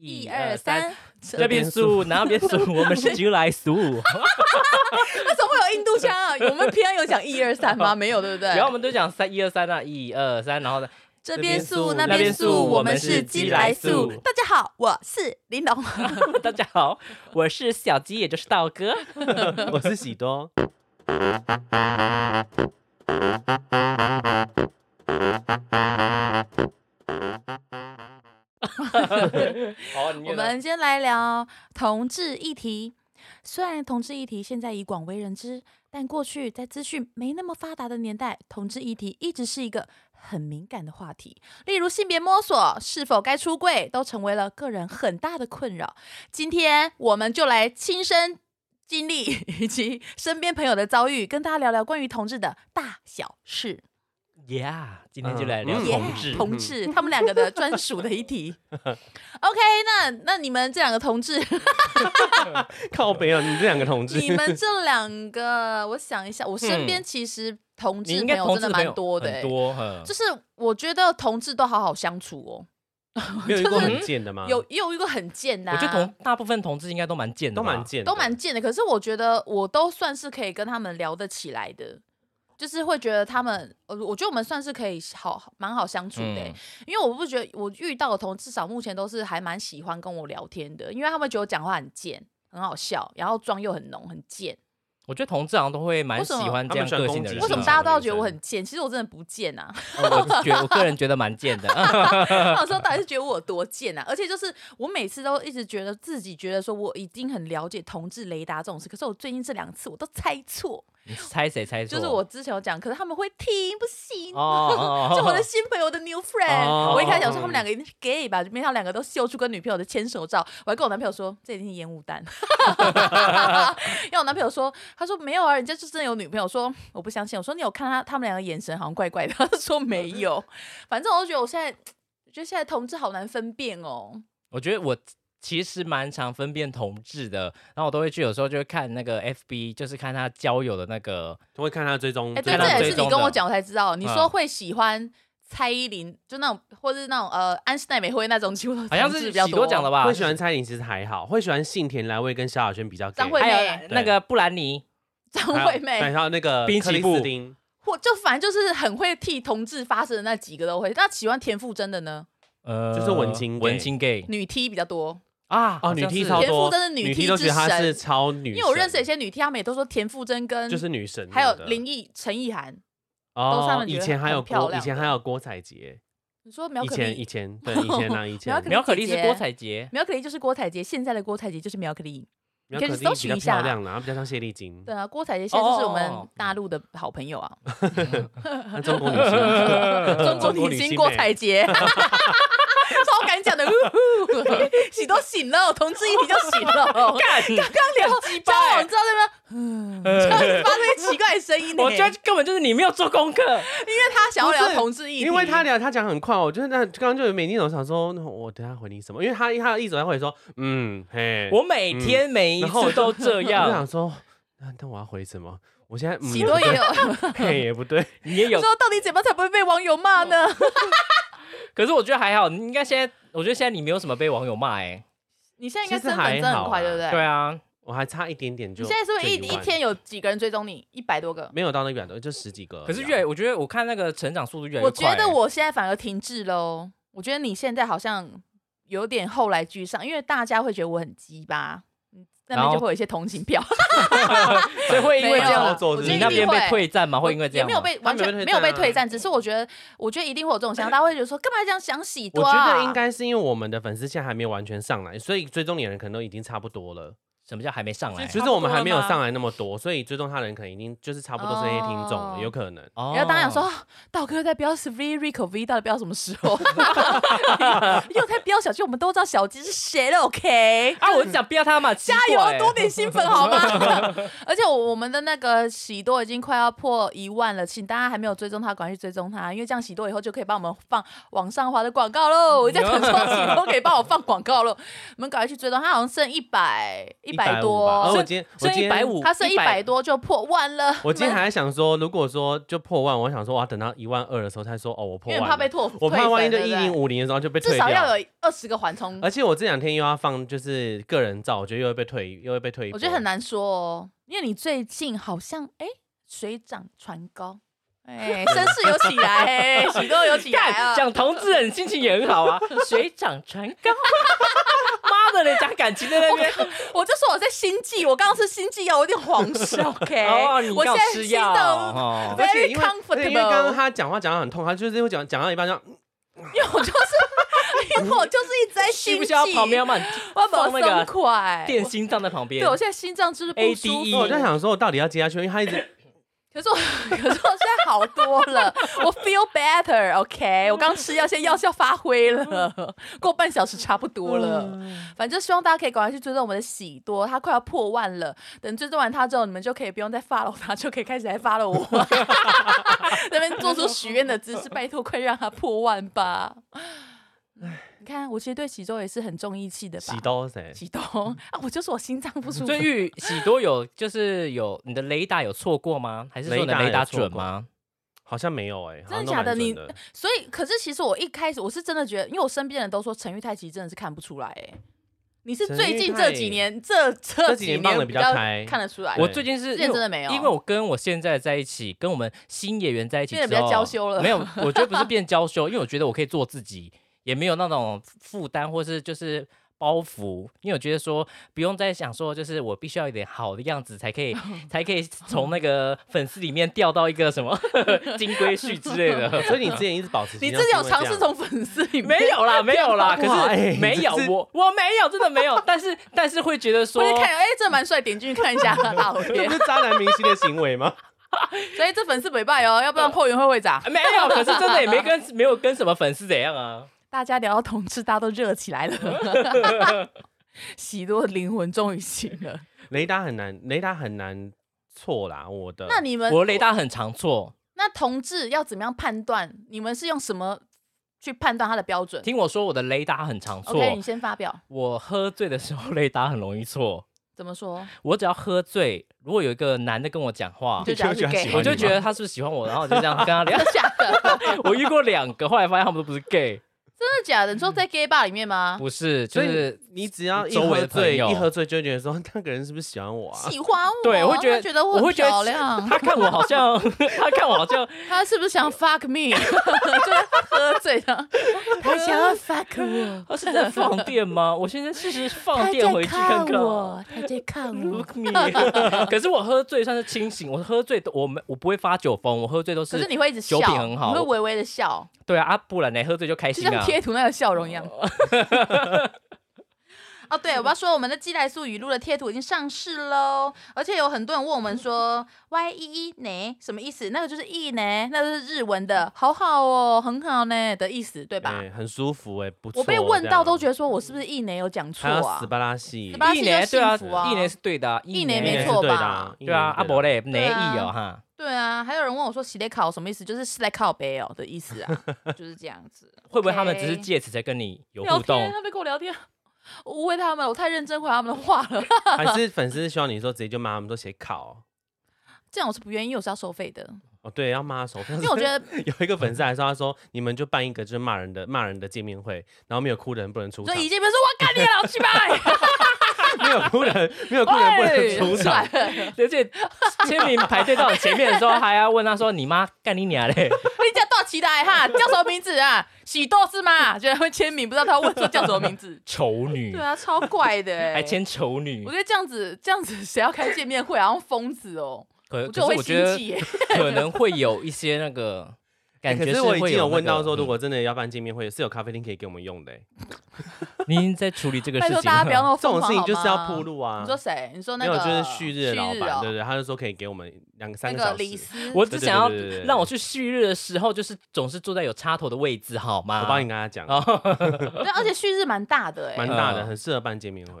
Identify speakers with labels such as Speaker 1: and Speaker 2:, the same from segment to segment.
Speaker 1: 一二三，，
Speaker 2: 这边数，那边数， 我们是 July 数。
Speaker 1: 为什么会有印度腔啊？我们平常有讲一二三 吗？没有，对不对？
Speaker 2: 然后我们都讲三一二三啊，一二三，然后呢，
Speaker 1: 这
Speaker 2: 边
Speaker 1: 边
Speaker 2: 素
Speaker 1: 素那
Speaker 2: 那边
Speaker 1: 边
Speaker 2: 素
Speaker 1: 素，
Speaker 2: 我
Speaker 1: 我
Speaker 2: 们
Speaker 1: 们
Speaker 2: 是
Speaker 1: 是
Speaker 2: 鸡
Speaker 1: 鸡
Speaker 2: 来
Speaker 1: 来
Speaker 2: 素
Speaker 1: 素。大家好，我是林董。
Speaker 2: 大家好，我是小鸡，也就是道哥。
Speaker 3: 我是喜多。
Speaker 2: 好，你
Speaker 1: 我们先来聊同志议题。虽然同志议题现在已广为人知，但过去在资讯没那么发达的年代，同志议题一直是一个很敏感的话题。例如性别摸索、是否该出柜，都成为了个人很大的困扰。今天我们就来亲身经历以及身边朋友的遭遇，跟大家聊聊关于同志的大小事。
Speaker 2: Yeah，今天就来聊
Speaker 3: 嗯
Speaker 2: 同志。
Speaker 1: 同志，他们两个的专属的议题。OK，那那你们这两个同志，
Speaker 3: 靠北哦，你这两 个同志，
Speaker 1: 你们这两个，我想一下，我身边其实同
Speaker 2: 嗯你
Speaker 1: 志
Speaker 2: 应
Speaker 1: 朋
Speaker 2: 该
Speaker 1: 友
Speaker 2: 同
Speaker 1: 真
Speaker 2: 志
Speaker 1: 的
Speaker 2: 朋
Speaker 1: 蛮
Speaker 2: 友
Speaker 1: 多的、
Speaker 2: 很
Speaker 1: 欸，
Speaker 2: 多。嗯
Speaker 1: 就是我觉得同志都好好相处哦，
Speaker 3: 没有遇过很贱的吗？
Speaker 1: 有，也有一个很贱的、啊，
Speaker 2: 啊我觉得同大部分同志应该都蛮贱的
Speaker 3: 都
Speaker 2: 吧，
Speaker 3: 蛮贱的，
Speaker 1: 都蛮贱的，可是我觉得我都算是可以跟他们聊得起来的。就是会觉得他们，呃，我觉得我们算是可以好蛮好相处的欸、
Speaker 2: 嗯
Speaker 1: 因为我不觉得我遇到的同至少目前都是还蛮喜欢跟我聊天的，因为他们觉得我讲话很贱，很好笑，然后妆又很浓很贱。
Speaker 2: 我觉得同志好像都会蛮
Speaker 1: 为
Speaker 2: 喜
Speaker 1: 什么
Speaker 2: 欢这样个性的人。啊
Speaker 3: 是
Speaker 1: 为什么
Speaker 3: 吗
Speaker 1: 大家都要
Speaker 3: 女
Speaker 1: 觉得我
Speaker 3: 生
Speaker 1: 很贱？其实我真的不贱啊！
Speaker 2: 我觉 得我个人觉得蛮贱的。嗯
Speaker 1: 那我说到底是觉得我有多贱啊！而且就是我每次都一直觉得自己觉得说我已经很了解同志雷达这种事，可是我最近这两次我都猜错，
Speaker 2: 你猜谁猜错？
Speaker 1: 就是我之前有讲，可是他们会听不行。
Speaker 2: 哦哦，哦
Speaker 1: 就我的新朋友的 new friend，、
Speaker 2: 哦
Speaker 1: 我一开始想说他们两个一定是 gay 吧，没想到两个都秀出跟女朋友的牵手照，我还跟我男朋友说这一定是烟雾弹， 因为我男朋友说他说没有啊，人家就真的有女朋友，我说我不相信，我说你有看他他们两个眼神好像怪怪的，他就说没有，反正我就觉得我现在我觉得现在同志好难分辨哦，
Speaker 2: 我觉得我其实蛮常分辨同志的，然后我都会去，有时候就会看那个 FB，就是看他交友的那个，
Speaker 3: 都会看他追踪。
Speaker 2: 嗯
Speaker 1: 哎、
Speaker 2: 追
Speaker 1: 对，
Speaker 3: 追
Speaker 2: 他
Speaker 1: 这
Speaker 3: 踪
Speaker 2: 们
Speaker 1: 也
Speaker 3: 追
Speaker 1: 是
Speaker 2: 踪
Speaker 1: 你
Speaker 2: 的
Speaker 1: 跟我讲我才知道，你说
Speaker 2: 嗯
Speaker 1: 会喜欢蔡依林，就那种或是那种呃安室奈美惠那种，几乎都
Speaker 2: 好像
Speaker 1: 同志
Speaker 2: 是
Speaker 1: 比较
Speaker 2: 喜多讲的吧？
Speaker 3: 会喜欢蔡依林其实还好，会喜欢信田来未跟萧亚轩比较 gay。
Speaker 1: 张惠
Speaker 2: 还
Speaker 1: 妹
Speaker 2: 有、那个布兰妮，
Speaker 1: 张
Speaker 3: 还有
Speaker 1: 惠妹，
Speaker 3: 然后那个
Speaker 2: 滨
Speaker 3: 克
Speaker 2: 崎
Speaker 3: 里
Speaker 2: 步
Speaker 3: 斯汀，
Speaker 1: 或就反正就是很会替同志发声的那几个都会。那喜欢田馥甄的呢？
Speaker 2: 呃，
Speaker 3: 就是文青 gay
Speaker 2: 文青 gay
Speaker 1: 女 T 比较多，
Speaker 2: 啊，
Speaker 3: 哦，女 T 超
Speaker 2: 好像
Speaker 1: 田
Speaker 3: 多，
Speaker 1: 馥甄是女 T
Speaker 3: 都觉得她
Speaker 1: 之神
Speaker 3: 是超女
Speaker 1: 因
Speaker 3: 神，
Speaker 1: 为我认识一些女 T，她们也都说田馥甄跟
Speaker 3: 就是女神，
Speaker 1: 还有
Speaker 3: 对不对
Speaker 1: 林忆、陈意涵。都是她
Speaker 3: 哦，
Speaker 1: 们觉
Speaker 3: 以
Speaker 1: 得
Speaker 3: 前还有
Speaker 1: 很漂
Speaker 3: 郭，以
Speaker 1: 亮
Speaker 3: 前
Speaker 1: 的
Speaker 3: 还有郭采洁，
Speaker 1: 你说苗
Speaker 3: 以
Speaker 1: 可
Speaker 3: 前以
Speaker 1: 丽，
Speaker 3: 前对以前啊 以
Speaker 2: 是
Speaker 1: 苗可
Speaker 3: 前
Speaker 1: 丽
Speaker 2: 苗可丽
Speaker 1: 姐
Speaker 2: 是
Speaker 1: 姐
Speaker 2: 郭采洁，
Speaker 1: 苗可丽就是郭采洁，现在的郭采洁就是苗可丽。
Speaker 3: 苗
Speaker 1: 可
Speaker 3: 可
Speaker 1: 以
Speaker 3: 丽
Speaker 1: 去搜
Speaker 3: 比
Speaker 1: 寻
Speaker 3: 较
Speaker 1: 一下
Speaker 3: 漂亮啦，她比较像谢丽金，
Speaker 1: 对啊，郭采洁现在就是我
Speaker 2: 哦哦
Speaker 1: 们
Speaker 2: 哦
Speaker 1: 大陆的好朋友啊，
Speaker 3: 那中国女 星。
Speaker 1: 中国
Speaker 3: 中国
Speaker 1: 女
Speaker 3: 呃哦女
Speaker 1: 星
Speaker 3: 星
Speaker 1: 郭
Speaker 3: 妹
Speaker 1: 采 洁。超敢讲的，呜呼喜都醒了，同志一题就醒 了。
Speaker 2: 干，
Speaker 1: 刚聊交
Speaker 3: 欸
Speaker 1: 往之后，那边嗯， 就是 发出一些奇怪的声音呢。
Speaker 2: 呃
Speaker 1: 欸
Speaker 2: 我觉得根本就是你没有做功课，
Speaker 1: 因为他想要
Speaker 3: 不
Speaker 1: 聊
Speaker 3: 是
Speaker 1: 同志议题，
Speaker 3: 因为他聊他讲很快，我就是那刚刚就有每天我想说，那我等下回你什么？因为他他一直在回说，嗯嘿，
Speaker 2: 我每天每一
Speaker 3: 然后我
Speaker 2: 次都
Speaker 3: 就
Speaker 2: 这
Speaker 3: 我就想
Speaker 2: 样，
Speaker 3: 说，那那我要回什么？我现在嗯
Speaker 1: 喜 多也有
Speaker 3: 嘿也不对，
Speaker 2: 你也有，
Speaker 1: 说，到底怎么才不会被网友骂呢？
Speaker 2: 可是我觉得还好，你应该现在，我觉得现在你没有什么被网友骂，哎，
Speaker 1: 你现在应该
Speaker 3: 其实
Speaker 1: 身粉真的很快，
Speaker 3: 还好啦
Speaker 1: 对不对？
Speaker 2: 对啊，
Speaker 3: 我还差一点点就。
Speaker 1: 你现在是不是一
Speaker 3: 就
Speaker 1: 一
Speaker 3: 万
Speaker 1: 天有几个人追踪你？一百多个。
Speaker 3: 没有到那个远的，就十几个而已啊。
Speaker 2: 可是越，我觉得我看那个成长速度越来越
Speaker 1: 我
Speaker 2: 快，
Speaker 1: 觉得
Speaker 2: 哎
Speaker 1: 我现在反而停滞喽。我觉得你现在好像有点后来居上，因为大家会觉得我很鸡巴，嗯那
Speaker 2: 然
Speaker 1: 边
Speaker 2: 后
Speaker 1: 就会有一些同情票。
Speaker 2: 所以会因为这
Speaker 1: 没有
Speaker 2: 样
Speaker 1: 啦
Speaker 3: 操作
Speaker 1: 我
Speaker 3: 是
Speaker 1: 觉得
Speaker 3: 不是
Speaker 2: 你
Speaker 1: 一
Speaker 2: 那
Speaker 1: 定
Speaker 2: 边被
Speaker 1: 会。
Speaker 2: 退战吗？会因为这
Speaker 1: 也
Speaker 2: 样
Speaker 1: 没有
Speaker 2: 吗
Speaker 1: 被完全
Speaker 3: 他们也
Speaker 1: 没
Speaker 3: 会退战啊
Speaker 1: 有被退战，只是我觉得，我觉得一定会有这种想法，大家会觉得说，干嘛这样想喜
Speaker 3: 我
Speaker 1: 多、啊？
Speaker 3: 觉得应该是因为我们的粉丝现在还没有完全上来，所以追踪你的人可能都已经差不多了。
Speaker 2: 什么叫还没上
Speaker 1: 哎
Speaker 2: 来？
Speaker 3: 就是我们还没有上来那么多，所以追踪他的人可能已经就是差不多是那些听众了，
Speaker 1: 哦
Speaker 3: 有可能。
Speaker 2: 哦
Speaker 1: 然后大家想说，啊道哥在标 s v Rico V，到底标什么时候？ 又在标小鸡，我们都知道小鸡是谁了，OK？
Speaker 2: 啊，我想标他嘛，
Speaker 1: 加
Speaker 3: 哎
Speaker 2: 奇怪
Speaker 1: 油，多点兴奋好 吗？而且我我们的那个喜多已经快要破一万了，请大家还没有追踪他，赶快去追踪他，因为这样喜多以后就可以帮我们放网上花的广
Speaker 3: 嗯
Speaker 1: 告喽。我在等说喜多可以帮我放广告喽，你们赶快去追踪他，好像剩一百一100
Speaker 3: 150
Speaker 1: 多
Speaker 3: 吧而
Speaker 1: 所
Speaker 3: 我
Speaker 1: 以
Speaker 3: 今天我
Speaker 2: 所
Speaker 3: 今
Speaker 2: 以一
Speaker 3: 天
Speaker 2: 百五，
Speaker 1: 他剩一百
Speaker 3: 哦
Speaker 1: 多就破万了，
Speaker 3: 我今天还在想说，如果说就破万，我想说我要等到一万二的时候才说哦，我破
Speaker 1: 因为
Speaker 3: 万
Speaker 1: 很
Speaker 3: 了。
Speaker 1: 怕被拓，
Speaker 3: 我
Speaker 1: 退
Speaker 3: 怕
Speaker 1: 粉
Speaker 3: 万一就
Speaker 1: 对不
Speaker 3: 一
Speaker 1: 对
Speaker 3: 零五零的时候就被退
Speaker 1: 至
Speaker 3: 掉
Speaker 1: 少。要有二十个缓冲，
Speaker 3: 而且我这两天又要放就是个人照，我觉得又会被退，又会被退一波。
Speaker 1: 我觉得很难说哦，因为你最近好像哎水涨船高，哎声势有起来，哎喜多有起来啊
Speaker 2: 干， 讲同志很心情也很好 啊，水涨船高。 妈的嘞，讲感情在那边，
Speaker 1: 我就说我在心悸，我刚刚吃心悸药，我有点黄 烧，OK，
Speaker 2: 哦，你
Speaker 1: 我现
Speaker 2: 要
Speaker 1: 在
Speaker 2: 吃
Speaker 1: 心
Speaker 2: 药
Speaker 1: 动，
Speaker 2: 哦。
Speaker 3: 而且
Speaker 1: very
Speaker 3: 因为而且因为
Speaker 1: comfortable
Speaker 3: 刚刚他讲话讲到很痛，他就是会讲讲到一半这样，
Speaker 1: 因为我就是，因为我就是一直在
Speaker 2: 需
Speaker 1: 心
Speaker 2: 不
Speaker 1: 悸，
Speaker 2: 需要旁边要帮你
Speaker 1: 我
Speaker 2: 放那个
Speaker 1: 松快，
Speaker 2: 电心脏在旁边
Speaker 1: 对？我现在心脏就是不舒
Speaker 2: ADE
Speaker 1: 服，
Speaker 3: 我就想说我到底要接下去，因为他一直
Speaker 1: 可是我，可是我现在好多了，我 feel better，OK，、我刚吃药，现在药效发挥了，过半小时差不多了。反正希望大家可以赶快去追踪我们的喜多，他快要破万了。等追踪完他之后，你们就可以不用再 follow 他，就可以开始来 follow 我，那边做出许愿的姿势，拜托快让他破万吧。你看，我其实对喜多也是很重义气的吧？
Speaker 3: 喜刀欸谁？
Speaker 1: 喜多啊，我就说我心脏不舒服
Speaker 2: 所以。玉喜多有就是有你的雷达有错过吗？还是说你的
Speaker 3: 雷达
Speaker 2: 雷达
Speaker 3: 有错过
Speaker 2: 准吗？
Speaker 3: 好像没有哎，好
Speaker 1: 真
Speaker 3: 像
Speaker 1: 的假的？
Speaker 3: 都蛮准
Speaker 1: 你
Speaker 3: 的
Speaker 1: 所以，可是其实我一开始我是真的觉得，因为我身边人都说陈玉泰其实真的是看不出来、欸，你是
Speaker 3: 陈
Speaker 1: 最
Speaker 3: 玉
Speaker 1: 近
Speaker 3: 泰
Speaker 1: 这几年这这
Speaker 3: 这
Speaker 1: 几
Speaker 3: 几年放得
Speaker 1: 比
Speaker 3: 比较开
Speaker 1: 看得出来，
Speaker 2: 我
Speaker 3: 对
Speaker 2: 最近是
Speaker 1: 之前
Speaker 2: 因为
Speaker 1: 真的没有
Speaker 2: 因为我跟我现在在一起，跟我们新演员在一起之
Speaker 1: 变得
Speaker 2: 后，
Speaker 1: 比较娇羞了
Speaker 2: 没有，我觉得不 是变娇羞，因为我觉得我可以做自己，也没有那种负担或是就是。包袱，因为我觉得说不用再想说，就是我必须要有点好的样子，才 可以才可以从那个粉丝里面调到一个什 么金龟婿之类的。
Speaker 3: 所以你之前一直保持
Speaker 1: 你自己
Speaker 3: 形象是因为这
Speaker 1: 有
Speaker 3: 样，
Speaker 1: 尝试从粉丝里面
Speaker 2: 没有啦，没有啦，可
Speaker 3: 哇哎
Speaker 2: 是没有
Speaker 3: 这是
Speaker 2: 我我没有，真的没有。但是但是会觉得
Speaker 1: 我
Speaker 2: 说，
Speaker 1: 就看，哎、这蛮帅，点进去看一下大老
Speaker 3: 这
Speaker 1: 片
Speaker 3: 不，是渣男明星的行为吗？
Speaker 1: 所以这粉丝北拜哦，要不然破云会会长。
Speaker 2: 没有，可是真的也没 跟没有跟什么粉丝怎样啊。
Speaker 1: 大家聊到同志，大家都热起来了， 喜多的灵魂终于醒了。
Speaker 3: 雷达很难，雷达很难错啦，我的。
Speaker 1: 那你们
Speaker 2: 我雷达很常错，
Speaker 1: 那同志要怎么样判断？你们是用什么去判断他的标准
Speaker 2: 听我说，我的雷达很常错。
Speaker 1: ？OK，你先发表，
Speaker 2: 我喝醉的时候雷达很容易错，
Speaker 1: 怎 么说？
Speaker 2: 我只要喝醉，如果有一个男的跟我讲话
Speaker 1: 你就。讲是
Speaker 3: 就觉得他
Speaker 1: gay，
Speaker 3: 喜
Speaker 2: 我
Speaker 3: 欢
Speaker 2: 就觉得他是不是喜欢我，然后我就这样跟他聊
Speaker 1: 真。的假的？真
Speaker 2: 我遇过两个，后来发现他们都不是 gay，
Speaker 1: 的假的？你说在 gay bar 里面吗？
Speaker 2: 嗯不是，就
Speaker 3: 所
Speaker 2: 是
Speaker 3: 以你只要一
Speaker 2: 周围
Speaker 3: 喝
Speaker 2: 的朋
Speaker 3: 醉，
Speaker 2: 友
Speaker 3: 一喝醉就会觉得说 那个人是不是喜欢我啊？
Speaker 1: 喜欢我，
Speaker 2: 对我会觉得
Speaker 1: 他觉得
Speaker 2: 我
Speaker 1: 很
Speaker 2: 会觉得
Speaker 1: 漂亮，
Speaker 2: 他看我好 像，他看我好像，
Speaker 1: 他是不是想 fuck me？就是喝醉了，他想要 fuck
Speaker 2: 他
Speaker 1: 我，
Speaker 2: 是在放电吗？我现在试试放电回去看看。，哦
Speaker 1: 他在看
Speaker 2: Look me，可 是我喝醉算是清醒，我喝醉都我没我不会发酒疯，我喝醉都
Speaker 1: 可
Speaker 2: 是
Speaker 1: 是你会一直笑，
Speaker 2: 酒品很好
Speaker 1: 你会微微的笑，
Speaker 2: 对啊，啊不然呢喝醉就开
Speaker 1: 就
Speaker 2: 心
Speaker 1: 像
Speaker 2: 啊。
Speaker 1: 贴图那个笑容一样。 哦，对，我要说我们的鸡来素语录的贴图已经上市喽，而且有很多人问我 们说 “y e e 呢”什么意思？那个就是 “e 呢”，那个就是日文的“好好哦，很好呢”的意思，对吧？
Speaker 3: 哎很舒服哎，不错。
Speaker 1: 我被问到都觉
Speaker 3: 得
Speaker 1: 得说我是不是 “e 呢”有讲错
Speaker 3: 还有
Speaker 1: 啊
Speaker 3: 死？巴拉戏，
Speaker 1: 死巴拉
Speaker 2: 一
Speaker 1: 戏
Speaker 2: 年
Speaker 1: 就
Speaker 2: 对啊
Speaker 1: 幸福，啊
Speaker 2: 一年是对的啊，一
Speaker 1: 一年
Speaker 3: 一年
Speaker 1: 没
Speaker 3: 是
Speaker 1: 错
Speaker 3: 对的
Speaker 1: 吧
Speaker 3: 啊？
Speaker 2: 对啊，阿伯
Speaker 3: 嘞，
Speaker 2: 嘞，内
Speaker 1: 啊
Speaker 2: 意哦哈，
Speaker 1: 对啊，还有人问我说“洗内考”什么意思？就是是在靠背哦的意思啊，就是这样子。
Speaker 2: 会不会他们只是
Speaker 1: OK
Speaker 2: 借此在跟你 有
Speaker 1: 聊
Speaker 2: 互
Speaker 1: 天，啊
Speaker 2: 动？
Speaker 1: 他们跟我聊天，我误会他们了，我太认真回他们的话了。
Speaker 3: 还是粉丝希望你说直接就骂他们说写考
Speaker 1: 这样我是不愿意，因为我是要收 费的，
Speaker 3: 哦，对，要骂手，因
Speaker 1: 因为我觉得
Speaker 3: 有一个粉丝还说他说你们就办一个就是骂人的骂人的见面会，然后没有哭的人不能出
Speaker 1: 所
Speaker 3: 场，
Speaker 1: 以一见面说“我干你啊 老七八”，
Speaker 3: 没有哭的人没有哭的人不
Speaker 1: 喂
Speaker 3: 能出场，哎
Speaker 1: 出来
Speaker 2: 而且签名排队到你前面的时候，还要问他说：“你妈干你娘嘞。
Speaker 1: 你叫多期待哈，叫什么名字啊？喜豆是吗？居然会签名，不知道他问说叫什么名字
Speaker 2: 丑女
Speaker 1: 对，啊，超怪的、欸，
Speaker 2: 还。签丑女
Speaker 1: 我觉。得这样子，这样子谁要开见面会啊，好像疯子哦、
Speaker 2: 呃可”可是
Speaker 1: 我觉得会
Speaker 2: 我
Speaker 1: 心
Speaker 2: 觉得
Speaker 1: 悸耶、
Speaker 2: 可能会有一些那个
Speaker 3: 哎
Speaker 2: 感觉
Speaker 3: 可
Speaker 2: 是
Speaker 3: 我
Speaker 2: 会
Speaker 3: 已经有
Speaker 2: 那
Speaker 3: 问
Speaker 2: 个
Speaker 3: 到说，如
Speaker 2: 嗯
Speaker 3: 果真的要办见面会，是有咖啡厅可以给我们用的欸。
Speaker 2: 你已经在处理这个
Speaker 1: 拜
Speaker 2: 事
Speaker 1: 托
Speaker 2: 情
Speaker 1: 大家不要那
Speaker 2: 了，
Speaker 1: 么
Speaker 3: 这
Speaker 1: 疯
Speaker 3: 种
Speaker 1: 狂
Speaker 3: 事情就是要铺
Speaker 1: 好吗
Speaker 3: 路啊
Speaker 1: 你。说谁？你说
Speaker 3: 没
Speaker 1: 那
Speaker 3: 有，
Speaker 1: 个
Speaker 3: 就是旭日的老
Speaker 1: 旭
Speaker 3: 板，
Speaker 1: 哦
Speaker 3: 对对，他就说可以给我们两三
Speaker 1: 那
Speaker 3: 个
Speaker 1: 个
Speaker 3: 小
Speaker 1: 李
Speaker 3: 时，
Speaker 1: 斯，
Speaker 2: 我
Speaker 3: 对
Speaker 2: 只
Speaker 3: 对
Speaker 2: 想要
Speaker 3: 对对对对
Speaker 2: 让我去旭日的时候，就是总是坐在有插头的位置，好吗？
Speaker 3: 我帮你跟他讲，
Speaker 1: 哦对，而且旭日蛮大的哎、
Speaker 3: 蛮大的，
Speaker 2: 嗯
Speaker 3: 很适合办见面会。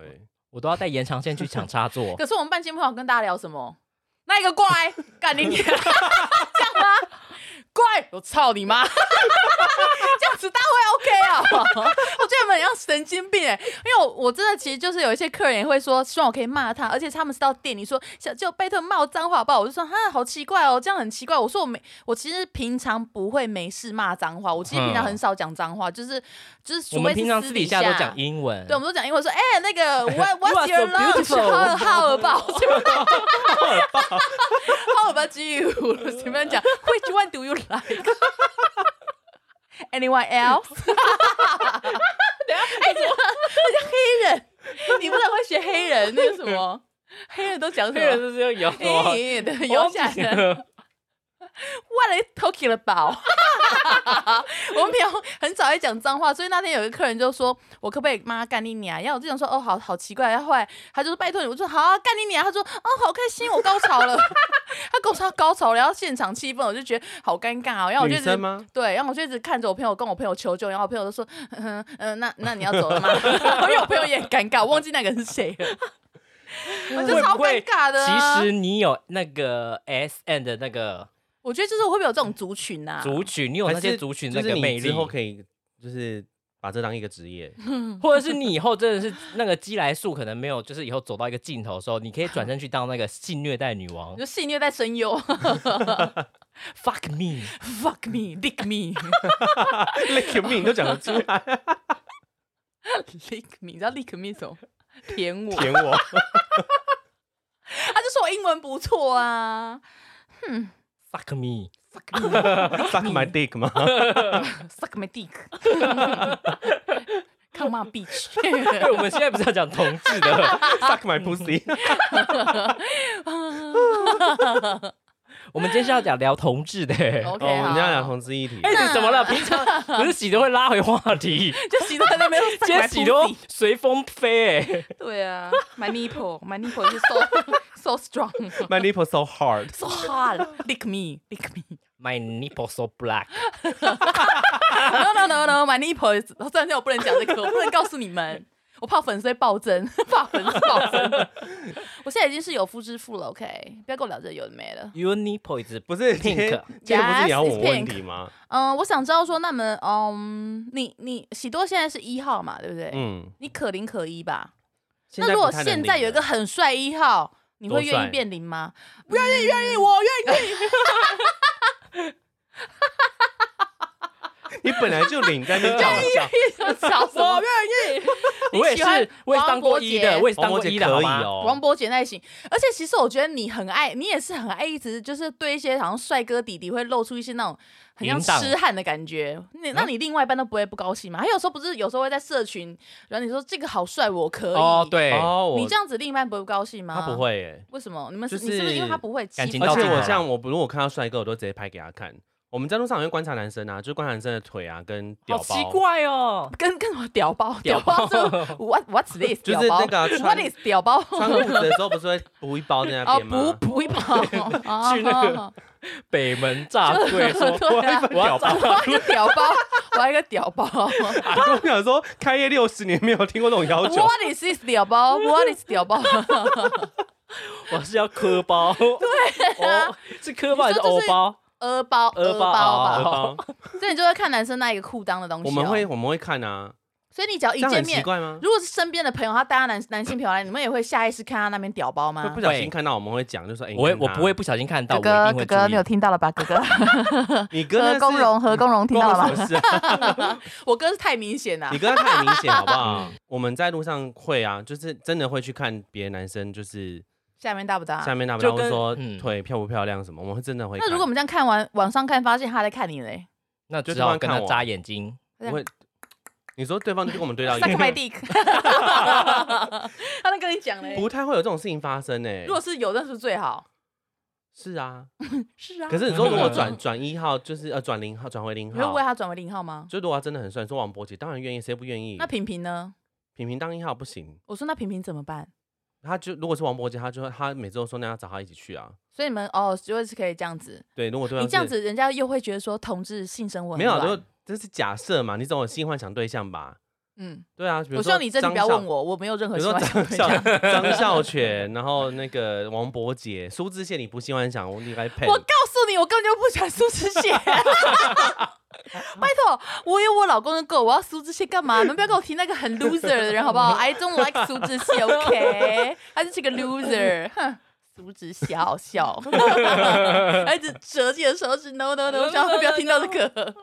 Speaker 2: 我都要带延长线去抢插 座。
Speaker 1: 可是我 们办见面会要跟大家聊什么？那一个过来，干你娘，这样吗？怪，我操你妈！ 这样子大会 OK 啊？ 我觉得你们像神经病哎、因为我我真的其实就是有一些客人也会说，希望我可以骂他，而且他们是到店里说小就拜托骂我脏话好不好？我就说哈好奇怪哦，这样很奇怪。我说我没，我其实平常不会没事骂脏话，我其实平常很少讲脏话，就是就
Speaker 2: 我
Speaker 1: 是除非
Speaker 2: 们
Speaker 1: 是
Speaker 2: 平常私底
Speaker 1: 下
Speaker 2: 下都讲英文，
Speaker 1: 对，我们都讲英文说，哎、那个 What
Speaker 2: You are
Speaker 1: What's your
Speaker 2: so
Speaker 1: lunch?
Speaker 2: beautiful.
Speaker 1: How how about? how about you? 随便讲，Which one do you like? Anyone else? 等下，哎、你那是黑人，你不能会学黑人，那个什么，黑人都讲什
Speaker 2: 黑人
Speaker 1: 么？
Speaker 2: 就是要摇 头，
Speaker 1: 哎，对，有
Speaker 2: 假
Speaker 1: 讲人。What are you talking about？我们平常很少在讲脏话，所以那天有一个客人就说：“我可不可以妈干你娘？”然后我就想说：“哦，好好奇怪。”然后后来他就说：“拜托你。”我就说：“好、啊，干你娘。”他说：“哦，好开心，我高潮了。” 他跟我说他哦高潮了，然后现场气氛我就觉得好尴尬哦。然后我就
Speaker 3: 女
Speaker 1: 一直
Speaker 3: 生吗？
Speaker 1: 对，然后我就一直看着我朋友，跟我朋友求救，然后我朋友都说：“嗯嗯，那那你要走了吗？” 因为我朋友也很尴尬，我忘记那个人是谁 了，我就
Speaker 2: 会
Speaker 1: 超
Speaker 2: 不会
Speaker 1: 尴尬的啊、
Speaker 2: 其实你有那个 S and 的那个
Speaker 1: 我觉得就是我会不会有这种族群啊？
Speaker 2: 族群，你有
Speaker 3: 还
Speaker 2: 那些
Speaker 3: 是
Speaker 2: 族群
Speaker 3: 就
Speaker 2: 那
Speaker 3: 是
Speaker 2: 个
Speaker 3: 你
Speaker 2: 魅力
Speaker 3: 之，后可以就是把这当一个职业，
Speaker 1: 嗯
Speaker 2: 或者是你以后真的是那个基来素可能没有，就是以后走到一个尽头的时候，你可以转身去当那个性虐待女 王
Speaker 1: 就戏虐待声优
Speaker 2: ，fuck me，
Speaker 1: ，fuck me，lick
Speaker 3: Lick me，你都讲得出来，
Speaker 1: me，lick me，你知道 lick me 什么？舔 我。
Speaker 3: 舔我。
Speaker 1: 他就说我英文不错啊
Speaker 2: fuck me，
Speaker 3: Suck my dick 吗？
Speaker 1: ，suck my dick，come on bitch
Speaker 2: 对，。我们现在不是要讲同志的，
Speaker 3: Suck my pussy，
Speaker 2: 我们今天是要讲聊同志的、
Speaker 1: OK，
Speaker 3: 哦，我们这样
Speaker 1: 好
Speaker 3: 讲同志一体
Speaker 2: 哎、，
Speaker 1: 啊
Speaker 2: 你怎么了？平常不是喜都会拉回话 题，
Speaker 1: 就洗到那边，
Speaker 2: 今天喜都随风飞、哎，
Speaker 1: 对啊，my nipple，my nipple 是 so so strong，so
Speaker 3: My nipple so hard，
Speaker 1: hard，lick me，lick me。
Speaker 2: My nipple so black，
Speaker 1: No no no no，my nipple is。虽然说我不能讲这个，我不能告诉你们，我怕粉丝会暴增， 怕粉丝暴增。我现在已经是有夫之妇了，OK，不要跟我聊这有的没的。
Speaker 2: Your nipple is
Speaker 3: 不是
Speaker 2: pink
Speaker 3: 今天。今天不是
Speaker 1: Yes,
Speaker 3: 你要
Speaker 1: it's
Speaker 3: 我问
Speaker 1: pink
Speaker 3: 题吗？
Speaker 1: 嗯，我想知道说，那么，嗯，你你喜多现在是一号嘛，对不对？
Speaker 3: 嗯，
Speaker 1: 你可零可一吧。
Speaker 3: 现
Speaker 1: 哎那
Speaker 3: 在
Speaker 1: 如果
Speaker 3: 不太能
Speaker 1: 现在
Speaker 3: 领
Speaker 1: 有一个
Speaker 3: 了
Speaker 1: 很帅一号，你会
Speaker 2: 多
Speaker 1: 愿意
Speaker 2: 帅
Speaker 1: 变零吗？
Speaker 3: 嗯
Speaker 1: 愿意，愿意，我愿意。
Speaker 3: 你本来就领哦在 那边搞笑，
Speaker 1: 什 么小什么？愿意。
Speaker 2: 我也
Speaker 1: 喜欢
Speaker 2: 是，我也是当过一的，
Speaker 1: 王伯杰
Speaker 2: 我也是当
Speaker 3: 王
Speaker 2: 过
Speaker 3: 伯
Speaker 2: 一
Speaker 3: 杰
Speaker 2: 的，
Speaker 3: 可
Speaker 2: 好
Speaker 3: 以
Speaker 2: 吗？
Speaker 1: 王
Speaker 3: 哦。
Speaker 1: 伯杰那一型，而且其实我觉得你很爱，你也是很爱，一直就是对一些好像帅哥弟弟会露出一些那种很像
Speaker 2: 淫荡
Speaker 1: 痴汉的感觉。你
Speaker 3: 嗯
Speaker 1: 那你另外一半都不会不高兴吗？还有时候不是有时候会在社群，然后你说这个好帅，我可以。
Speaker 2: 哦，，对，
Speaker 3: 哦，我
Speaker 1: 哎你这样子啊另一半不会不高兴吗？
Speaker 3: 他不。会耶，
Speaker 1: 为什么？你们是、
Speaker 3: 就
Speaker 1: 你是不是因为
Speaker 3: 是
Speaker 1: 他不会欺
Speaker 2: 感情
Speaker 1: 负
Speaker 2: 到
Speaker 3: 而且
Speaker 2: 这
Speaker 1: 他
Speaker 2: 里
Speaker 3: 我
Speaker 2: 了
Speaker 3: 像我不，如果看到帅哥，我都直接拍给他看。我们在路上也会观察男生啊，就观察男生的腿啊跟屌
Speaker 2: 好
Speaker 3: 包，
Speaker 2: 奇怪哦，
Speaker 1: 跟跟什么屌包？
Speaker 2: 屌
Speaker 1: 包
Speaker 2: 包
Speaker 1: 是 what what's this？
Speaker 3: 就
Speaker 1: 屌
Speaker 3: 是
Speaker 1: 包
Speaker 3: 那个啊
Speaker 1: what
Speaker 3: 穿
Speaker 1: is 屌包？
Speaker 3: 穿裤子的时候不是会补一包在那
Speaker 1: 哦，
Speaker 3: 边
Speaker 1: 补
Speaker 3: 吗？
Speaker 1: 补一包， 去
Speaker 2: 去那个北门炸柜说，
Speaker 1: 对啊，
Speaker 2: 我要炸
Speaker 1: 我要一个屌包，我要一个屌包。
Speaker 3: 啊，跟我想说，开业六十年没有听过这种要求，
Speaker 1: What is this 屌包？What is 屌包？
Speaker 2: 我是要磕包，对、哦，是磕包还是
Speaker 1: 啊你说
Speaker 2: 欧
Speaker 1: 这是
Speaker 2: 包？
Speaker 1: 鹅包，
Speaker 2: 鹅
Speaker 1: 鹅
Speaker 2: 包
Speaker 1: 包
Speaker 2: 哦
Speaker 1: 吧。
Speaker 3: 包
Speaker 1: 所以你就会看男生那一个裤裆的东西、哦。
Speaker 3: 我们会，我们会看啊，
Speaker 1: 所以你只要
Speaker 3: 这
Speaker 1: 一
Speaker 3: 样
Speaker 1: 见
Speaker 3: 很奇
Speaker 1: 面，
Speaker 3: 怪吗？
Speaker 1: 如果是身边的朋友，他带他男男性朋友来，你们也会下意识看他那边屌包
Speaker 3: 会
Speaker 1: 吗
Speaker 3: 不？小心看到，我们会讲，就说哎，
Speaker 2: 我会，
Speaker 3: 你看
Speaker 2: 我
Speaker 3: 他
Speaker 2: 不会，不小心看到，
Speaker 1: 哥
Speaker 2: 我一定
Speaker 1: 哥，哥
Speaker 2: 会
Speaker 1: 哥，
Speaker 2: 注
Speaker 1: 你
Speaker 2: 意
Speaker 1: 有。听到了吧？ 哥哥，
Speaker 3: 你哥那
Speaker 1: 何
Speaker 3: 是
Speaker 1: 公荣，何公荣，听到了
Speaker 3: 关
Speaker 1: 吗？
Speaker 3: 我什么事啊？
Speaker 1: 我哥是太明显了
Speaker 3: 你。跟他太明显好不
Speaker 2: 嗯
Speaker 3: 好？我们在路上会啊，就是真的会去看别的男生，就是
Speaker 1: 下面大不大
Speaker 3: 下？面那
Speaker 2: 就
Speaker 3: 边会
Speaker 2: 跟
Speaker 3: 说
Speaker 2: 嗯
Speaker 3: 腿漂不漂亮什么，我们会真的会
Speaker 1: 啊
Speaker 3: 看。
Speaker 1: 那如果我们这样看完，网上看发现他在看你嘞
Speaker 2: 那
Speaker 3: 就
Speaker 2: 只
Speaker 3: 突然
Speaker 2: 好跟
Speaker 3: 看
Speaker 2: 他
Speaker 3: 我
Speaker 2: 眨眼睛。
Speaker 3: 我会，你说对方就跟我们对到
Speaker 1: ，suck
Speaker 3: 眼
Speaker 1: my dick，他能跟你讲嘞？
Speaker 3: 不太会有这种事情发生诶、
Speaker 1: 如果是有，那是最好。
Speaker 3: 是啊，
Speaker 1: 是啊
Speaker 3: 可是你说如 果转转一号，就是呃转零号，转回零
Speaker 1: 你会为
Speaker 3: 号，
Speaker 1: 他转为零号吗？
Speaker 3: 就如果他真的很帅，你说王伯杰当然愿意，谁不愿意？
Speaker 1: 那平平呢？
Speaker 3: 平平当一号不行，
Speaker 1: 我说那平平怎么办？
Speaker 3: 他就如果是王伯杰，他就他每次都说那要找他一起去啊。
Speaker 1: 所以你们哦，就是可以这样子。
Speaker 3: 对，如果对方
Speaker 1: 你
Speaker 3: 是
Speaker 1: 这样子，人家又会觉得说同志性生活很
Speaker 3: 没有，啊
Speaker 1: 乱
Speaker 3: 就这是假设嘛，你总有性幻想对象吧？
Speaker 1: 嗯，
Speaker 3: 对啊，比如
Speaker 1: 我希
Speaker 3: 说
Speaker 1: 望你这题
Speaker 3: 张
Speaker 1: 不要
Speaker 3: 少
Speaker 1: 问我，我没有任
Speaker 3: 比
Speaker 1: 何
Speaker 3: 如
Speaker 1: 喜
Speaker 3: 说
Speaker 1: 欢想
Speaker 3: 张孝
Speaker 1: 对象
Speaker 3: 张孝全，然后那个王伯杰、苏志燮，你不喜欢想我应该配
Speaker 1: 我告诉你，我根本就不喜欢苏志燮。 拜托，我有我老公的狗，我要苏志燮干嘛？你们不要跟我提那个很 loser 的人好不好？I don't like 苏志燮，OK？他就是个 loser，哼，苏志燮好笑， 他一直折自己的手指，no no no，千万不要听到这个。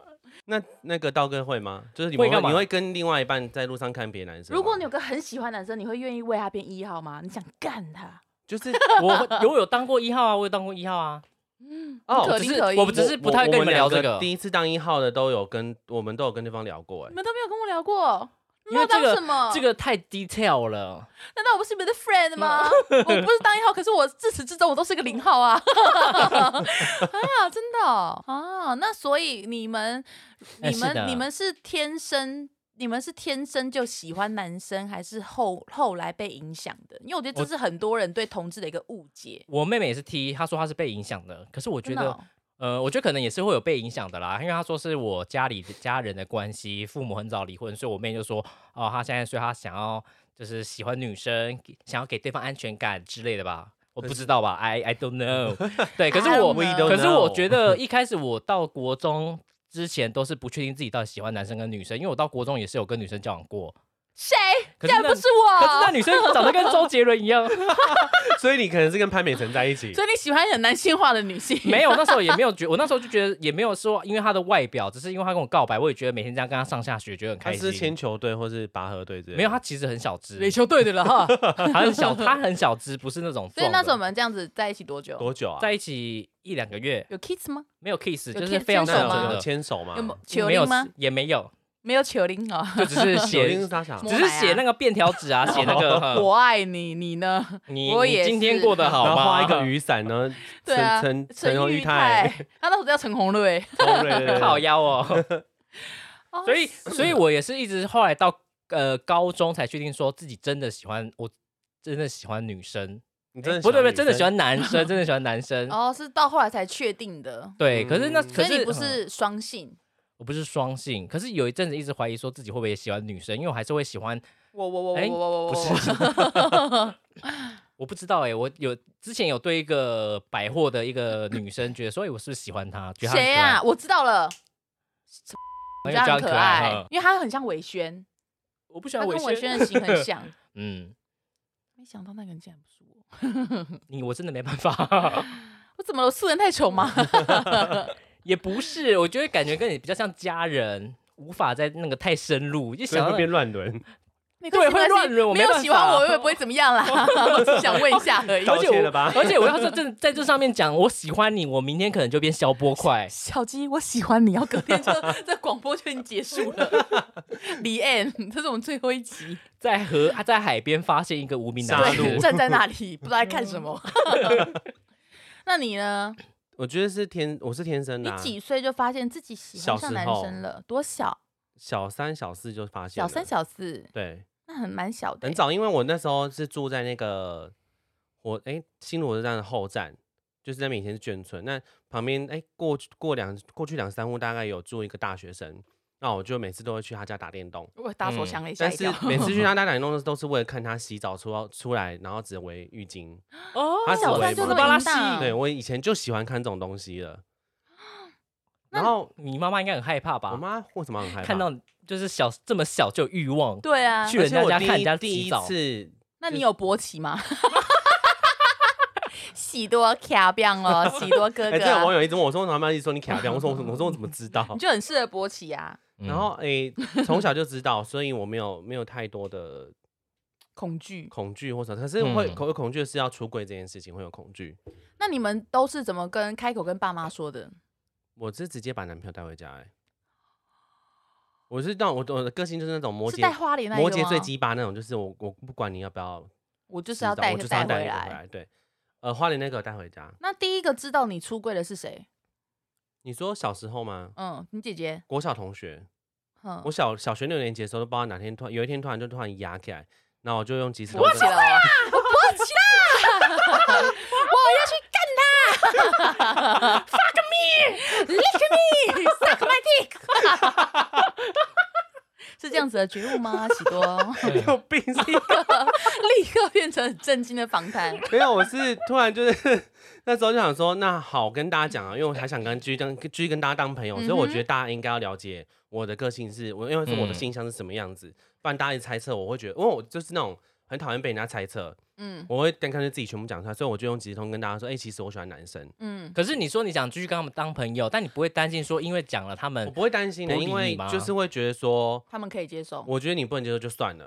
Speaker 3: 那那个道哥会吗？就是你
Speaker 2: 会
Speaker 3: 们会
Speaker 2: 干嘛
Speaker 3: 你会跟另外一半在路上看别的男生吗？
Speaker 1: 如果你有个很喜欢的男生，你会愿意为他变一号吗？你想干他？
Speaker 3: 就是
Speaker 2: 我会我有当过一号啊，我有当过一号啊，
Speaker 1: 不可
Speaker 3: 哦，
Speaker 2: 只
Speaker 1: 能
Speaker 2: 是
Speaker 1: 可以
Speaker 2: 我只是不太会跟你
Speaker 3: 们
Speaker 2: 们聊
Speaker 3: 两
Speaker 2: 这个，
Speaker 3: 第一次当一号的都有跟我们都有跟对方聊过，哎
Speaker 1: 你，们都没有跟我聊过，你
Speaker 2: 因为
Speaker 1: 们要
Speaker 2: 这
Speaker 1: 当
Speaker 2: 个
Speaker 1: 什么？
Speaker 2: 这个太 detail 了。
Speaker 1: 难道我不是你们的 friend 吗？
Speaker 2: 嗯
Speaker 1: 我不是当一号，可是我自始至终我都是个零号啊！ 啊，真的哦啊，那所以你们、
Speaker 2: 哎
Speaker 1: 你
Speaker 2: 是的
Speaker 1: 们、你们是天生。你们是天生就喜欢男生，还是后后来被影响的？因为我觉得这
Speaker 2: 我
Speaker 1: 是很多人对同志的一个误解。
Speaker 2: 我妹妹也是 T，她说她是被影响的，可是我觉
Speaker 1: 真的
Speaker 2: 得
Speaker 1: 哦
Speaker 2: 呃，我觉得可能也是会有被影响的啦，因为他说是我家里的家人的关系，父母很早离婚，所以我妹就说，哦，她现在所以她想要就是喜欢女生，给想要给对方安全感之类的吧，我不知道吧，I I don't know。对，可是
Speaker 1: I
Speaker 2: 我
Speaker 1: don't know
Speaker 2: 可是我觉
Speaker 3: 得
Speaker 2: 得一开始我到国中之前都是不确定自己到底喜欢男生跟女生，因为我到国中也是有跟女生交往过，
Speaker 1: 谁？
Speaker 2: 可
Speaker 1: 竟
Speaker 2: 是
Speaker 1: 然
Speaker 2: 那
Speaker 1: 不是
Speaker 2: 可是那
Speaker 1: 我！
Speaker 2: 女生长得跟周杰伦一样，
Speaker 3: 所以你可能是跟潘美辰在一 起，
Speaker 1: 所以你喜欢很男性化的女 性？
Speaker 2: 没有，那时候也没有觉，我那时候就觉得也没有说，因为她的外表，只是因为她跟我告白，我也觉得每天这样跟她上下学，觉得很
Speaker 3: 他
Speaker 2: 开
Speaker 3: 是
Speaker 2: 心。
Speaker 3: 铅球队或是拔河队之类的，
Speaker 2: 没有，他其实很小只，
Speaker 1: 球队的了哈。
Speaker 2: 他很小，他很小只，不是那种壮的。
Speaker 1: 所以那时候我们这样子在一起多久？
Speaker 3: 多久啊？
Speaker 2: 在一起一两个月，
Speaker 1: 有 kiss 吗？
Speaker 2: 没有 kiss，
Speaker 1: 有
Speaker 2: 就是
Speaker 1: 牵
Speaker 2: 非常
Speaker 1: 牵
Speaker 2: 纯
Speaker 1: 手
Speaker 2: 真
Speaker 1: 吗
Speaker 3: 有
Speaker 2: 的，
Speaker 3: 牵手吗？
Speaker 1: 有没有球
Speaker 2: 啊没有
Speaker 1: 铃吗？
Speaker 2: 也没有，
Speaker 1: 没有球铃啊。
Speaker 2: 就只是
Speaker 3: 九零是
Speaker 2: 写，
Speaker 3: 他想
Speaker 1: 摸
Speaker 2: 只是写那个便条纸 啊，写那个呵
Speaker 1: 哦我爱你，你 呢？
Speaker 2: 你
Speaker 1: 我
Speaker 2: 你
Speaker 1: 也
Speaker 2: 今天
Speaker 1: 是
Speaker 2: 过得好
Speaker 3: 然后
Speaker 2: 吗？
Speaker 3: 画一个雨伞呢，
Speaker 1: 对啊，
Speaker 3: 陈陈陈
Speaker 1: 玉
Speaker 3: 玉泰，，
Speaker 1: 他那时候叫陈红瑞。
Speaker 3: 哦对对对对
Speaker 2: 靠腰哦。
Speaker 1: 哦
Speaker 2: 所以，所以我也是一直后来到呃高中才确定说自己真的喜欢我。真的喜欢女生，
Speaker 3: 你真的
Speaker 2: 哎不对不对，
Speaker 3: 女生
Speaker 2: 真的喜欢男生， 真的喜欢男生。
Speaker 1: 哦，是到后来才确定的，
Speaker 2: 对，可是那
Speaker 3: 嗯
Speaker 2: 可
Speaker 1: 所以
Speaker 2: 是
Speaker 1: 你不
Speaker 2: 嗯
Speaker 1: 是双性。
Speaker 2: 我不是双性，可是有一阵子一直怀疑说自己会不会也喜欢女生，因为我还是会喜欢，
Speaker 1: 我我我我
Speaker 2: 哎
Speaker 1: 我我我
Speaker 2: 不
Speaker 1: 我
Speaker 2: 是，我不知道哎、我有之前有对一个百货的一个女生，觉得说，哎、我是不是喜欢她？觉得她
Speaker 1: 谁啊？
Speaker 2: 呀、
Speaker 1: 我知道了，
Speaker 2: 哎
Speaker 1: 我
Speaker 2: 因为这
Speaker 1: 觉得他
Speaker 2: 样
Speaker 1: 很可
Speaker 2: 爱，
Speaker 1: 爱
Speaker 2: 嗯，
Speaker 1: 因为他很像韦轩，
Speaker 2: 我不喜
Speaker 1: 他
Speaker 2: 欢
Speaker 1: 跟
Speaker 2: 韦
Speaker 1: 韦啊轩的型 很。像。
Speaker 2: 嗯，
Speaker 1: 没想到那个人竟然不是我，
Speaker 2: 你我真的没办法，
Speaker 1: 我怎么了？我素颜太丑 吗？
Speaker 2: 也不是，我觉得感觉跟你比较像家人，无法在那个太深入，就
Speaker 3: 所以
Speaker 2: 想
Speaker 3: 会
Speaker 2: 到
Speaker 3: 变乱伦，
Speaker 1: 没关
Speaker 2: 对会
Speaker 1: 系没关系
Speaker 2: 乱伦我
Speaker 1: 没
Speaker 2: 没
Speaker 1: 有
Speaker 2: 办
Speaker 1: 喜欢
Speaker 2: 法
Speaker 1: 我，我也不会怎么 样啦。我只想问一下而已。。
Speaker 3: 道
Speaker 2: 而且我
Speaker 3: 歉了吧？
Speaker 2: 而且我要是正在这上面讲我喜欢你，我明天可能就变消波块
Speaker 1: 小鸡，我喜欢你。要隔 天就这广播就已经结束了。李 n 这是我们最后一 集，
Speaker 2: 在河在海边发现一个无名
Speaker 3: 杀
Speaker 2: 男
Speaker 3: 戮
Speaker 2: 子
Speaker 1: 对，，站在那里不知道在看什 么。那你呢？
Speaker 3: 我觉得是天，我是天生
Speaker 1: 你
Speaker 3: 的啊，
Speaker 1: 几岁就发现自己喜欢上男生了？多小？
Speaker 3: 小三小四就发现
Speaker 1: 小
Speaker 3: 了，
Speaker 1: 三、小四，
Speaker 3: 对，
Speaker 1: 那很蛮小的、欸
Speaker 3: 很。早，因为我那时候是住在那个火哎、新罗车站的后站，就是在面以前是眷村，那旁边哎、过去过两过去两三户大概有住一个大学生，那我就每次都会去他家打电动，
Speaker 1: 我打手枪了一下
Speaker 3: 嗯但
Speaker 1: 一
Speaker 3: 是
Speaker 1: 跳。
Speaker 3: 每 次去他家打电动都是为了看他洗澡出到出来，然后只围浴巾。
Speaker 2: 哦
Speaker 3: 他小三就这么
Speaker 2: 巴拉
Speaker 1: 淫
Speaker 2: 西，
Speaker 1: 荡
Speaker 3: 对我以前就喜欢看这种东西了，
Speaker 1: 那
Speaker 3: 然后
Speaker 2: 你妈妈应该很害怕吧？
Speaker 3: 我妈为什么很害怕？
Speaker 2: 看到就是小这么小就有欲望，
Speaker 1: 对啊，
Speaker 2: 去
Speaker 3: 而
Speaker 2: 人
Speaker 3: 且
Speaker 2: 家
Speaker 3: 我
Speaker 2: 家
Speaker 3: 第
Speaker 2: 看
Speaker 3: 一
Speaker 2: 人家
Speaker 3: 第
Speaker 2: 洗
Speaker 3: 一
Speaker 2: 澡
Speaker 3: 次
Speaker 1: 那你有勃起吗？ 喜多卡变哦，喜多哥
Speaker 3: 哎，这个网
Speaker 1: 哥，
Speaker 3: 友一直问我说：“妈妈一直说你卡掉。”我说：“我怎么我说我怎么知道
Speaker 1: 你就很适合勃起啊，
Speaker 2: 嗯？”
Speaker 3: 然后哎，从小就知道，所以我没有没有太多的
Speaker 1: 恐惧。
Speaker 3: 恐惧或者，可是会
Speaker 2: 嗯
Speaker 3: 恐恐惧的是要出柜这件事情会有恐惧。
Speaker 1: 那你们都是怎么跟开口跟爸妈说的？
Speaker 3: 我是直接把男朋友带回家，哎，我是那种我我的个性就是那种摩
Speaker 1: 是带
Speaker 3: 羯
Speaker 1: 花莲那一
Speaker 3: 摩
Speaker 1: 个
Speaker 3: 羯
Speaker 1: 吗
Speaker 3: 最鸡巴那种，就是我我不管你要不要
Speaker 1: 我就
Speaker 3: 就是
Speaker 1: 要带
Speaker 3: 我就是
Speaker 1: 带
Speaker 3: 要
Speaker 1: 回
Speaker 3: 带你回
Speaker 1: 来。
Speaker 3: 来。对，呃，花莲那个带回家。
Speaker 1: 那第一个知道你出柜的是谁？
Speaker 3: 你说小时候吗？
Speaker 1: 嗯，你姐姐。
Speaker 3: 国小同学，
Speaker 1: 嗯，
Speaker 3: 我小小学六年级的时候，都不知道哪天突然有一天突然就突然压起来，然后我就用即时通
Speaker 1: 勃
Speaker 3: 跟
Speaker 1: 起了，
Speaker 3: 啊
Speaker 1: 我勃起了， 我要去干他！Fuck me, lick me, suck my dick 。 是这样子的觉悟吗？喜多
Speaker 3: 你有病是一个
Speaker 1: 立刻变成很震惊的访谈。
Speaker 3: 没有，我是突然就是 那时候就想说，那好，跟大家讲啊，因为我还想跟继续当继续跟大家当朋友，所以
Speaker 1: 嗯
Speaker 3: 我觉得大家应该要了解我的个性是，我因为说我
Speaker 2: 嗯
Speaker 3: 的性向是什么样子，不然大家一猜测，我会觉得，因为我就是那种很讨厌被人家猜测，
Speaker 1: 嗯
Speaker 3: 我会干脆自己全部讲出来，所以我就用即时通跟大家说，哎、其实我喜欢男生，
Speaker 1: 嗯，
Speaker 2: 可是你说你想继续跟他们当朋友，但你不会担心说，因为讲了他
Speaker 3: 我
Speaker 2: 们
Speaker 3: 不会担心的，
Speaker 2: 不理
Speaker 3: 因为
Speaker 2: 你吗
Speaker 3: 就是会觉得说，
Speaker 1: 他们可以接受。
Speaker 3: 我觉得你不能接受就算了，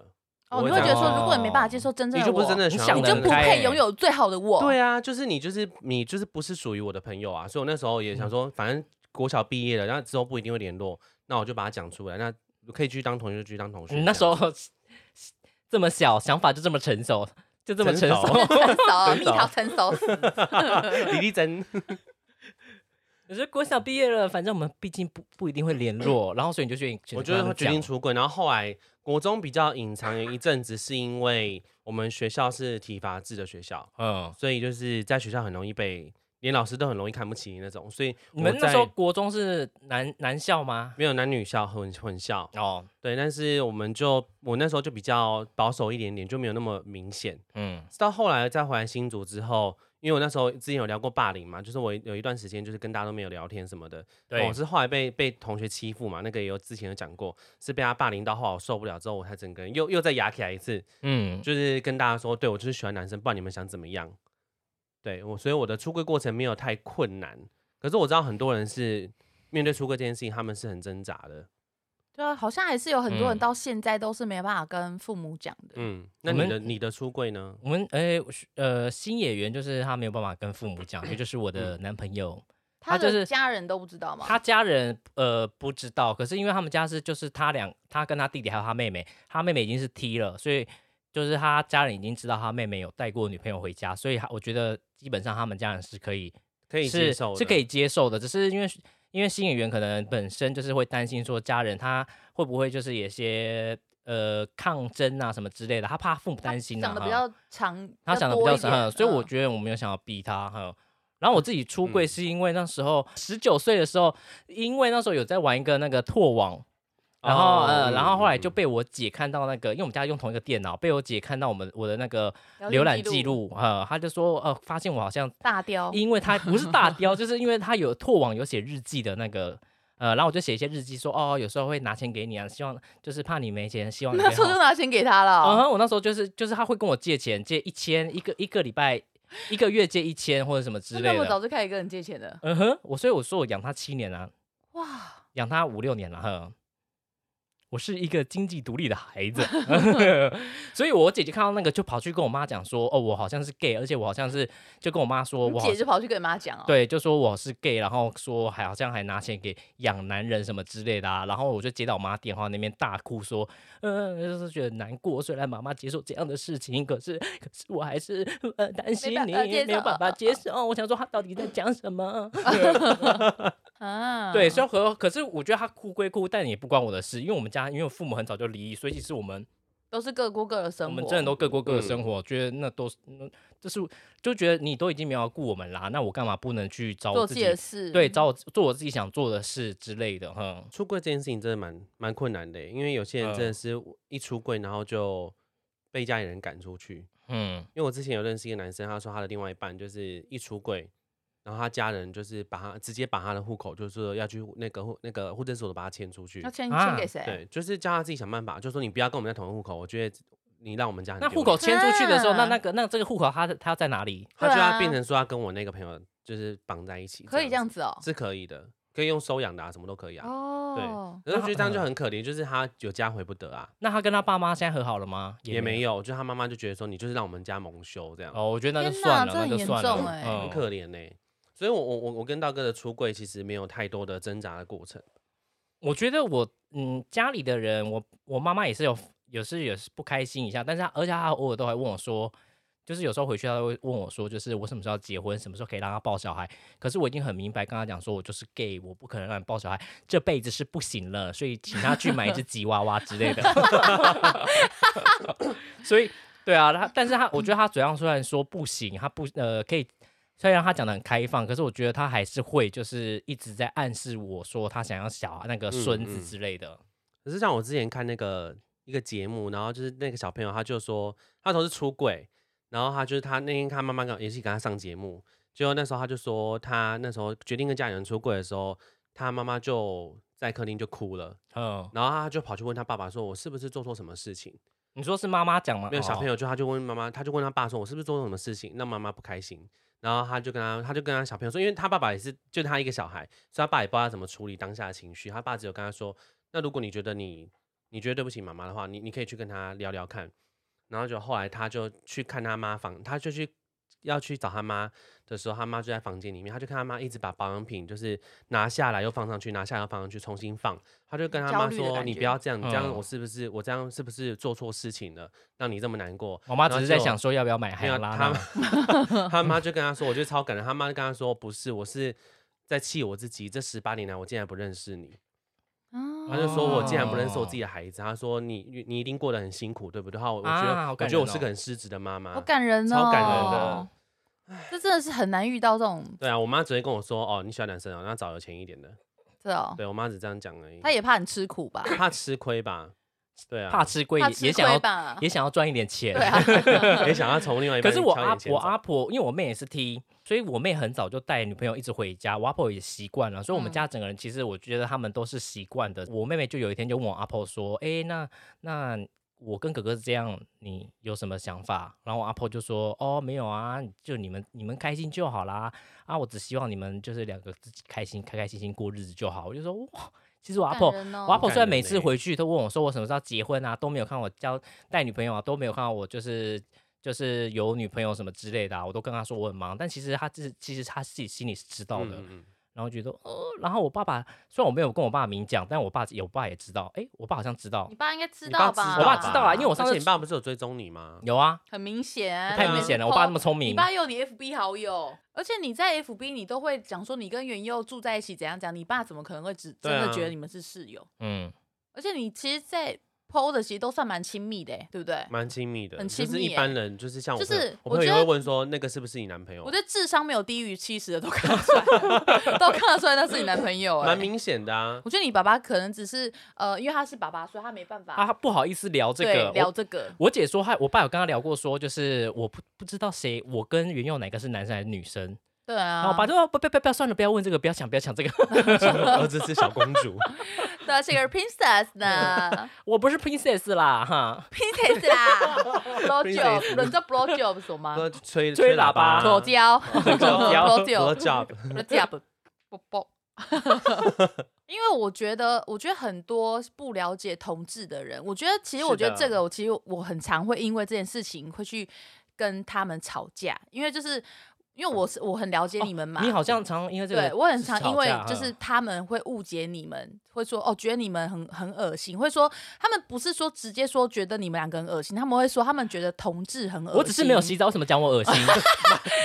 Speaker 1: 哦，
Speaker 3: 我
Speaker 1: 你会
Speaker 3: 会
Speaker 1: 觉得
Speaker 3: 这样
Speaker 1: 说，
Speaker 2: 哦
Speaker 1: 如果你没办法接受真正
Speaker 3: 你
Speaker 1: 的
Speaker 3: 就不
Speaker 1: 我，
Speaker 3: 是真的喜欢
Speaker 2: 你
Speaker 3: 我
Speaker 2: 想
Speaker 3: 的
Speaker 1: 就
Speaker 2: 得
Speaker 1: 不
Speaker 2: 开
Speaker 1: 配
Speaker 2: 欸
Speaker 1: 拥有最好的我。
Speaker 3: 对啊，就是你就是你就是不是属于我的朋友啊，所以我那时候也
Speaker 2: 嗯
Speaker 3: 想说，反正国小毕业了，然后之后不一定会联络，那我就把它讲出来，那可以继续当同学就继续当同学。
Speaker 2: 你嗯那时
Speaker 3: 这样
Speaker 2: 候 这么小，想法就这么成熟， 就这么成
Speaker 3: 成熟
Speaker 2: 熟，
Speaker 1: 成熟，蜜
Speaker 3: 真的
Speaker 1: 桃成熟死。
Speaker 3: 啊李丽珍，
Speaker 2: 可是国小毕业了，反正我们毕竟不不一定会联络，然后 所以你就决定，
Speaker 3: 我觉
Speaker 2: 跟
Speaker 3: 得
Speaker 2: 他
Speaker 3: 他
Speaker 2: 们
Speaker 3: 决定
Speaker 2: 讲
Speaker 3: 出轨，然后后来国中比较隐藏有一阵子，是因为我们学校是体罚制的学校，
Speaker 2: 嗯，
Speaker 3: 所以就是在学校很容易被连老师都很容易看不起你那种，所以
Speaker 2: 你们
Speaker 3: 我
Speaker 2: 那时候
Speaker 3: 在
Speaker 2: 国中是男男校吗？
Speaker 3: 没有男女校混混校，
Speaker 2: 哦，
Speaker 3: 对，但是我们就我那时候就比较保守一点点，就没有那么明显。
Speaker 2: 嗯，
Speaker 3: 直到后来再回来新竹之后，因为我那时候之前有聊过霸凌嘛，就是我有一段时间就是跟大家都没有聊天什么的。哦
Speaker 2: 对，
Speaker 3: 我是后来被被同学欺负嘛，那个也有之前有讲过，是被他霸凌到后来我受不了之后，我才整个人又又再压起来一次，
Speaker 2: 嗯，
Speaker 3: 就是跟大家说，对我就是喜欢男生，不管你们想怎么样。对我，所以我的出柜过程没有太困难，可是我知道很多人是面对出柜这件事情，他们是很挣扎的。
Speaker 1: 对啊，好像还是有很多人
Speaker 2: 嗯
Speaker 1: 到现在都是没办法跟父母讲的。
Speaker 3: 嗯，那
Speaker 2: 我
Speaker 3: 你
Speaker 2: 们
Speaker 3: 的你的出柜呢？
Speaker 2: 我们哎、我是呃，新演员就是他没有办法跟父母讲，这就是我
Speaker 3: 嗯
Speaker 2: 的男朋友，他
Speaker 1: 他
Speaker 2: 就
Speaker 1: 的
Speaker 2: 是
Speaker 1: 家人都不知道吗？
Speaker 2: 他家人呃不知道，可是因为他们家是就是他两他跟他弟弟还有他妹妹，他妹妹已经是 T 了，所以就是他家人已经知道他妹妹有带过女朋友回家，所以他我觉得基本上他们家人是可以
Speaker 3: 可以接
Speaker 2: 是
Speaker 3: 受
Speaker 2: 是
Speaker 3: 的
Speaker 2: 可以接受的，只是因为因为新演员可能本身就是会担心说家人他会不会就是有一些呃抗争啊什么之类的，他怕父母担心啊，
Speaker 1: 讲的比
Speaker 2: 哈
Speaker 1: 较长，
Speaker 2: 他想的比
Speaker 1: 多
Speaker 2: 较
Speaker 1: 一
Speaker 2: 深，
Speaker 1: 点
Speaker 2: 嗯所以我
Speaker 1: 嗯
Speaker 2: 觉得我没有想要逼他。哈、然后我自己出柜
Speaker 3: 嗯
Speaker 2: 是因为那时候十九岁的时候，因为那时候有在玩一个那个拓网，然后、
Speaker 3: 哦
Speaker 2: 呃，然后后来就
Speaker 3: 嗯嗯
Speaker 2: 被我姐看到那个，因为我们家用同一个电脑，被我姐看到我们我的那个
Speaker 1: 聊天
Speaker 2: 浏览记录，呃，她就说呃，发现我好像，
Speaker 1: 大雕，
Speaker 2: 因为她不是大雕，就是因为她有拓网有写日记的那个。呃，然后我就写一些日记说，哦，有时候会拿钱给你啊，希望就是怕你没钱，希望你可 以
Speaker 1: 那时候
Speaker 2: 好
Speaker 1: 就拿钱给他了
Speaker 2: 嗯
Speaker 1: 哦。
Speaker 2: 哼，我那时候就是就是他会跟我借钱，借一千，一个一个礼拜，一个月借一千或者什么之
Speaker 1: 那
Speaker 2: 类
Speaker 1: 那么早
Speaker 2: 的。
Speaker 1: 就开始跟人借钱 了，
Speaker 2: 嗯哼，我所以我说我养他七年啊，
Speaker 1: 哇！
Speaker 2: 养他五六年了哼。我是一个经济独立的孩 子，所以我姐姐看到那个就跑去跟我妈讲说，哦，我好像是 gay，而且我好像是就跟我妈说，
Speaker 1: 你
Speaker 2: 我好
Speaker 1: 姐就跑去跟你妈讲哦，，
Speaker 2: 对，就说我是 gay，然后说还好像还拿钱给养男人什么之类的啊，然后我就接到我妈电话那边大哭说，嗯、就是觉得难过，虽然妈妈接受这样的事情，可是可是我还是呃担心
Speaker 1: 办
Speaker 2: 你
Speaker 1: 法接
Speaker 2: 没有
Speaker 1: 受嗯
Speaker 2: 办法接受，我想说她到底在讲什么？
Speaker 1: 啊，
Speaker 2: 对，所以可可是我觉得她哭归哭，但也不关我的事，因为我们家因为我父母很早就离异，所以其实我们
Speaker 1: 都是各过各的生
Speaker 2: 我
Speaker 1: 活，
Speaker 2: 们真的都各过各的生
Speaker 3: 嗯
Speaker 2: 活，觉得那都是那就是就觉得你都已经没有要顾我们啦，那我干嘛不能去找我
Speaker 1: 做
Speaker 2: 自
Speaker 1: 自
Speaker 2: 己
Speaker 1: 己的事，
Speaker 2: 对，找我做我自己想做的事之类的，哼，
Speaker 3: 出柜这件事情真的蛮蛮困难的欸，因为有些人真的
Speaker 2: 嗯
Speaker 3: 是一出柜，然后就被家里人赶出去。
Speaker 2: 嗯，
Speaker 3: 因为我之前有认识一个男生，他说他的另外一半就是一出柜，然后他家人就是把他直接把他的户口，就是说要去那个户那个户政所的把他迁出去
Speaker 1: 要。签
Speaker 2: 啊
Speaker 1: 签给谁？
Speaker 3: 对，就是叫他自己想办法，就说你不要跟我们在同一个户口，我觉得你让我们家很
Speaker 2: 那
Speaker 3: 丢
Speaker 2: 户口
Speaker 3: 脸
Speaker 2: 迁出去的时候，那
Speaker 1: 啊
Speaker 2: 那个那这个户口它它在哪里？
Speaker 3: 他就
Speaker 1: 对
Speaker 3: 要
Speaker 1: 啊
Speaker 3: 变成说要跟我那个朋友就是绑在一起，
Speaker 1: 可以这样
Speaker 3: 子
Speaker 1: 子哦，
Speaker 3: 是可以的，可以用收养的啊，什么都可以啊。
Speaker 1: 哦，
Speaker 3: 可是我觉得这样就
Speaker 2: 那嗯
Speaker 3: 很可怜，就是他有家回不得啊。
Speaker 2: 那他跟他爸妈现在和好了吗？
Speaker 3: 也没
Speaker 2: 有。
Speaker 3: 有，就他妈妈就觉得说你就是让我们家蒙羞这样，
Speaker 2: 哦，我觉得那就
Speaker 1: 天
Speaker 2: 算了，
Speaker 1: 哪这
Speaker 2: 那
Speaker 1: 很
Speaker 2: 就
Speaker 1: 严
Speaker 2: 算
Speaker 1: 重
Speaker 2: 了，
Speaker 1: 欸
Speaker 2: 嗯
Speaker 3: 很可怜呢、所以我，我我我跟道哥的出柜其实没有太多的挣扎的过程。
Speaker 2: 我觉得我嗯，家里的人，我我妈妈也是有有时也是不开心一下，但是她而且她偶尔都还问我说，就是有时候回去她会问我说，就是我什么时候要结婚，什么时候可以让她抱小孩。可是我已经很明白跟她讲说，我就是 gay，我不可能让你抱小孩，这辈子是不行了，所以请她去买一只吉娃娃之类的。 所以对啊，她但是她我觉得她嘴上虽然说不行，她不呃可以。虽然她讲的很开放，可是我觉得她还是会就是一直在暗示我说她想要小那个孙
Speaker 3: 嗯
Speaker 2: 子
Speaker 3: 嗯
Speaker 2: 之类的。
Speaker 3: 可可是像我之前看那个一个节目，然后就是那个小朋友他就说他头是出轨，然后他就是他那天他妈妈跟也是跟他上节目，结果那时候他就说他那时候决定跟家里人出轨的时候，他妈妈就在客厅就哭了，
Speaker 2: 嗯，
Speaker 3: 然后他就跑去问他爸爸说：“我是不是做错什么事情？”
Speaker 2: 你说是妈妈讲吗？哦
Speaker 3: 没有小朋
Speaker 2: 友，
Speaker 3: 友就他就问妈妈，他就问他爸说：“我是不是做错什么事情让妈妈不开心？”然后他就跟他，他就跟他小朋友说，因为他爸爸也是就他一个小孩，所以他爸也不知道他怎么处理当下的情绪。他爸只有跟他说：“那如果你觉得你你觉得对不起妈妈的话，你你可以去跟他聊聊看。”然后就后来他就去看他妈房，他就去要去找他妈的时候，他妈就在房间里面，他就看他妈一直把保养品就是拿下来又放上去，拿下来又放上去，重新放。他就跟他
Speaker 1: 焦
Speaker 3: 妈
Speaker 1: 虑的
Speaker 3: 说：“
Speaker 1: 感
Speaker 3: 你
Speaker 1: 觉
Speaker 3: 不要这样，你这样
Speaker 2: 嗯
Speaker 3: 我是不是我这样是不是做错事情了，让你这么难过？”
Speaker 2: 我妈
Speaker 3: 然
Speaker 2: 只
Speaker 3: 后
Speaker 2: 是在
Speaker 3: 就
Speaker 2: 想说要不要买海
Speaker 3: 没有
Speaker 2: 洋拉娜
Speaker 3: 他，他妈就跟他说，我觉得超感人。他妈就跟他说，不是，我是在气我自己，这十八年来我竟然不认识你。
Speaker 1: 啊
Speaker 3: 他就说我竟然不认识我
Speaker 2: 哦
Speaker 3: 自己的孩子。他说你你你一定过得很辛苦，对不对？然后我觉得、
Speaker 2: 啊好
Speaker 3: 我
Speaker 2: 感
Speaker 3: 觉得我
Speaker 2: 人
Speaker 3: 是
Speaker 2: 哦
Speaker 3: 个很失职的妈妈
Speaker 1: 好。感人哦，
Speaker 3: 超感人的。
Speaker 1: 这真的是很难遇到这种，
Speaker 3: 对啊，我妈直接跟我说，哦，你喜欢男生哦，那找有钱一点的。
Speaker 1: 这哦，
Speaker 3: 对我妈只这样讲而已
Speaker 1: 他，也怕你吃 苦吧？
Speaker 3: 怕吃亏吧？对啊，
Speaker 2: 怕吃亏
Speaker 1: 怕
Speaker 2: 也
Speaker 1: 吃
Speaker 2: 也想
Speaker 1: 亏
Speaker 2: 要
Speaker 1: 吧？
Speaker 2: 也想要赚一点钱，
Speaker 1: 对啊，
Speaker 3: 也想要从另外一
Speaker 2: 可
Speaker 3: 半
Speaker 2: 是
Speaker 3: 挑
Speaker 2: 我
Speaker 3: 点
Speaker 2: 阿
Speaker 3: 钱
Speaker 2: 我
Speaker 3: 走嗯
Speaker 2: 阿婆，因为我妹也是 T，所以我妹很早就带女朋友一直回家，我阿婆也习惯了，所以我们
Speaker 1: 嗯
Speaker 2: 家整个人其实我觉得他们都是习惯的。我妹妹就有一天就问我阿婆说：“诶，那那我跟哥哥是这样，你有什么想法？”然后我阿婆就说：“哦，没有啊，就你们你们开心就好啦，啊，我只希望你们就是两个自己开心，开开心心过日子就好。”我就说：“哇，其实我阿
Speaker 1: 感
Speaker 2: 婆
Speaker 1: 人哦
Speaker 2: 我阿婆
Speaker 3: 感
Speaker 2: 虽然
Speaker 3: 人
Speaker 2: 每次
Speaker 3: 欸
Speaker 2: 回去都问我说我什么时候要结婚啊，都没有看我交带女朋友啊，都没有看到我就是就是有女朋友什么之类的、啊，我都跟她说我很忙，但其实她自其实她自己心里是知道的，
Speaker 3: 嗯嗯
Speaker 2: 然后觉得哦，然后我爸爸虽然我没有跟我爸明讲，但我爸有我爸也知道，诶，我爸好像知道
Speaker 1: 你，爸应该知
Speaker 3: 你
Speaker 1: 道
Speaker 3: 爸
Speaker 1: 吧？
Speaker 2: 我爸知道啦
Speaker 3: 啊，
Speaker 2: 因为我上
Speaker 3: 而
Speaker 2: 次
Speaker 3: 且你爸不是有追踪你吗？
Speaker 2: 有啊，
Speaker 1: 很明显，
Speaker 2: 太
Speaker 3: 啊
Speaker 2: 明显了，我爸那么聪
Speaker 1: 嗯你
Speaker 2: 明，
Speaker 1: 爸有你 FB 好友，而且你在 FB 你都会讲说你跟元佑住在一起怎样讲，你爸怎么可能会只真
Speaker 3: 对啊
Speaker 1: 的觉得你们是室友？
Speaker 2: 嗯，
Speaker 1: 而且你其实，在 PO 的其实都算蛮亲密的欸，对不对？
Speaker 3: 蛮亲密的，
Speaker 1: 很
Speaker 3: 就
Speaker 1: 亲
Speaker 3: 是
Speaker 1: 密
Speaker 3: 一
Speaker 1: 欸
Speaker 3: 般人，就是像我
Speaker 1: 就
Speaker 3: 朋友
Speaker 1: 是
Speaker 3: 我
Speaker 1: 我觉
Speaker 3: 朋友也会
Speaker 1: 得
Speaker 3: 问说，那个是不是你男朋友？
Speaker 1: 我觉得智商没有低于七十的都看得出来， 都看得出来那是你男朋友哎、
Speaker 3: 蛮明显的啊。
Speaker 1: 我觉得你爸爸可能只是呃，因为他是爸爸，所以他没办法、
Speaker 2: 啊，不好意思聊这
Speaker 1: 对
Speaker 2: 个，
Speaker 1: 聊
Speaker 2: 我
Speaker 1: 这个。
Speaker 2: 我姐说，她我爸有跟她聊过说就是我不不知道谁，我跟袁佑哪个是男生还是女生，
Speaker 1: 对啊，
Speaker 2: 然后我爸就说哦不不不不要算了，不要问这个，不要想不要想这个，
Speaker 3: 儿子是小公 主，
Speaker 1: 对啊，这个 princess 呢
Speaker 2: 我不是 princess 啦， 哈，
Speaker 1: ，princess 啦，blow
Speaker 3: Princess
Speaker 1: job，人叫 blow job 什么吗？
Speaker 3: 说吹
Speaker 2: 吹喇叭
Speaker 1: 口 交 ，blow
Speaker 3: blow
Speaker 1: job，blow
Speaker 3: job，
Speaker 1: job，啵啵。 因为我觉得，我觉得很多不了解同志的人，我觉得其实我
Speaker 3: 是
Speaker 1: 觉得
Speaker 3: 的
Speaker 1: 这个，我其实我很常会因为这件事情会去跟他们吵架，因为就是因为我是我很了解你们嘛，
Speaker 2: 哦你好像常因为这个
Speaker 1: 对我很常
Speaker 2: 吵
Speaker 1: 因为
Speaker 2: 架
Speaker 1: 就是
Speaker 2: 嗯
Speaker 1: 他们会误解你们，会说哦，觉得你们很很恶心，会说他们不是说直接说觉得你们两个很恶心，他们会说他们觉得同志很恶心。
Speaker 2: 我只是没有洗，澡，为什么讲我恶心？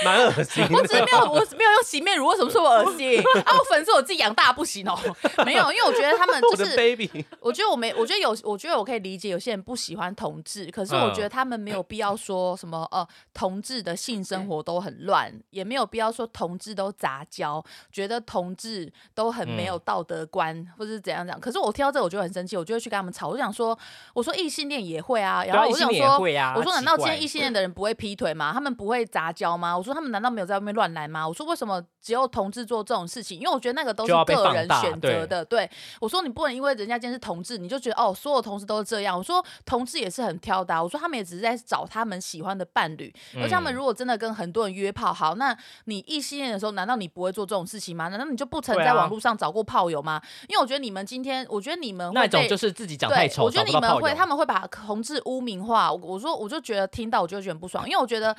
Speaker 3: 蛮恶心
Speaker 1: 我只是
Speaker 3: 的。
Speaker 1: 没有，我没有用洗面乳，为什么说我恶 心？啊，我粉是我自己养大不行哦，没有，因为我觉得他们
Speaker 3: 我
Speaker 1: 就
Speaker 3: 的
Speaker 1: 是，
Speaker 3: baby，
Speaker 1: 我觉得我没，我觉得有，我觉得我可以理解有些人不喜欢同志，可是我
Speaker 2: 嗯
Speaker 1: 觉得他们没有必要说什么呃，同志的性生活都很乱，也没有必要说同志都杂交，觉得同志都很没
Speaker 2: 嗯
Speaker 1: 有道德观，或者是怎样讲。可是我听到这个我就很生气，我就会去跟他们吵。我就想说，我说异性恋也会啊， 然
Speaker 2: 对啊
Speaker 1: 后我
Speaker 2: 异
Speaker 1: 就
Speaker 2: 性
Speaker 1: 想
Speaker 2: 恋也
Speaker 1: 说，
Speaker 2: 会啊，
Speaker 1: 我说难道今天
Speaker 2: 奇
Speaker 1: 异性恋的人不会劈腿吗？他们不会杂交吗？我说他们难道没有在外面乱来吗？我说为什么只有同志做这种事情？因为我觉得那个都是
Speaker 2: 就要被
Speaker 1: 个人
Speaker 2: 放大
Speaker 1: 选择的。对，我说你不能因为人家今天是同志，你就觉得哦，所有同志都是这样。我说同志也是很挑的啊、我说他们也只是在找他们喜欢的伴侣，
Speaker 2: 怪
Speaker 1: 而且他们如果真的跟很多人约炮，好，那你异性恋的时候，难道你不会做这种事情吗？难道你就不曾
Speaker 2: 对啊
Speaker 1: 在网络上找过炮友吗？因为我觉得你们今天，我觉得你们会
Speaker 2: 那种
Speaker 1: 被
Speaker 2: 就是自己讲
Speaker 1: 对，
Speaker 2: 太丑，
Speaker 1: 我觉
Speaker 2: 找
Speaker 1: 得
Speaker 2: 不
Speaker 1: 你
Speaker 2: 到
Speaker 1: 们
Speaker 2: 炮
Speaker 1: 会，
Speaker 2: 友
Speaker 1: 他们会把同志污名化。我我说，我就觉得听到我就觉得很不爽，因为我觉得，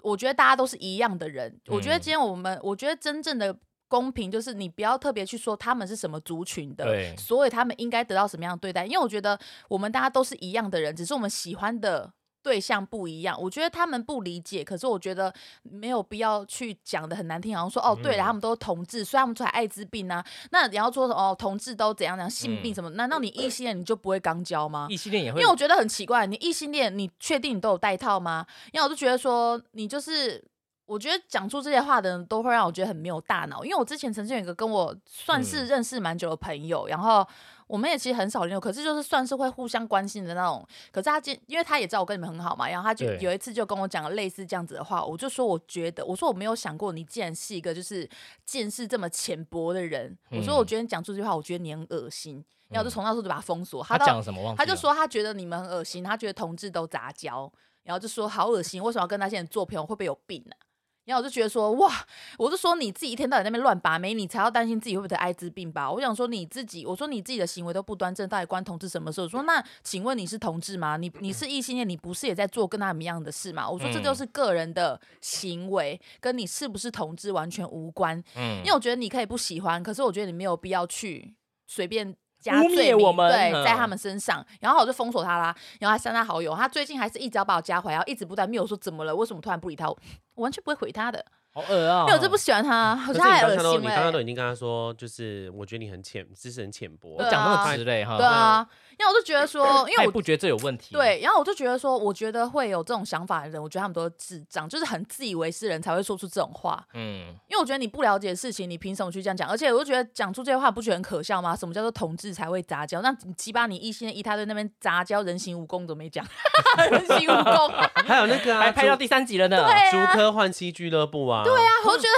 Speaker 1: 我觉得大家都是一样的人。我觉得
Speaker 2: 嗯
Speaker 1: 今天我们，我觉得真正的公平就是你不要特别去说他们是什么族群的，
Speaker 2: 对
Speaker 1: 所以他们应该得到什么样的对待。因为我觉得我们大家都是一样的人，只是我们喜欢的。对象不一样，我觉得他们不理解，可是我觉得没有必要去讲的很难听，好像说
Speaker 2: 嗯
Speaker 1: 哦，对了，他们都是同志，所以他们出来艾滋病啊，那你要说什么哦，同志都怎样怎样，性病
Speaker 2: 嗯
Speaker 1: 什么？难道你异性恋你就不会肛交吗？
Speaker 2: 异性恋也
Speaker 1: 因
Speaker 2: 会
Speaker 1: 为我觉得很奇怪，你异性恋，你确定你都有戴套吗？因为我就觉得说，你就是我觉得讲出这些话的人都会让我觉得很没有大脑，因为我之前曾经有一个跟我算
Speaker 2: 嗯
Speaker 1: 是认识蛮久的朋友，然后我们也其实很少联络，可是就是算是会互相关心的那种。可是他今因为他也知道我跟你们很好嘛，然后他就
Speaker 2: 对
Speaker 1: 有一次就跟我讲了类似这样子的话，我就说我觉得，我说我没有想过你竟然是一个就是见识这么浅薄的人，我说我
Speaker 2: 嗯
Speaker 1: 觉得你讲出这句话，我觉得你很恶心，然后我就从那时候就把他封锁。
Speaker 2: 他
Speaker 1: 到
Speaker 2: 讲了什么忘记
Speaker 1: 他就
Speaker 2: 了
Speaker 1: 说他觉得你们很恶心，他觉得同志都杂交，然后就说好恶心，为什么要跟那些人做朋友？会不会有病啊？然后我就觉得说哇，我就说你自己一天到晚在那边乱把妹，你才要担心自己会不会得艾滋病吧？我想说你自己，我说你自己的行为都不端正，到底关同志什么事？我说那请问你是同志吗？你你是异性恋，你不是也在做跟他们一样的事吗？我说这
Speaker 2: 嗯
Speaker 1: 就是个人的行为，跟你是不是同志完全无关。
Speaker 2: 嗯
Speaker 1: 因为我觉得你可以不喜欢，可是我觉得你没有必要去随便加
Speaker 2: 污
Speaker 1: 罪
Speaker 2: 蔑
Speaker 1: 名
Speaker 2: 我们
Speaker 1: 对，
Speaker 2: 嗯
Speaker 1: 在他们身上。然后我就封锁他啦，然后还删他好友。他最近还是一直要把我加回来，然后一直不断灭我说怎么了，为什么突然不理他？我我完全不会回他的，
Speaker 2: 好恶啊、
Speaker 1: 因为我真不喜欢他，好
Speaker 3: 可是
Speaker 1: 像太
Speaker 3: 你刚
Speaker 1: 恶
Speaker 3: 刚都
Speaker 1: 心
Speaker 3: 你
Speaker 1: 了、
Speaker 3: 刚刚都
Speaker 1: 欸。
Speaker 3: 已经跟他说，就是我觉得你很浅，知识很浅薄
Speaker 2: 我
Speaker 1: 对。
Speaker 2: 讲那
Speaker 1: 啊
Speaker 2: 么直嘞哈，
Speaker 1: 对啊，因为我就觉得说，因
Speaker 2: 他
Speaker 1: 为
Speaker 2: 也
Speaker 1: 我
Speaker 2: 不觉得这有问题，，
Speaker 1: 对，然后我就觉得说，我觉得会有这种想法的人，我觉得他们都是智障，就是很自以为是的人才会说出这种话。
Speaker 2: 嗯，
Speaker 1: 因为我觉得你不了解的事情，你凭什么去这样讲？而且我就觉得讲出这些话，不觉得很可笑吗？什么叫做同志才会杂交？那你鸡巴你异性恋一大堆那边杂交人形蜈蚣怎么没讲？ 人形蜈蚣，对
Speaker 3: 还有那个啊，
Speaker 2: 还拍到
Speaker 3: 竹
Speaker 2: 第三集了呢，
Speaker 3: 竹
Speaker 1: 啊。
Speaker 3: 科换妻俱乐部啊，对
Speaker 1: 对啊，我就觉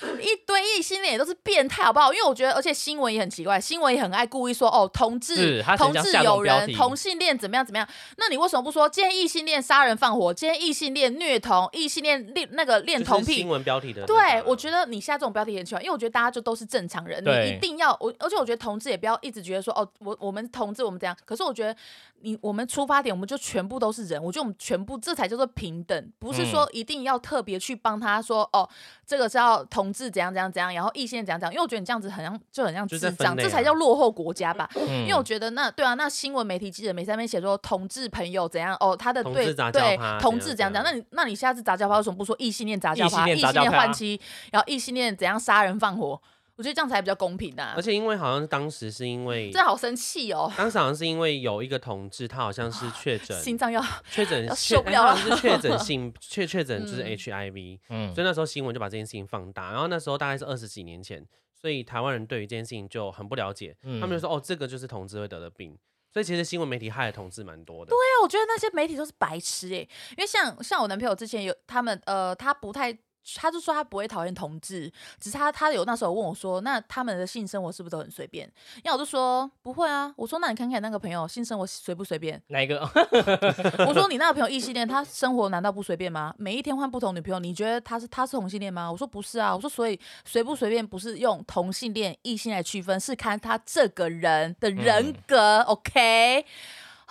Speaker 1: 得一堆异性恋也都是变态，好不好？因为我觉得，而且新闻也很奇怪，新闻也很爱故意说哦，同志
Speaker 2: 是他只
Speaker 1: 同
Speaker 2: 想
Speaker 1: 志
Speaker 2: 下这种
Speaker 1: 友
Speaker 2: 标
Speaker 1: 人、
Speaker 2: 题
Speaker 1: 同性恋怎么样怎么样？那你为什么不说今天异性恋杀人放火，今天异性恋虐童，异性恋恋那个恋
Speaker 3: 就是
Speaker 1: 童癖
Speaker 3: 新，闻标题的那个啊。
Speaker 1: 对，我觉得你下这种标题也很奇怪，因为我觉得大家就都是正常人，你一
Speaker 2: 对
Speaker 1: 定要我，而且我觉得同志也不要一直觉得说哦，我我们同志我们怎样，可是我觉得你我们出发点我们就全部都是人，我觉得我们全部这才叫做平等，不是
Speaker 3: 嗯
Speaker 1: 说一定要特别去帮他说、哦，这个是要同志怎样怎样怎样，然后异性恋怎样怎样，因为我觉得你这样子很像就很像
Speaker 3: 就
Speaker 1: 智
Speaker 3: 是在分
Speaker 1: 障，
Speaker 3: 类
Speaker 1: 这才
Speaker 3: 啊
Speaker 1: 叫落后国家吧。
Speaker 2: 嗯
Speaker 1: 因为我觉得那对啊，那新闻媒体记者每次在那边写说同志朋友怎样哦，他的
Speaker 3: 同
Speaker 1: 对
Speaker 3: 志杂交
Speaker 1: 对
Speaker 3: 趴
Speaker 1: 同
Speaker 3: 怎样
Speaker 1: 志怎样
Speaker 3: 怎
Speaker 1: 怎样，
Speaker 3: 样
Speaker 1: 那你那你下次杂交趴为什么不说异性恋杂交
Speaker 2: 异性
Speaker 1: 趴、异
Speaker 2: 恋杂
Speaker 1: 性
Speaker 2: 交
Speaker 1: 恋
Speaker 2: 趴
Speaker 1: 换妻，然后异性恋怎样杀人放火？我觉得这样才比较公平啊
Speaker 3: 而！且因为好像当时是因为
Speaker 1: 这好生气哦，
Speaker 3: 当时好像是因为有一个同志，他好像是确诊，
Speaker 1: 心脏要啊
Speaker 3: 确诊
Speaker 1: 要
Speaker 3: 确
Speaker 1: 受不了
Speaker 3: 哎他好像是 确诊性确确诊就是
Speaker 1: 嗯
Speaker 3: HIV，、
Speaker 2: 嗯，
Speaker 3: 所以那时候新闻就把这件事情放大。然后那时候大概是二十几年前，所以台湾人对于这件事情就很不了解，他们就
Speaker 2: 嗯
Speaker 3: 说哦，这个就是同志会得的病。所以其实新闻媒体害的同志蛮多的。
Speaker 1: 对啊，我觉得那些媒体都是白痴哎、因为像像我男朋友之前有他们呃，他不太。他就说他不会讨厌同志，只是他他有那时候问我说，那他们的性生活是不是都很随便？然后我就说不会啊，我说那你看看那个朋友性生活随不随便？
Speaker 2: 哪一个？
Speaker 1: 我说你那个朋友异性恋，他生活难道不随便吗？每一天换不同女朋友，你觉得他是他是同性恋吗？我说不是啊，我说所以随不随便不是用同性恋、异性来区分，是看他这个人的人格。OK
Speaker 3: 嗯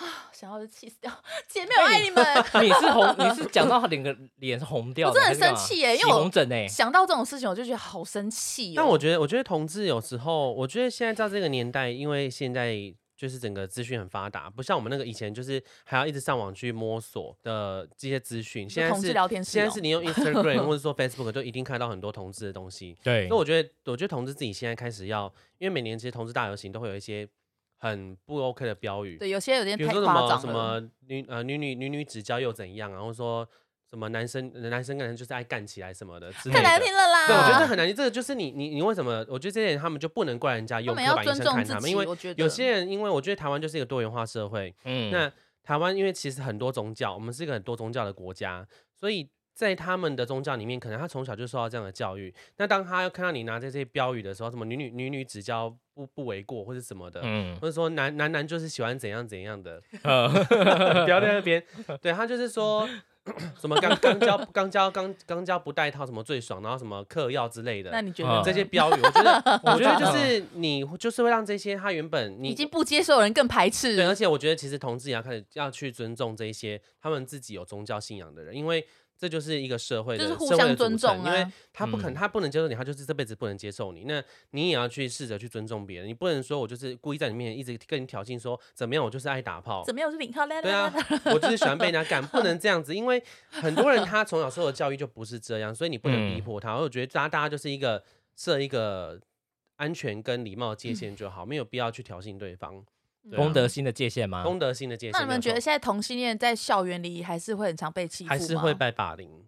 Speaker 1: 啊，想要就气死掉， 姐妹我爱你们。
Speaker 3: 哎
Speaker 2: 你是红，你是讲到脸个脸是红掉的，
Speaker 1: 我真的很
Speaker 2: 还是干嘛
Speaker 1: 生气耶因为
Speaker 2: 起
Speaker 1: 我
Speaker 2: 红疹哎，
Speaker 1: 想到这种事情，我就觉得好生气、哦。
Speaker 3: 但我觉得，我觉得同志有时候，我觉得现在到这个年代，因为现在就是整个资讯很发达，不像我们那个以前就是还要一直上网去摸索的这些资讯。现在
Speaker 1: 同志
Speaker 3: 是
Speaker 1: 聊天室、
Speaker 3: 现
Speaker 1: 哦，
Speaker 3: 在是你用 Instagram 或者 说 Facebook 就一定看到很多同志的东西。
Speaker 2: 对
Speaker 3: 所以我觉得，我觉得同志自己现在开始要，因为每年其实同志大游行都会有一些很不 OK 的标语，
Speaker 1: 对有些有点
Speaker 3: 比
Speaker 1: 太
Speaker 3: 如说什
Speaker 1: 夸
Speaker 3: 么
Speaker 1: 张
Speaker 3: 什
Speaker 1: 了。
Speaker 3: 么女呃女女女女指交又怎样啊，然后说什么男生男生跟人就是爱干起来什么的之类
Speaker 1: 太
Speaker 3: 的。
Speaker 1: 难听了啦！
Speaker 3: 对，我觉得这很难，这个就是你你你为什么？我觉得这点他们就不能怪人家
Speaker 1: 他
Speaker 3: 用
Speaker 1: 们
Speaker 3: 刻
Speaker 1: 要
Speaker 3: 板印
Speaker 1: 尊
Speaker 3: 象
Speaker 1: 重
Speaker 3: 看
Speaker 1: 自
Speaker 3: 他们，
Speaker 1: 己，
Speaker 3: 因为
Speaker 1: 我觉得
Speaker 3: 有些人，因为我觉得台湾就是一个多元化社会，
Speaker 2: 嗯
Speaker 3: 那台湾因为其实很多宗教，我们是一个很多宗教的国家，所以在他们的宗教里面，可能他从小就受到这样的教育。那当他看到你拿着这些标语的时候，什么女女女女指教不不为过，或者什么的。
Speaker 2: 嗯
Speaker 3: 或者说男男男就是喜欢怎样怎样的，
Speaker 2: 呃
Speaker 3: 不要在那边。对他就是说 什么刚刚交刚交刚刚交不带套什么最爽，然后什么嗑药之类的。
Speaker 1: 那你觉得
Speaker 2: 嗯
Speaker 3: 这
Speaker 1: 呢
Speaker 3: 些标语，我觉得，我觉得
Speaker 2: 我
Speaker 3: 就
Speaker 2: 知道
Speaker 3: 是你就是会让这些他原本你
Speaker 1: 已经不接受的人更排斥
Speaker 3: 对，
Speaker 1: 了
Speaker 3: 而且我觉得其实同志也要开始要去尊重这一些他们自己有宗教信仰的人，因为这就是一个社会的
Speaker 1: 就是互
Speaker 3: 社会
Speaker 1: 相
Speaker 3: 的组
Speaker 1: 尊重
Speaker 3: 成因为
Speaker 1: 啊
Speaker 3: 他不肯
Speaker 2: 嗯
Speaker 3: 他不能接受你，他就是这辈子不能接受你，那你也要去试着去尊重别人，你不能说我就是故意在你面前一直跟你挑衅说怎么样，我就是爱打炮。
Speaker 1: 怎么样？我是零号， 来
Speaker 3: 对
Speaker 1: 来来
Speaker 3: 啊，我就是喜欢被人家 干，不能这样子，因为很多人他从小受的教育就不是这样，所以你不能逼
Speaker 2: 嗯
Speaker 3: 迫他。我觉得大家大家就是一个设一个安全跟礼貌的界限就好，没有必要去挑衅对方。对啊
Speaker 2: 公德心的界限吗？
Speaker 3: 公德心的界限没有
Speaker 1: 嗯那
Speaker 3: 错。
Speaker 1: 你们觉得现在同性恋在校园里还是会很常被欺负吗？
Speaker 3: 还是会被霸凌？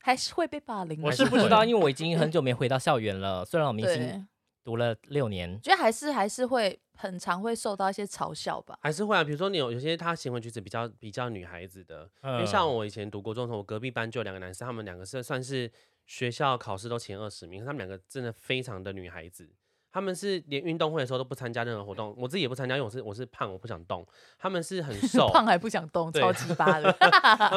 Speaker 1: 还是会被霸凌吗？
Speaker 2: 我
Speaker 3: 还
Speaker 2: 是
Speaker 3: 是
Speaker 2: 不知
Speaker 3: 会
Speaker 2: 道，因为我已 经很久没回到校园了。虽然我明
Speaker 1: 对
Speaker 2: 星，读了六年，
Speaker 1: 觉得还是还是会很常会受到一些嘲笑吧。
Speaker 3: 还是会啊。比如说你有有些他行为举止比较比较女孩子的，因为
Speaker 2: 嗯
Speaker 3: 像我以前读国中的时候，我隔壁班就有两个男生，他们两个是算是学校考试都前二十名，他们两个真的非常的女孩子。他们是连运动会的时候都不参加任何活动，我自己也不参加，因为我是我是胖，我不想动。他们是很瘦，
Speaker 1: 胖啊还不想动，
Speaker 3: 哦对
Speaker 1: 超级巴 的。
Speaker 3: 他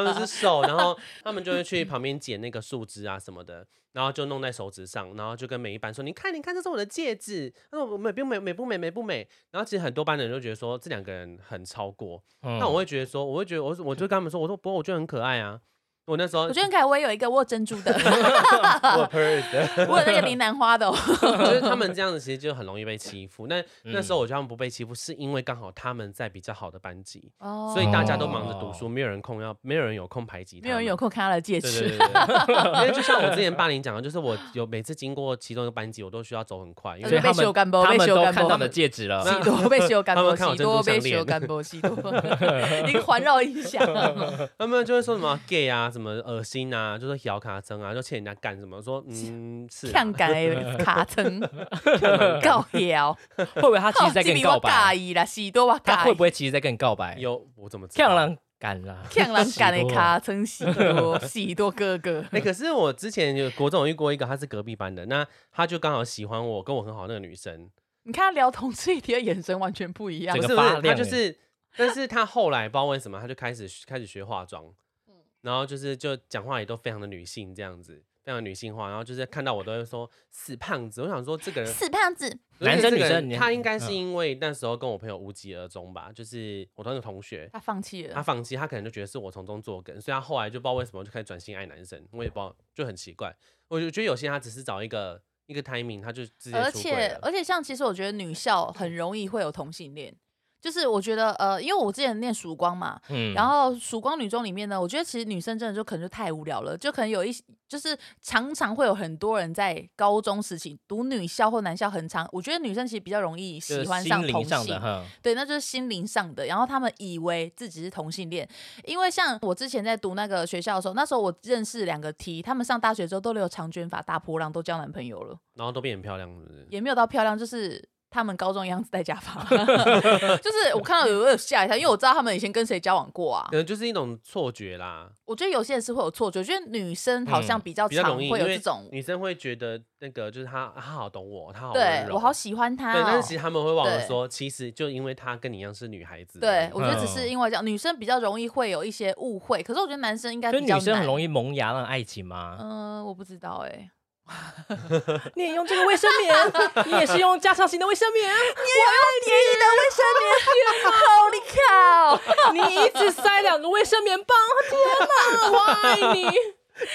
Speaker 3: 们是手，然后他们就会去旁边捡那个树枝啊什么的，然后就弄在手指上，然后就跟每一班说：“你看，你看，这是我的戒指。”那我美不美，美不美，美不美。然后其实很多班的人就觉得说这两个人很超过，
Speaker 2: 那
Speaker 3: 那我会觉得说，我会觉得我我就跟他们说，我说不过我觉得很可爱啊。我那时候
Speaker 1: 我觉得凯我也有一个我有珍珠的，
Speaker 3: 我 purse 的，
Speaker 1: 我有那个铃兰花的、哦。
Speaker 3: 就是他们这样子其实就很容易被欺负。那那时候我觉得他们不被欺负，是因为刚好他们在比较好的班级，
Speaker 1: 哦
Speaker 3: 所以大家都忙着读
Speaker 2: 哦
Speaker 3: 书，没有人空要，没有人有空排挤他
Speaker 1: 没
Speaker 3: 们，
Speaker 1: 有人有空看他的戒
Speaker 3: 对
Speaker 1: 指。
Speaker 3: 对对对，因为就像我之前霸凌讲的，就是我有每次经过其中一个班级，我都需要走很快，因
Speaker 2: 所
Speaker 1: 呃
Speaker 3: 为
Speaker 2: 以
Speaker 1: 被
Speaker 2: 他
Speaker 1: 修
Speaker 2: 们
Speaker 1: 干包
Speaker 2: 他
Speaker 1: 被
Speaker 2: 们
Speaker 1: 修
Speaker 2: 都
Speaker 1: 干
Speaker 2: 看
Speaker 1: 包
Speaker 2: 到的戒指了。
Speaker 1: 喜多被修干
Speaker 3: 他
Speaker 1: 波，
Speaker 3: 们看我
Speaker 1: 喜多
Speaker 3: 珍
Speaker 1: 被
Speaker 3: 珠项
Speaker 1: 修
Speaker 3: 链
Speaker 1: 干波，喜 多你环绕 一下。
Speaker 3: 他们就会说什么 gay 啊，什么恶心啊，就说摇卡层啊，就欠人家干什 么，说嗯 是啊
Speaker 1: 看感 的卡 层，告摇，
Speaker 2: 会不会他其实在
Speaker 1: 这
Speaker 2: 跟你
Speaker 1: 里
Speaker 2: 告
Speaker 1: 我
Speaker 2: 白？
Speaker 1: 介意啦，喜多我介
Speaker 2: 他会
Speaker 1: 意
Speaker 2: 不。会其实在跟你告白？
Speaker 3: 有我怎么知
Speaker 2: 漂
Speaker 3: 道？
Speaker 2: 亮感啊 啦，
Speaker 1: 看人干的卡层喜多， 喜多哥哥，
Speaker 3: 哎、可是我之前有国中有遇过一个，她是隔壁班的，那她就刚好喜欢我，跟我很好那个女生，
Speaker 1: 你看他聊同志议题的眼神完全啊不一样
Speaker 2: 这
Speaker 3: 不
Speaker 2: 整个
Speaker 3: 是不
Speaker 2: 发
Speaker 3: 是，她
Speaker 2: 亮
Speaker 3: 就
Speaker 2: 欸
Speaker 3: 是， 但是她后来不知道为什么，她就开始开始学化妆，然后就是就讲话也都非常的女性这样子，非常女性化，然后就是看到我都会说死胖子，我想说这个人
Speaker 1: 死胖子，
Speaker 2: 男生
Speaker 3: 而且这个
Speaker 2: 女生
Speaker 3: 人
Speaker 2: 你
Speaker 3: 他应该是
Speaker 2: 嗯
Speaker 3: 因为那时候跟我朋友无疾而终吧，就是我的那个同学，
Speaker 1: 他放弃
Speaker 3: 他
Speaker 1: 了，
Speaker 3: 放弃，他可能就觉得是我从中作梗，所以他后来就不知道为什么就开始转性爱男生，我也不知道，就很奇怪。我就觉得有些人他只是找一个一个 timing，他就直接
Speaker 1: 而
Speaker 3: 出轨
Speaker 1: 且
Speaker 3: 了。
Speaker 1: 而且像其实我觉得女校很容易会有同性恋，就是我觉得呃，因为我之前念曙光嘛，
Speaker 2: 嗯，
Speaker 1: 然后曙光女中里面呢，我觉得其实女生真的就可能就太无聊了，就可能有一些就是常常会有很多人在高中时期读女校或男校很长，我觉得女生其实比较容易
Speaker 2: 就是
Speaker 1: 喜欢
Speaker 2: 心灵
Speaker 1: 同
Speaker 2: 上
Speaker 1: 性
Speaker 2: 的，哈，
Speaker 1: 对，那就是心灵上的。然后他们以为自己是同性恋，因为像我之前在读那个学校的时候，那时候我认识两个 T，他们上大学之后都留长卷发、大波浪，都交男朋友了，
Speaker 3: 然后都变很漂亮，是不是？
Speaker 1: 也没有到漂亮，就是。他们高中一样是戴假发， 就是我看到有有吓一跳，因为我知道他们以前跟谁交往过啊
Speaker 3: 可。能就是一种错觉啦，
Speaker 1: 我觉得有些人是会有错觉，我觉得女生好像
Speaker 2: 嗯
Speaker 1: 比较
Speaker 3: 比较
Speaker 1: 常
Speaker 3: 容易，
Speaker 1: 会有
Speaker 3: 因
Speaker 1: 这
Speaker 3: 为
Speaker 1: 种，
Speaker 3: 女生会觉得那个就是他，他好懂我，他好温
Speaker 1: 对
Speaker 3: 柔，
Speaker 1: 我好喜欢她、
Speaker 3: 对，但
Speaker 1: 哦
Speaker 3: 是其。实他们会忘了
Speaker 1: 对
Speaker 3: 说，其实就因为他跟你一样是女孩子啊而已，
Speaker 1: 对，我觉得只
Speaker 2: 嗯
Speaker 1: 是因为这样，女生比较容易会有一些误会，可是我觉得男生应该
Speaker 2: 所以
Speaker 1: 比
Speaker 2: 女
Speaker 1: 较
Speaker 2: 生很
Speaker 1: 难。
Speaker 2: 容易萌芽那种爱情吗？
Speaker 1: 嗯、我不知道哎、
Speaker 2: 你也用这个卫生棉，你也是用加上型的卫生 棉，
Speaker 1: 你的卫生棉，Holy cow！
Speaker 2: 你一直塞两个卫生棉棒，天哪，我爱 你！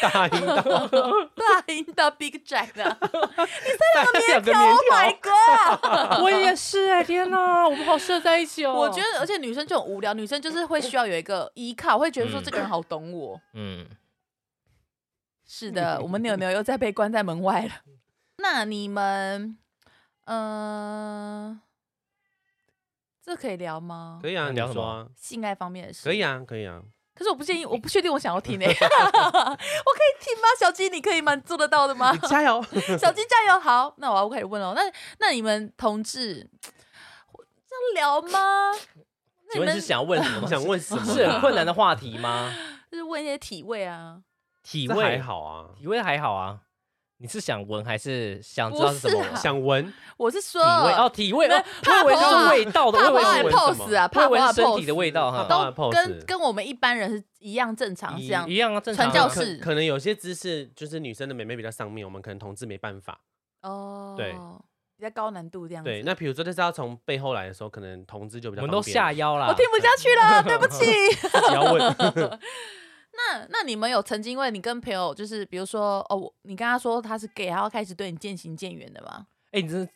Speaker 3: 大淫荡，
Speaker 1: 大赢到 Big Jack 的
Speaker 3: 两个棉
Speaker 1: ，Oh my god！
Speaker 2: 我也是哎，天哪，我们好适合在一起哦。
Speaker 1: 我觉，得，而且女生就很无聊，女生就是会需要有一个依靠，会觉得说这个人好懂我。
Speaker 2: 嗯，
Speaker 1: 是的，我们扭扭又再被关在门外了。 那你们，嗯、这可以聊吗？
Speaker 3: 可以啊，
Speaker 2: 那
Speaker 3: 你
Speaker 2: 聊什
Speaker 3: 说
Speaker 2: 么
Speaker 3: 啊，
Speaker 1: 性爱方面的事
Speaker 3: 可以啊，可以啊。
Speaker 1: 可是我不建议，我不确 定我想要听 诶、我可以听吗？小鸡，你可以吗？你做得到的吗？
Speaker 3: 加 油！
Speaker 1: 小金加油！好，那我要开始问了。那那你们同志这样聊吗？
Speaker 2: 请
Speaker 1: 那你
Speaker 2: 问
Speaker 1: 们
Speaker 2: 是想要问什么
Speaker 3: 你
Speaker 2: 吗？
Speaker 3: 想问什么啊？
Speaker 2: 是很困难的话题吗？
Speaker 1: 就是问一些体味啊？
Speaker 2: 体
Speaker 3: 这
Speaker 2: 味
Speaker 3: 还，好啊，
Speaker 2: 体味还好啊。你是想闻还是想知
Speaker 1: 不
Speaker 2: 道是什
Speaker 1: 是
Speaker 2: 么
Speaker 1: 啊
Speaker 2: 味？
Speaker 3: 想闻
Speaker 1: 我是说，
Speaker 2: 体 味哦，体味
Speaker 1: 没
Speaker 2: 哦，我以为是味道的，
Speaker 1: 怕
Speaker 2: 我
Speaker 1: 不
Speaker 2: 以为是
Speaker 1: 爱
Speaker 3: 怕
Speaker 2: 闻
Speaker 3: 怕
Speaker 2: 什我
Speaker 1: pose 啊，
Speaker 2: 以
Speaker 1: 怕不
Speaker 2: 为
Speaker 1: 爱
Speaker 2: 是身体
Speaker 1: pose
Speaker 2: 的味道哈，
Speaker 3: 怕不
Speaker 1: 都
Speaker 3: 爱 pose
Speaker 1: 跟跟我们一般人是一样正常，是这样
Speaker 2: 一。样啊，正常
Speaker 1: 传
Speaker 2: 啊。
Speaker 1: 教
Speaker 3: 呃可
Speaker 1: 士
Speaker 3: 可能有些姿势就是女生的美眉比较上面，我们可能同志没办法。
Speaker 1: 哦，
Speaker 3: 对，
Speaker 1: 比较高难度这样子。
Speaker 3: 对，那比如说这是要从背后来的时候，可能同志就
Speaker 2: 我
Speaker 3: 比较
Speaker 2: 们都
Speaker 3: 方便
Speaker 2: 下腰啦。
Speaker 1: 我听不下去 了，对不起。
Speaker 3: 自己要问，
Speaker 1: 那那你们有曾经因为你跟朋友就是比如说哦，我你跟他说他是 gay，然后开始对你渐行渐远的吗？
Speaker 2: 哎，你这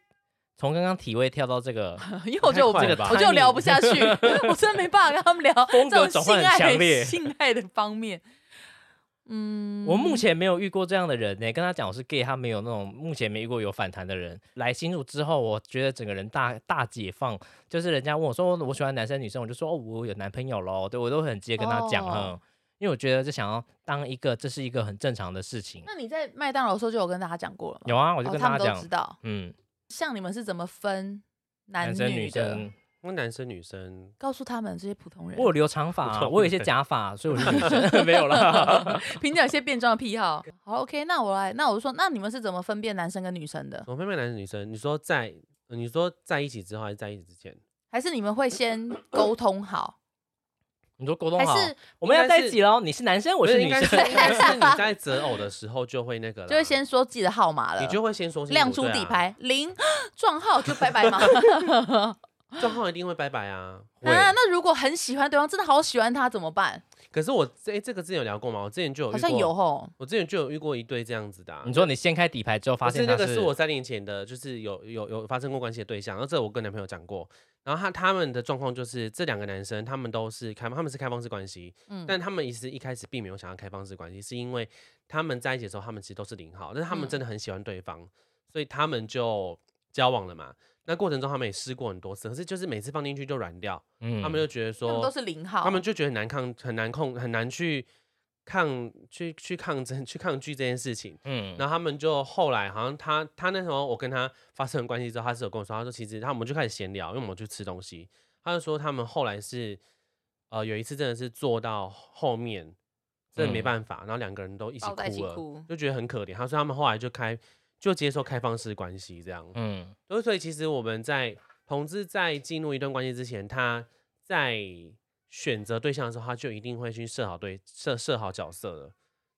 Speaker 2: 从刚刚体味跳到这个
Speaker 1: 因为我觉得我
Speaker 3: 太快了吧
Speaker 1: 我就聊不下去， 我真的没办法跟他们聊
Speaker 2: 风
Speaker 1: 这
Speaker 2: 格转
Speaker 1: 种性
Speaker 2: 换很
Speaker 1: 爱
Speaker 2: 强烈
Speaker 1: 的 性爱的方面。嗯，
Speaker 2: 我目前没有遇过这样的人呢、跟他讲我是 gay，他没有那种目前没遇过有反弹的人。来新竹之后，我觉得整个人大大解放，就是人家问我说我喜欢男生女生，我就说哦我有男朋友喽，对我都很直接跟他讲
Speaker 1: 哦
Speaker 2: 哈、因为我觉得就想要当一个，这是一个很正常的事情。
Speaker 1: 那你在麦当劳的时候就有跟大家讲过了吗？
Speaker 2: 有啊，我
Speaker 1: 我
Speaker 2: 就跟大
Speaker 1: 他们
Speaker 2: 家
Speaker 1: 都
Speaker 2: 讲，
Speaker 1: 知道。
Speaker 2: 嗯，
Speaker 1: 像你们是怎么分男
Speaker 2: 男生
Speaker 1: 女
Speaker 2: 女
Speaker 1: 的？
Speaker 2: 生，
Speaker 3: 那男生女生
Speaker 1: 告诉他们这些普通人
Speaker 2: 我，有留长发、啊，
Speaker 3: 普通
Speaker 2: 我有一些
Speaker 3: 人
Speaker 2: 假发，所以我是女生， 没有啦。
Speaker 1: 凭着有些变装的癖好。好，OK，那我来，那我就说，那你们是怎么分辨男生跟女生的？
Speaker 3: 怎么分辨男生女生？你说在呃你说在一起之后还是在一起之前？
Speaker 1: 还是你们会先沟通好？
Speaker 2: 你说沟通
Speaker 1: 还
Speaker 2: 好，
Speaker 1: 是
Speaker 2: 我们要
Speaker 3: 应该
Speaker 2: 在
Speaker 3: 是
Speaker 2: 一起喽。你是男生，我
Speaker 3: 不
Speaker 2: 是
Speaker 3: 应
Speaker 2: 女
Speaker 3: 该是
Speaker 2: 生。
Speaker 3: 应 该是你在择偶的时候就会那个了，
Speaker 1: 就会先说自己的号码了？
Speaker 3: 你就会先说清楚
Speaker 1: 亮出
Speaker 3: 对啊
Speaker 1: 底牌，零 撞号就 拜拜嘛。
Speaker 3: 状况一定会拜拜 啊。会，
Speaker 1: 啊，那如果很喜欢对方，真的好喜欢他怎么办？
Speaker 3: 可是我这、诶这个之前有聊过吗？我之前就有遇
Speaker 1: 好
Speaker 3: 过
Speaker 1: 像有，吼，
Speaker 3: 我之前就有遇过一对这样子的、啊。
Speaker 2: 你说你掀开底牌之后，发
Speaker 3: 不是
Speaker 2: 现
Speaker 3: 那
Speaker 2: 他
Speaker 3: 个是
Speaker 2: 是
Speaker 3: 我三年前的，就是有有有发生过关系的对象，然后这我跟男朋友讲过，然后他他们的状况就是这两个男生他们都是开他们是开放式关系，
Speaker 1: 嗯，
Speaker 3: 但他们其实一开始并没有想要开放式关系，是因为他们在一起的时候他们其实都是零号，但是他们
Speaker 1: 嗯
Speaker 3: 真的很喜欢对方，所以他们就交往了嘛。那过程中他们也试过很多次，可是就是每次放进去就软掉，
Speaker 2: 嗯
Speaker 3: 他们就觉得
Speaker 1: 他
Speaker 3: 说
Speaker 1: 们都是零号，
Speaker 3: 他们就觉得很难抗、很难控、很难去抗、去去抗争、去抗拒这件事情。
Speaker 2: 嗯
Speaker 3: 然后他们就后来好像他他那时候我跟他发生关系之后，他是有跟我说，他说其实他我们就开始闲聊，因为我们去吃东西，他就说他们后来是呃有一次真的是做到后面真的没
Speaker 2: 嗯
Speaker 3: 办法，然后两个人都一起
Speaker 1: 抱在一起
Speaker 3: 哭了，
Speaker 1: 哭
Speaker 3: 就觉得很可怜。他说他们后来就开就接受开放式关系这样，
Speaker 2: 嗯
Speaker 3: 所以，所以其实我们在同志在进入一段关系之前，他在选择对象的时候，他就一定会去设好对设设好角色的，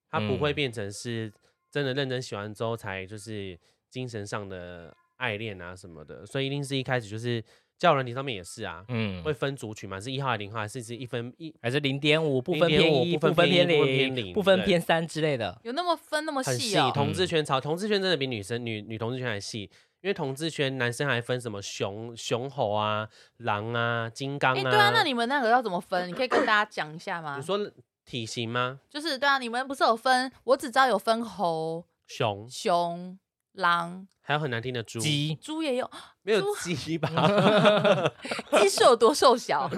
Speaker 3: 他不会
Speaker 2: 嗯
Speaker 3: 变成是真的认真喜欢之后才就是精神上的爱恋啊什么的，所以一定是一开始就是交友软体上面也是啊，
Speaker 2: 嗯
Speaker 3: 会，分族群嘛，是一号还是零号，还是是一分一
Speaker 2: 还是零点五不分
Speaker 3: 0.5
Speaker 2: 偏一，
Speaker 3: 不分
Speaker 2: 分
Speaker 3: 偏
Speaker 2: 偏
Speaker 3: 一不分偏零
Speaker 2: 不分
Speaker 3: 对
Speaker 2: 偏三之类的。
Speaker 1: 有那么分那么
Speaker 3: 很
Speaker 1: 细哦。
Speaker 2: 嗯
Speaker 3: 同志圈超，同志圈真的比女生女女同志圈还细，因为同志圈男生还分什么熊熊猴啊、狼啊、金刚
Speaker 1: 哎，
Speaker 3: 啊。
Speaker 1: 对啊，那你们那个要怎么分？你可以跟大家讲一下吗
Speaker 3: 你？说体型吗？
Speaker 1: 就是对啊，你们不是有分？我只知道有分猴、
Speaker 3: 熊，
Speaker 1: 熊、狼、
Speaker 3: 还有很难听的猪，
Speaker 2: 鸡，
Speaker 1: 猪 也有，
Speaker 3: 没有
Speaker 1: 猪
Speaker 3: 鸡吧？
Speaker 1: 鸡是有多瘦小？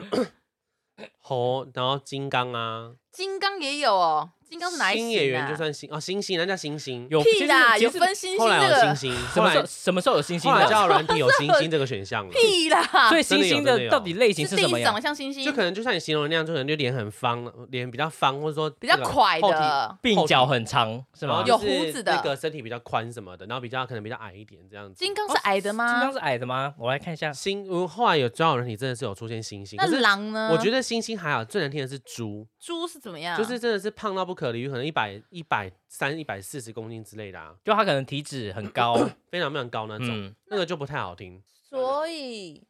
Speaker 3: 猴，然后金刚啊，
Speaker 1: 金刚也有哦，金刚是哪一
Speaker 3: 新
Speaker 1: 型
Speaker 3: 演员
Speaker 1: 啊
Speaker 3: 就算星哦，星星，那叫星星。
Speaker 2: 有
Speaker 1: 屁啦，
Speaker 2: 其
Speaker 1: 有
Speaker 2: 实其实
Speaker 1: 分星星
Speaker 3: 后来
Speaker 1: 那
Speaker 3: 有星
Speaker 1: 个
Speaker 3: 星，
Speaker 2: 什
Speaker 3: 后
Speaker 2: 么
Speaker 3: 来
Speaker 2: 时候什么时候有星星
Speaker 3: 后来交
Speaker 2: 的？
Speaker 3: 友软体有星星这个选项了，
Speaker 1: 屁啦，
Speaker 2: 所以
Speaker 3: 真
Speaker 2: 星
Speaker 3: 的有
Speaker 2: 星
Speaker 3: 真的
Speaker 2: 的
Speaker 3: 有
Speaker 2: 到底类型
Speaker 1: 是
Speaker 2: 是
Speaker 1: 定
Speaker 2: 什么
Speaker 1: 义长
Speaker 2: 呀
Speaker 1: 得？像星星，
Speaker 3: 就可能就像你形容的那样，就可能就脸很方，脸比较方，或者说
Speaker 1: 比较
Speaker 3: 那个
Speaker 1: 快
Speaker 3: 后体
Speaker 1: 的。
Speaker 2: 鬓角很长是
Speaker 3: 然后
Speaker 2: 吗？
Speaker 1: 有
Speaker 3: 就是
Speaker 1: 胡子的
Speaker 3: 那个身体比较宽什么的，然后比较可能比较矮一点这样子。
Speaker 1: 金刚是矮的
Speaker 2: 金刚
Speaker 1: 吗？
Speaker 2: 是矮的吗？我来看一下。
Speaker 3: 星，我后来有交友人体真的是有出现星星，
Speaker 1: 那
Speaker 3: 可是
Speaker 1: 狼呢？
Speaker 3: 我觉得星星还好，最难听的是猪，
Speaker 1: 猪是怎么样？
Speaker 3: 就是真的是胖到不可理喻，可能一百一百三、一百四十公斤之类的啊，
Speaker 2: 就他可能体脂很 高，
Speaker 3: 非常非常高那种，
Speaker 2: 嗯，
Speaker 3: 那个就不太好听。
Speaker 1: 所以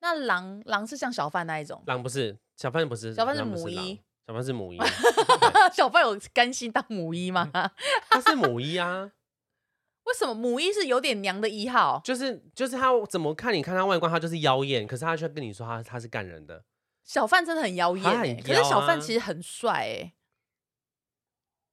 Speaker 1: 那狼狼是像小贩那一种，
Speaker 3: 狼不是小贩不是，
Speaker 1: 小贩是
Speaker 3: 狼不
Speaker 1: 母
Speaker 3: 狼
Speaker 1: 一，
Speaker 3: 小贩是母一，对
Speaker 1: 小贩有甘心当母一吗？
Speaker 3: 他是母一啊，
Speaker 1: 为什么母一是有点娘的一号？
Speaker 3: 就是就是他怎么看你看他外观他就是妖艳，可是他却跟你说他他是干人的，
Speaker 1: 小贩真的很妖艳、
Speaker 3: 他很
Speaker 1: 欸，可是
Speaker 3: 妖啊
Speaker 1: 小贩其实很帅哎、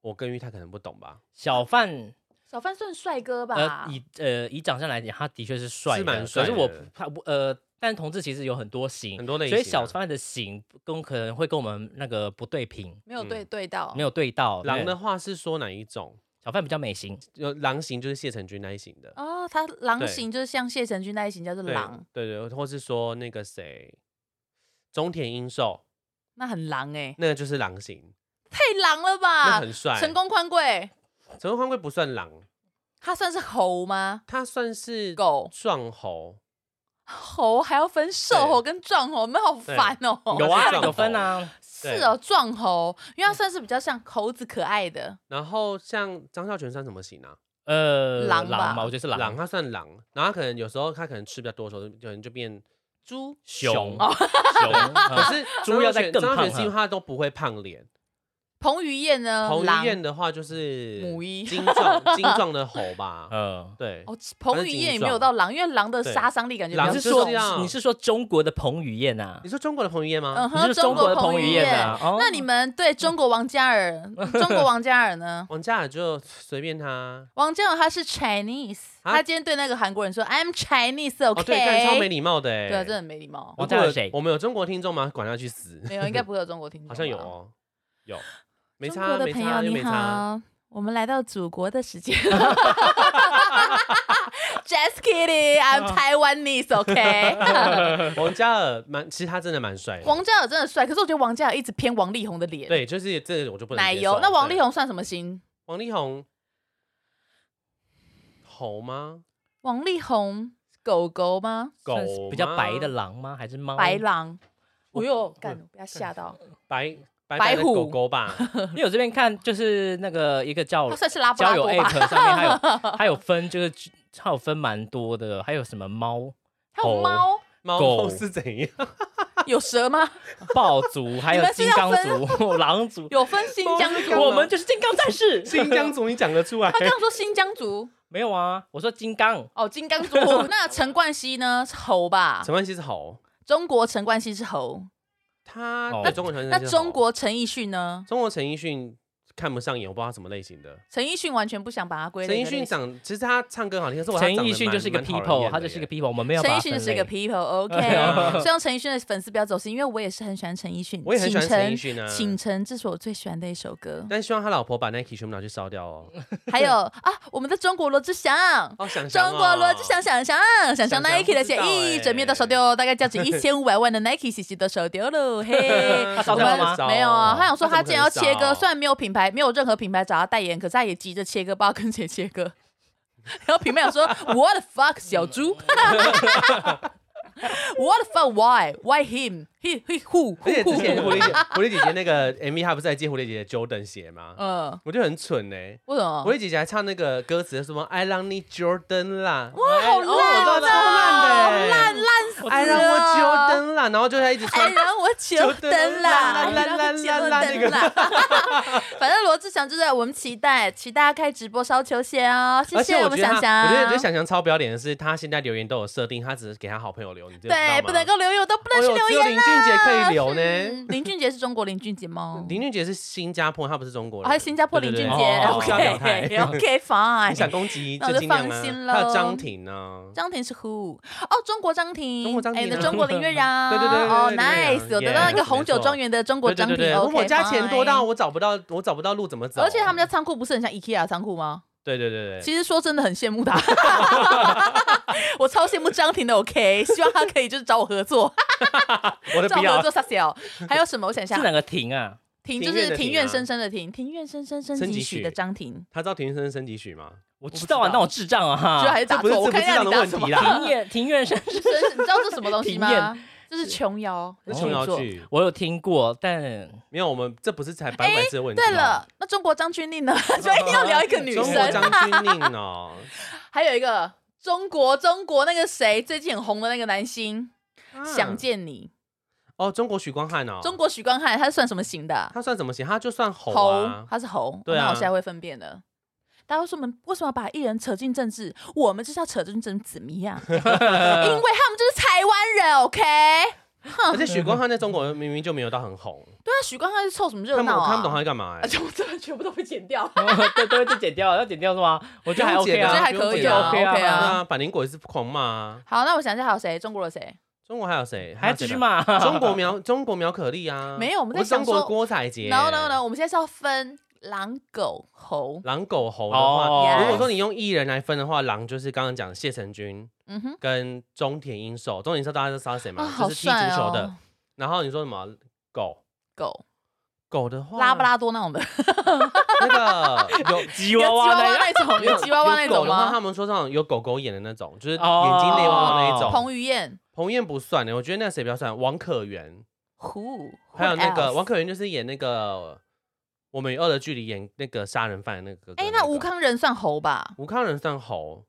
Speaker 3: 我跟玉他可能不懂吧，
Speaker 2: 小范
Speaker 1: 小贩算帅哥吧？
Speaker 2: 呃以呃以长相来讲，他的确是帅的，
Speaker 3: 是蛮帅
Speaker 2: 可是我
Speaker 3: 的
Speaker 2: 他不呃，但同志其实有很多型
Speaker 3: 很，多类
Speaker 2: 所
Speaker 3: 型、啊。
Speaker 2: 以小范的型跟可能会跟我们那个不对平，
Speaker 1: 没有对
Speaker 3: 嗯
Speaker 1: 对到，
Speaker 2: 没有对
Speaker 1: 哦
Speaker 2: 到。
Speaker 3: 狼
Speaker 2: 对
Speaker 3: 的话是说哪一种？
Speaker 2: 小范比较美型，
Speaker 3: 有狼型就是谢成君那一型的，
Speaker 1: 哦，他狼
Speaker 3: 对
Speaker 1: 型就是像谢承君那一型叫做嗯
Speaker 3: 对
Speaker 1: 狼，
Speaker 3: 对对，或是说那个谁，中田英寿，
Speaker 1: 那很狼哎、
Speaker 3: 那个就是狼型，
Speaker 1: 太狼了
Speaker 3: 那
Speaker 1: 吧？
Speaker 3: 很帅。
Speaker 1: 啊成功宽贵，
Speaker 3: 成功宽贵不算狼，
Speaker 1: 他算是猴吗？
Speaker 3: 他算是
Speaker 1: 狗
Speaker 3: 壮猴，
Speaker 1: 猴还要分瘦猴跟壮猴，你们好烦哦、
Speaker 3: 对
Speaker 2: 有啊
Speaker 3: 他是壮
Speaker 2: 有分
Speaker 3: 猴
Speaker 2: 啊，
Speaker 1: 是哦，壮猴，因
Speaker 3: 嗯
Speaker 1: 为它算是比较像猴子可爱的，
Speaker 3: 然后像张孝全算什么型啊？
Speaker 2: 呃，
Speaker 1: 狼吧
Speaker 2: 嘛，我觉得是
Speaker 3: 狼，啊
Speaker 2: 狼，
Speaker 3: 他算狼，然后他可能有时候他可能吃比较多的时候，可能就变猪。呃
Speaker 2: 熊
Speaker 1: 哦
Speaker 2: 熊，
Speaker 3: 可
Speaker 2: 嗯
Speaker 3: 是
Speaker 2: 猪
Speaker 3: 张孝
Speaker 2: 要再
Speaker 3: 全
Speaker 2: 更
Speaker 3: 张孝
Speaker 2: 胖
Speaker 3: 全是因为他都不会胖脸，
Speaker 1: 彭于晏呢？
Speaker 3: 彭于
Speaker 1: 嗯狼
Speaker 3: 晏的话就是
Speaker 1: 母一
Speaker 3: 精壮精壮的猴 吧，
Speaker 2: 呃，
Speaker 3: 对，
Speaker 1: 哦，彭于晏也没有到狼，因为狼的杀伤力感觉比
Speaker 3: 狼
Speaker 1: 较
Speaker 2: 你是
Speaker 3: 就是
Speaker 2: 说
Speaker 1: 重
Speaker 3: 这样
Speaker 2: 你是说中国的彭于晏啊
Speaker 3: 你？说中国的彭于晏吗？
Speaker 1: 嗯
Speaker 2: 你
Speaker 1: 哼，
Speaker 2: 是中国
Speaker 1: 国
Speaker 2: 的彭于
Speaker 1: 于
Speaker 2: 晏啊？哦
Speaker 3: 嗯
Speaker 1: 那你们对中国王嘉 尔，中国王嘉尔呢？
Speaker 3: 王嘉尔就随便他。
Speaker 1: 王嘉尔他是 Chinese，
Speaker 3: 啊
Speaker 1: 他今天对那个韩国人说 I'm
Speaker 3: 哦，对，看超
Speaker 1: Chinese，OK？
Speaker 3: 没礼貌的哎。
Speaker 1: 对啊，真的很没礼 貌。
Speaker 2: 王
Speaker 3: 如
Speaker 2: 嘉
Speaker 3: 果
Speaker 2: 尔
Speaker 3: 有
Speaker 2: 谁
Speaker 3: 我们有中国听众吗？管他去死。
Speaker 1: 没有，应该不会有中国听众吧。
Speaker 3: 好像有哦，有。没
Speaker 1: 中
Speaker 3: 差
Speaker 1: 国
Speaker 3: 啊，
Speaker 1: 的
Speaker 3: 没
Speaker 1: 朋
Speaker 3: 差
Speaker 1: 友
Speaker 3: 啊，又
Speaker 1: 你
Speaker 3: 没差啊。
Speaker 1: 好，我们来到祖国的时 间。Just kidding, I'm Taiwanese, OK 。
Speaker 3: 王嘉尔蛮，其实他真的蛮帅的。
Speaker 1: 王嘉尔真的帅，可是我觉得王嘉尔一直偏王力宏的脸，，
Speaker 3: 对，就是这个我就不能
Speaker 1: 奶
Speaker 3: 接
Speaker 1: 油
Speaker 3: 受。啊
Speaker 1: 那王
Speaker 3: 对
Speaker 1: 力，宏算什么星？
Speaker 3: 王力宏猴吗？
Speaker 1: 王力宏狗狗吗？
Speaker 3: 狗
Speaker 2: 算是比较白的
Speaker 3: 吗
Speaker 2: 狼吗？还是猫？
Speaker 3: 哦
Speaker 1: 白狼？
Speaker 2: 我
Speaker 1: 我又干，我被他吓到。
Speaker 3: 白白
Speaker 1: 白
Speaker 3: 白的狗
Speaker 1: 虎
Speaker 3: 狗吧？
Speaker 2: 因为我这边看就是那个一个
Speaker 3: 哦
Speaker 2: 叫
Speaker 1: 他算是拉布拉
Speaker 2: 交友
Speaker 1: 多吧？
Speaker 2: app 上面还 有还有分，就是它有分蛮多的，还有什么猫、
Speaker 1: 还
Speaker 3: 哦
Speaker 1: 有猫，
Speaker 3: 猫
Speaker 2: 狗
Speaker 3: 狗是怎样？
Speaker 1: 有蛇吗？
Speaker 2: 豹族，还有
Speaker 1: 你们是
Speaker 2: 金
Speaker 1: 要
Speaker 2: 刚
Speaker 1: 分
Speaker 2: 族、 狼族。
Speaker 1: 有分新疆族吗？
Speaker 2: 我们就是金刚战士。
Speaker 3: 新疆族你讲得出来
Speaker 1: 他？刚刚说新疆族
Speaker 2: 没有啊，我说金刚。
Speaker 1: 哦，金刚 族。那陈冠希呢？是猴吧？
Speaker 3: 陈冠希是猴，
Speaker 1: 中国陈冠希是猴，
Speaker 3: 他
Speaker 2: 哦
Speaker 3: 对中国陈
Speaker 1: 那
Speaker 3: 冠希是
Speaker 1: 中
Speaker 3: 猴
Speaker 1: 国陈奕迅呢？
Speaker 3: 中国陈奕迅看不上眼，我不知道他什么类型的。
Speaker 1: 陈奕迅完全不想把他归
Speaker 3: 陈
Speaker 1: 类
Speaker 3: 奕
Speaker 1: 的
Speaker 3: 迅
Speaker 1: 类型。
Speaker 3: 长，其实他唱歌好听，可是我
Speaker 2: 陈奕迅就是一个 people，他就是一个 people，我们没有
Speaker 1: 陈
Speaker 2: 把
Speaker 1: 奕
Speaker 2: 它
Speaker 1: 迅
Speaker 2: 分
Speaker 1: 就是一
Speaker 2: 类
Speaker 1: 个 people，OK、
Speaker 2: 对 啊
Speaker 1: 希望陈奕迅的粉丝不要走心，因为我也是很喜欢陈奕迅，
Speaker 3: 我也很喜欢陈奕
Speaker 1: 请
Speaker 3: 迅啊。
Speaker 1: 陈，请陈，这是我最喜欢的一首歌
Speaker 3: 但希望他老婆把 Nike 全部拿去烧掉哦。
Speaker 1: 还有啊，我们的中国罗志祥，
Speaker 3: 哦，想
Speaker 1: 中国罗志祥想想想想
Speaker 3: 想
Speaker 1: Nike 的协
Speaker 3: 不
Speaker 1: 议，
Speaker 3: 知道欸
Speaker 1: 整面都收丢，大概 价值一千五百万的 Nike 协议都收丢了，嘿。
Speaker 3: 他
Speaker 2: 他烧
Speaker 1: 我
Speaker 2: 掉了
Speaker 1: 们
Speaker 2: 吗
Speaker 3: 哦
Speaker 1: 没有啊，他想说他
Speaker 3: 怎
Speaker 1: 既
Speaker 3: 么
Speaker 1: 然要
Speaker 3: 可能
Speaker 1: 切割，
Speaker 3: 烧
Speaker 1: 虽然没有品牌，没有任何品牌找他代言，可是他也急着切割，不知道跟谁切割。 然后品牌想 说 What the fuck，小猪？What the fuck why why him he he who
Speaker 3: 而且
Speaker 1: who
Speaker 3: 之前
Speaker 1: who？
Speaker 3: 蝴蝶姐蝴蝶姐姐那个 MV，她不是在借蝴蝶姐姐 Jordan 鞋吗？
Speaker 1: 嗯，
Speaker 3: 我就很蠢哎，
Speaker 1: 为什么
Speaker 3: 蝴？蝶姐姐还唱那个歌词什么 “I love you Jordan” 啦哎
Speaker 1: 哇，好
Speaker 2: 哦我
Speaker 1: 烂
Speaker 2: 知道超
Speaker 3: 烂的欸
Speaker 1: 烂哦烂死
Speaker 3: ，“I
Speaker 1: 了
Speaker 3: love you Jordan” 啦，然后就她一直
Speaker 1: 哎，
Speaker 3: 穿
Speaker 1: 让我求等啦，哎
Speaker 3: 求等啦啦啦啦啦
Speaker 1: 求等啦。 反正罗志祥就是我们期待，期待他开直播烧球鞋哦，谢
Speaker 3: 而且
Speaker 1: 谢
Speaker 3: 我
Speaker 1: 们
Speaker 3: 觉得
Speaker 1: 想
Speaker 3: 他
Speaker 1: 想。
Speaker 3: 我觉得我觉得想想超不要脸的是，他现在留言都有设定，他只是给他好朋友留，你知道吗
Speaker 1: 对，不能够留言，我都不能
Speaker 3: 哦
Speaker 1: 去
Speaker 3: 哟
Speaker 1: 留
Speaker 3: 只有
Speaker 1: 言
Speaker 3: 林俊杰可以留呢。
Speaker 1: 嗯林俊杰是中国林俊杰吗？
Speaker 3: 林俊杰是新加坡，他不是中国
Speaker 1: 哦，
Speaker 3: 人。
Speaker 1: 还有新加坡
Speaker 3: 对
Speaker 1: 林
Speaker 3: 对
Speaker 1: 俊
Speaker 3: 对
Speaker 1: 杰
Speaker 2: 哦
Speaker 3: 不需要表态。
Speaker 1: ，OK，OK，
Speaker 3: 你想
Speaker 1: fine。
Speaker 3: 攻击
Speaker 1: 那我
Speaker 3: 就
Speaker 1: 就
Speaker 3: 尽量
Speaker 1: 放
Speaker 3: 啊。
Speaker 1: 心
Speaker 3: 还
Speaker 1: 喽
Speaker 3: 有张庭啊呢，
Speaker 1: 张庭是 who？哦，中国张庭，
Speaker 3: 中国张庭
Speaker 1: 哎，
Speaker 3: 啊
Speaker 1: 那中国林 月壤，
Speaker 3: 对对对对对
Speaker 1: 哦
Speaker 3: 林月壤
Speaker 1: ，nice，有得到
Speaker 3: yeah，
Speaker 1: 一个红酒
Speaker 3: 没错
Speaker 1: 庄园的中国张
Speaker 3: 对
Speaker 1: 庭
Speaker 3: 对对，
Speaker 1: ，OK，
Speaker 3: 我家钱多到
Speaker 1: fine
Speaker 3: 我找不到，我找不到路怎么走？
Speaker 1: 而且他们家仓库不是很像 IKEA 仓库吗？
Speaker 3: 对对对对，
Speaker 1: 其实说真的很羡慕 他， 我超羡慕张庭的 OK，希望他可以就是找我合 作，
Speaker 3: 我的
Speaker 1: 找
Speaker 3: 不
Speaker 1: 我合
Speaker 3: 要
Speaker 1: 作撒 小。还有什么？我想一
Speaker 2: 是
Speaker 1: 下，
Speaker 2: 哪个庭啊？
Speaker 1: 庭
Speaker 3: 庭
Speaker 1: 就
Speaker 3: 院
Speaker 1: 是
Speaker 3: 的
Speaker 1: 庭
Speaker 3: 庭
Speaker 1: 院
Speaker 3: 啊
Speaker 1: 深深的庭，庭院深深深
Speaker 3: 深
Speaker 1: 几
Speaker 3: 几
Speaker 1: 许
Speaker 3: 许
Speaker 1: 的张庭，
Speaker 3: 他知道庭院深深几许吗？
Speaker 2: 我
Speaker 1: 不
Speaker 2: 知道啊
Speaker 1: 知，道
Speaker 2: 那我智障啊
Speaker 1: 就还
Speaker 2: 哈！
Speaker 1: 是打
Speaker 3: 这不是
Speaker 1: 错。我
Speaker 3: 知不
Speaker 1: 看一下
Speaker 3: 知道
Speaker 1: 你
Speaker 3: 的
Speaker 1: 答
Speaker 3: 问
Speaker 1: 什
Speaker 3: 题
Speaker 1: 么。
Speaker 3: 啦
Speaker 2: 庭院庭院深深，
Speaker 1: 深深你知道这是什么东西
Speaker 2: 庭
Speaker 1: 吗
Speaker 2: 院？
Speaker 1: 这是琼瑶，
Speaker 3: 那
Speaker 1: 处
Speaker 3: 琼瑶
Speaker 1: 女座
Speaker 3: 剧
Speaker 2: 我有听过，但。
Speaker 3: 没有，我们这不是才白白这问题。
Speaker 1: 对了，那中国张钧甯呢？ 就一定要聊一个女
Speaker 3: 中国
Speaker 1: 生
Speaker 3: 张。钧甯哦，
Speaker 1: 还有一个中国中国那个谁最近很红的那个男星，想
Speaker 3: 见
Speaker 1: 见你。
Speaker 3: 啊哦，中国许光汉嗯哦，
Speaker 1: 啊中国许光汉他是算什么型的啊？
Speaker 3: 他算怎么型？他就算猴
Speaker 1: 猴
Speaker 3: 啊，，
Speaker 1: 他是猴，
Speaker 3: 对啊
Speaker 1: 那我现在会分辨的。大家会说我们为什么要把艺人扯进政治？我们就是要扯进政治，怎么 样？因为他们就是台湾人，OK？对
Speaker 3: 而且许光汉在中国明明就没有到 很红，
Speaker 1: 啊，许光汉是凑什么热
Speaker 3: 看不
Speaker 1: 闹
Speaker 3: 我
Speaker 1: 啊？
Speaker 3: 看不懂他在干嘛
Speaker 1: 而
Speaker 3: 哎。
Speaker 1: 且我真的全部都被剪掉
Speaker 2: 对，都会被剪掉，要剪掉是吗？我觉得还
Speaker 3: 不用
Speaker 2: OK
Speaker 3: 剪
Speaker 1: 我
Speaker 3: 啊
Speaker 1: 觉得
Speaker 2: 啊
Speaker 1: 还，可以
Speaker 3: 不用
Speaker 1: 啊
Speaker 3: 剪
Speaker 1: ，OK
Speaker 2: 啊
Speaker 1: 啊。
Speaker 3: 那板林果也是狂骂啊，
Speaker 1: 好，那我想一下，还有谁？中国的谁？
Speaker 3: 中国还有谁？
Speaker 2: 还要继续
Speaker 3: 谁呢？
Speaker 2: 骂。
Speaker 3: 中国苗中国苗可丽啊，
Speaker 1: 没有我们在
Speaker 3: 是中
Speaker 1: 想
Speaker 3: 国
Speaker 1: 说
Speaker 3: 郭采洁。
Speaker 1: No No No，我们现在是要分狼、狗、猴。
Speaker 3: 狼狗猴的话，
Speaker 1: 哦
Speaker 3: 如果说你用艺人来分的话，狼就是刚刚讲谢承君
Speaker 1: 嗯哼，
Speaker 3: 跟中田英寿，中田英寿大家都知道是谁
Speaker 1: 啊，
Speaker 3: 嘛，
Speaker 1: 好
Speaker 3: 就是踢足
Speaker 1: 帅
Speaker 3: 球的
Speaker 1: 哦。，
Speaker 3: 然后你说什么狗
Speaker 1: 狗
Speaker 3: 狗的话，
Speaker 1: 拉布拉多那种的，
Speaker 3: 那 个 有啊
Speaker 2: 吉
Speaker 1: 有啊
Speaker 2: 娃
Speaker 1: 吉
Speaker 2: 娃那
Speaker 1: 娃娃那种，有吉娃娃那
Speaker 3: 有狗
Speaker 1: 种
Speaker 3: 的话，
Speaker 1: 吗
Speaker 3: 他？们说上有狗狗眼的那种，就是眼
Speaker 2: 哦
Speaker 3: 睛内挖的那一种。
Speaker 1: 彭于晏，
Speaker 3: 彭于晏不算的，欸我觉得那谁比较算？王可元，
Speaker 1: 胡，
Speaker 3: 还有那
Speaker 1: What
Speaker 3: 个
Speaker 1: else？
Speaker 3: 王可元就是演那个《我们与恶的距离》演那个杀人犯的那个哥哥、
Speaker 1: 哎、
Speaker 3: 那
Speaker 1: 那
Speaker 3: 个
Speaker 1: 吴康仁算猴吧？
Speaker 3: 吴康仁算猴，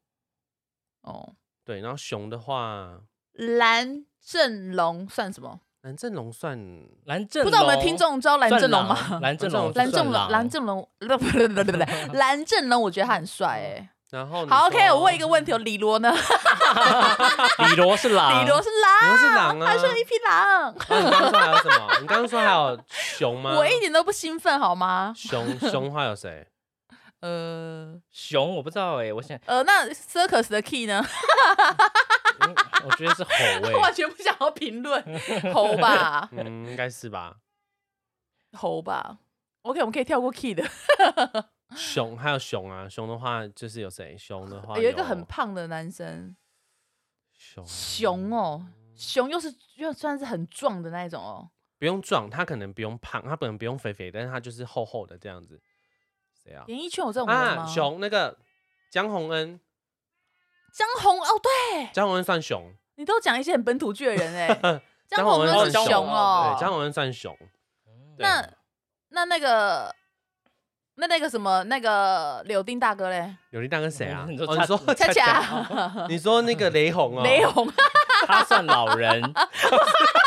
Speaker 1: 哦，
Speaker 3: 对，然后熊的话，
Speaker 1: 蓝正龙算什么？
Speaker 3: 蓝正龙算
Speaker 2: 蓝正
Speaker 1: 不
Speaker 2: 龙，
Speaker 1: 知道我们的听众知道蓝正龙
Speaker 2: 算
Speaker 1: 吗
Speaker 2: 狼？蓝正龙，
Speaker 1: 蓝
Speaker 3: 蓝
Speaker 1: 正龙，蓝正龙，不不不不不不，蓝正龙，我觉得他很帅哎、
Speaker 3: 然嗯后你
Speaker 1: 好，OK，
Speaker 3: 说嗯
Speaker 1: 我问一个问题哦，李罗呢？
Speaker 2: 龙，李罗是
Speaker 3: 啊
Speaker 2: 狼，
Speaker 1: 李罗是
Speaker 3: 你
Speaker 1: 狼，
Speaker 3: 又是狼啊？
Speaker 1: 他是一匹狼，
Speaker 3: 啊你刚刚说还有什么？你刚刚说还有熊吗？
Speaker 1: 我一点都不兴奋好吗？
Speaker 3: 熊 熊还有谁？
Speaker 1: 呃
Speaker 2: 熊，我不知道哎，我想，
Speaker 1: 呃，那 circus 的 key 呢？
Speaker 2: 嗯我觉得 是猴
Speaker 1: 我
Speaker 2: 哎
Speaker 1: 完。全不想 要评论，猴吧，
Speaker 3: 嗯，应该是吧。
Speaker 1: 猴吧。 OK，我们可以跳过 key 的。
Speaker 3: 熊还有熊啊，熊的话就是有谁？熊的话
Speaker 1: 有一个很胖的男生，
Speaker 3: 熊
Speaker 1: 熊哦，熊又是又算是很壮的那一种哦。
Speaker 3: 不用壮，他可能不用胖，他可能不用肥肥，但是他就是厚厚的这样子。谁啊？
Speaker 1: 演艺圈有这种人吗？
Speaker 3: 啊，熊那个江宏恩，
Speaker 1: 江宏哦，对
Speaker 3: 江宏恩算熊，
Speaker 1: 你都讲一些很本土剧的人哎、 江
Speaker 3: 江
Speaker 1: 宏
Speaker 3: 宏
Speaker 1: 恩
Speaker 3: 恩
Speaker 1: 是
Speaker 2: 江
Speaker 1: 熊
Speaker 2: 宏
Speaker 1: 哦，
Speaker 3: 对，江宏恩算熊。对
Speaker 1: 那那那个那那个什么那个柳丁大哥嘞，
Speaker 3: 有力大 哥谁啊？
Speaker 2: 你说
Speaker 3: 哦
Speaker 2: 恰
Speaker 3: 你说
Speaker 1: 恰
Speaker 3: 恰，哦
Speaker 1: 恰
Speaker 3: 你说那 个雷洪哦，
Speaker 1: 雷洪，
Speaker 2: 他算老 人，
Speaker 3: 他是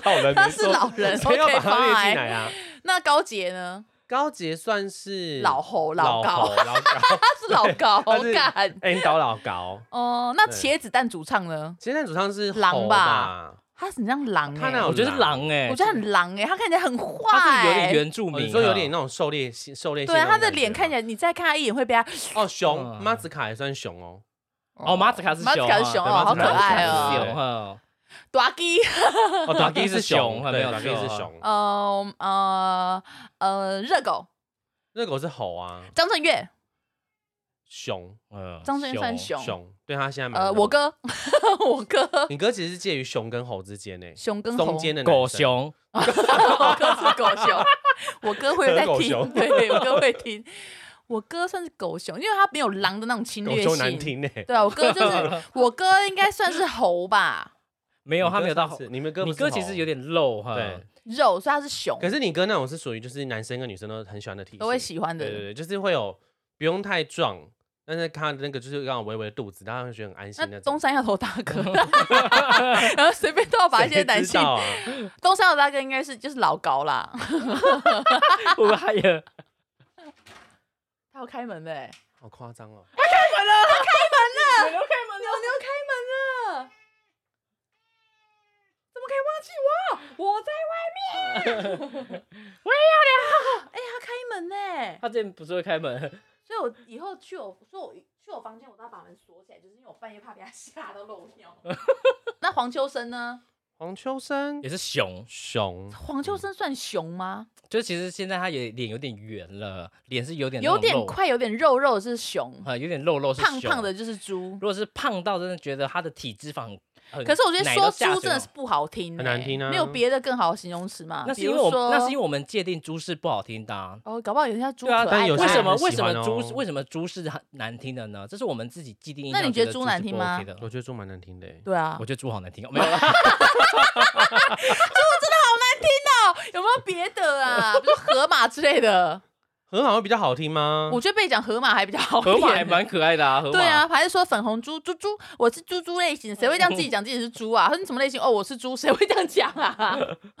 Speaker 3: 老人，
Speaker 1: 他
Speaker 3: 没
Speaker 1: 是
Speaker 3: 错
Speaker 1: 老人
Speaker 3: 谁要
Speaker 1: OK，
Speaker 3: 把他列
Speaker 1: fine
Speaker 3: 进来啊？
Speaker 1: 那高杰呢？
Speaker 3: 高杰算是
Speaker 1: 老猴老
Speaker 3: 老
Speaker 1: 高
Speaker 3: 猴，老 高，
Speaker 1: 他是老高
Speaker 3: 他是
Speaker 1: 干
Speaker 3: 哎，你搞老高。
Speaker 1: 哦。那
Speaker 3: 对
Speaker 1: 茄子蛋主唱呢？
Speaker 3: 其实那主唱是
Speaker 1: 狼
Speaker 3: 猴
Speaker 1: 吧？他很像狼
Speaker 3: 他
Speaker 1: 哎、
Speaker 3: 那
Speaker 2: 我觉得是狼哎、
Speaker 1: 我觉欸得很狼哎、他看起来很
Speaker 2: 他
Speaker 1: 坏、
Speaker 2: 是有点原住
Speaker 3: 哦
Speaker 2: 民啊，
Speaker 3: 你说有点那种狩猎性狩猎性
Speaker 1: 对
Speaker 3: 那
Speaker 1: 啊，
Speaker 3: 种
Speaker 1: 他
Speaker 3: 感觉吗，
Speaker 1: 的脸看起来，你再看他一眼会被他
Speaker 3: 哦熊，
Speaker 2: 嗯
Speaker 3: 马子卡也算熊哦，
Speaker 2: 哦，马子卡是
Speaker 1: 马
Speaker 2: 熊
Speaker 1: 子
Speaker 2: 啊，
Speaker 1: 卡是熊哦，
Speaker 3: 对马
Speaker 1: 好
Speaker 3: 子
Speaker 1: 可
Speaker 3: 卡是
Speaker 1: 爱
Speaker 3: 熊
Speaker 1: 哦。
Speaker 2: 熊哈，
Speaker 1: 短鸡，
Speaker 3: 哦，
Speaker 2: 打
Speaker 3: 打
Speaker 2: 的
Speaker 3: 的
Speaker 2: 是
Speaker 3: 是
Speaker 2: 熊
Speaker 3: 熊，
Speaker 2: 还没
Speaker 3: 对，
Speaker 2: 有
Speaker 3: 打的
Speaker 2: 错
Speaker 3: 是
Speaker 2: 啊
Speaker 3: 熊，
Speaker 1: 呃呃呃，热狗
Speaker 3: 热狗是猴啊，
Speaker 1: 张震岳，
Speaker 3: 熊
Speaker 2: 嗯
Speaker 1: 张震岳算熊，
Speaker 3: 熊，对他现在蛮
Speaker 1: 呃，
Speaker 3: 肉
Speaker 1: 我
Speaker 3: 的，
Speaker 1: 哥， 我哥，
Speaker 3: 你哥其实是介于熊跟猴之间呢，
Speaker 1: 熊跟猴
Speaker 3: 中，间的男
Speaker 2: 狗
Speaker 3: 生，
Speaker 2: 熊，
Speaker 1: 我哥是狗熊，我哥会在
Speaker 3: 狗
Speaker 1: 听，
Speaker 3: 熊
Speaker 1: 对我哥会听，我哥算是狗熊，因为他没有狼的那种侵
Speaker 3: 狗
Speaker 1: 略
Speaker 3: 熊难
Speaker 1: 性。
Speaker 3: 听呢，
Speaker 1: 对啊，我哥就是我哥，应该算是猴吧，
Speaker 2: 没
Speaker 3: 没
Speaker 2: 有他没有到，
Speaker 3: 你们哥
Speaker 2: 你
Speaker 3: 不是
Speaker 2: 哥其实
Speaker 3: 猴
Speaker 2: 有点肉哈，
Speaker 3: 对，
Speaker 1: 肉，所以他是熊，
Speaker 3: 可是你哥那种是属于就是男生跟女生都很喜欢的体型，
Speaker 1: 都会喜欢的
Speaker 3: 对对。对，就是会有不用太壮，但是看那个就是让我微微的肚子，大家会觉得很安心
Speaker 1: 那
Speaker 3: 那
Speaker 1: 东
Speaker 3: 种。
Speaker 1: 山要头大 哥，然后随便都要把一些
Speaker 3: 谁
Speaker 1: 男
Speaker 3: 知
Speaker 1: 性，
Speaker 3: 道啊，
Speaker 1: 东山要头大哥应该是就是老高啦，
Speaker 2: 会不会他也
Speaker 1: 他要开门的欸，
Speaker 3: 好夸张哦！
Speaker 1: 牛牛开门了，牛牛开门了，怎么可以忘记我？我在 外面，我也要聊。哎、他开门呢、
Speaker 2: 他之前不是会开门，
Speaker 1: 所以我以后去我，所以我去我房间，我都要把门锁起来，就是因为我半夜怕被他吓到漏 尿。那黄秋生呢？
Speaker 3: 黄秋生
Speaker 2: 也是熊，
Speaker 3: 熊，
Speaker 1: 黄秋生算熊吗？
Speaker 2: 就其实现在他也脸有点圆了，脸是有点那
Speaker 1: 有
Speaker 2: 种
Speaker 1: 点
Speaker 2: 肉，
Speaker 1: 快，有点肉肉的是熊，
Speaker 2: 啊，有点肉肉是
Speaker 1: 胖
Speaker 2: 熊
Speaker 1: 胖的。就是猪
Speaker 2: 如。果是胖到真的觉得他的体脂肪很，
Speaker 1: 可是我觉得
Speaker 2: 奶
Speaker 1: 说
Speaker 2: 都下
Speaker 1: 猪
Speaker 2: 垂
Speaker 1: 真的
Speaker 2: 了
Speaker 1: 是不好听、欸，
Speaker 3: 很难听啊
Speaker 1: 没有别的更好的形容词嘛？
Speaker 2: 那是
Speaker 1: 啊比
Speaker 2: 因
Speaker 1: 如
Speaker 2: 为我
Speaker 1: 说
Speaker 2: 那是因为我们界定猪是不好听的啊、
Speaker 1: 哦，搞不好有人家猪
Speaker 2: 对
Speaker 1: 可爱
Speaker 2: 啊，
Speaker 1: 吧。
Speaker 3: 但有些
Speaker 2: 为什
Speaker 3: 人
Speaker 2: 么
Speaker 3: 很
Speaker 2: 为
Speaker 3: 喜
Speaker 2: 什么
Speaker 3: 欢
Speaker 2: 猪
Speaker 3: 哦
Speaker 2: 是为什么猪是很难听的呢？这是我们自己既定印
Speaker 1: 那
Speaker 2: 象
Speaker 1: 你
Speaker 2: 觉
Speaker 1: 觉得
Speaker 2: 得
Speaker 1: 猪
Speaker 2: 是
Speaker 1: 难
Speaker 2: 不
Speaker 1: 听吗
Speaker 2: OK 的
Speaker 3: 我觉得猪蛮难听的欸。
Speaker 1: 对啊，
Speaker 2: 我觉得猪好难 听，哦，没有啦，
Speaker 1: 有没有别 的啊？比如说河马之类的，
Speaker 3: 河马会比较好听吗？
Speaker 1: 我觉得被讲河马还比较好一
Speaker 2: 嗯河
Speaker 1: 点。
Speaker 2: 马还蛮可爱的啊，河马
Speaker 1: 对啊，还是说粉红猪猪猪，我是猪猪类型，谁会这样自己讲自己是猪啊？他是什么类型？哦，我是猪，谁会这样讲啊？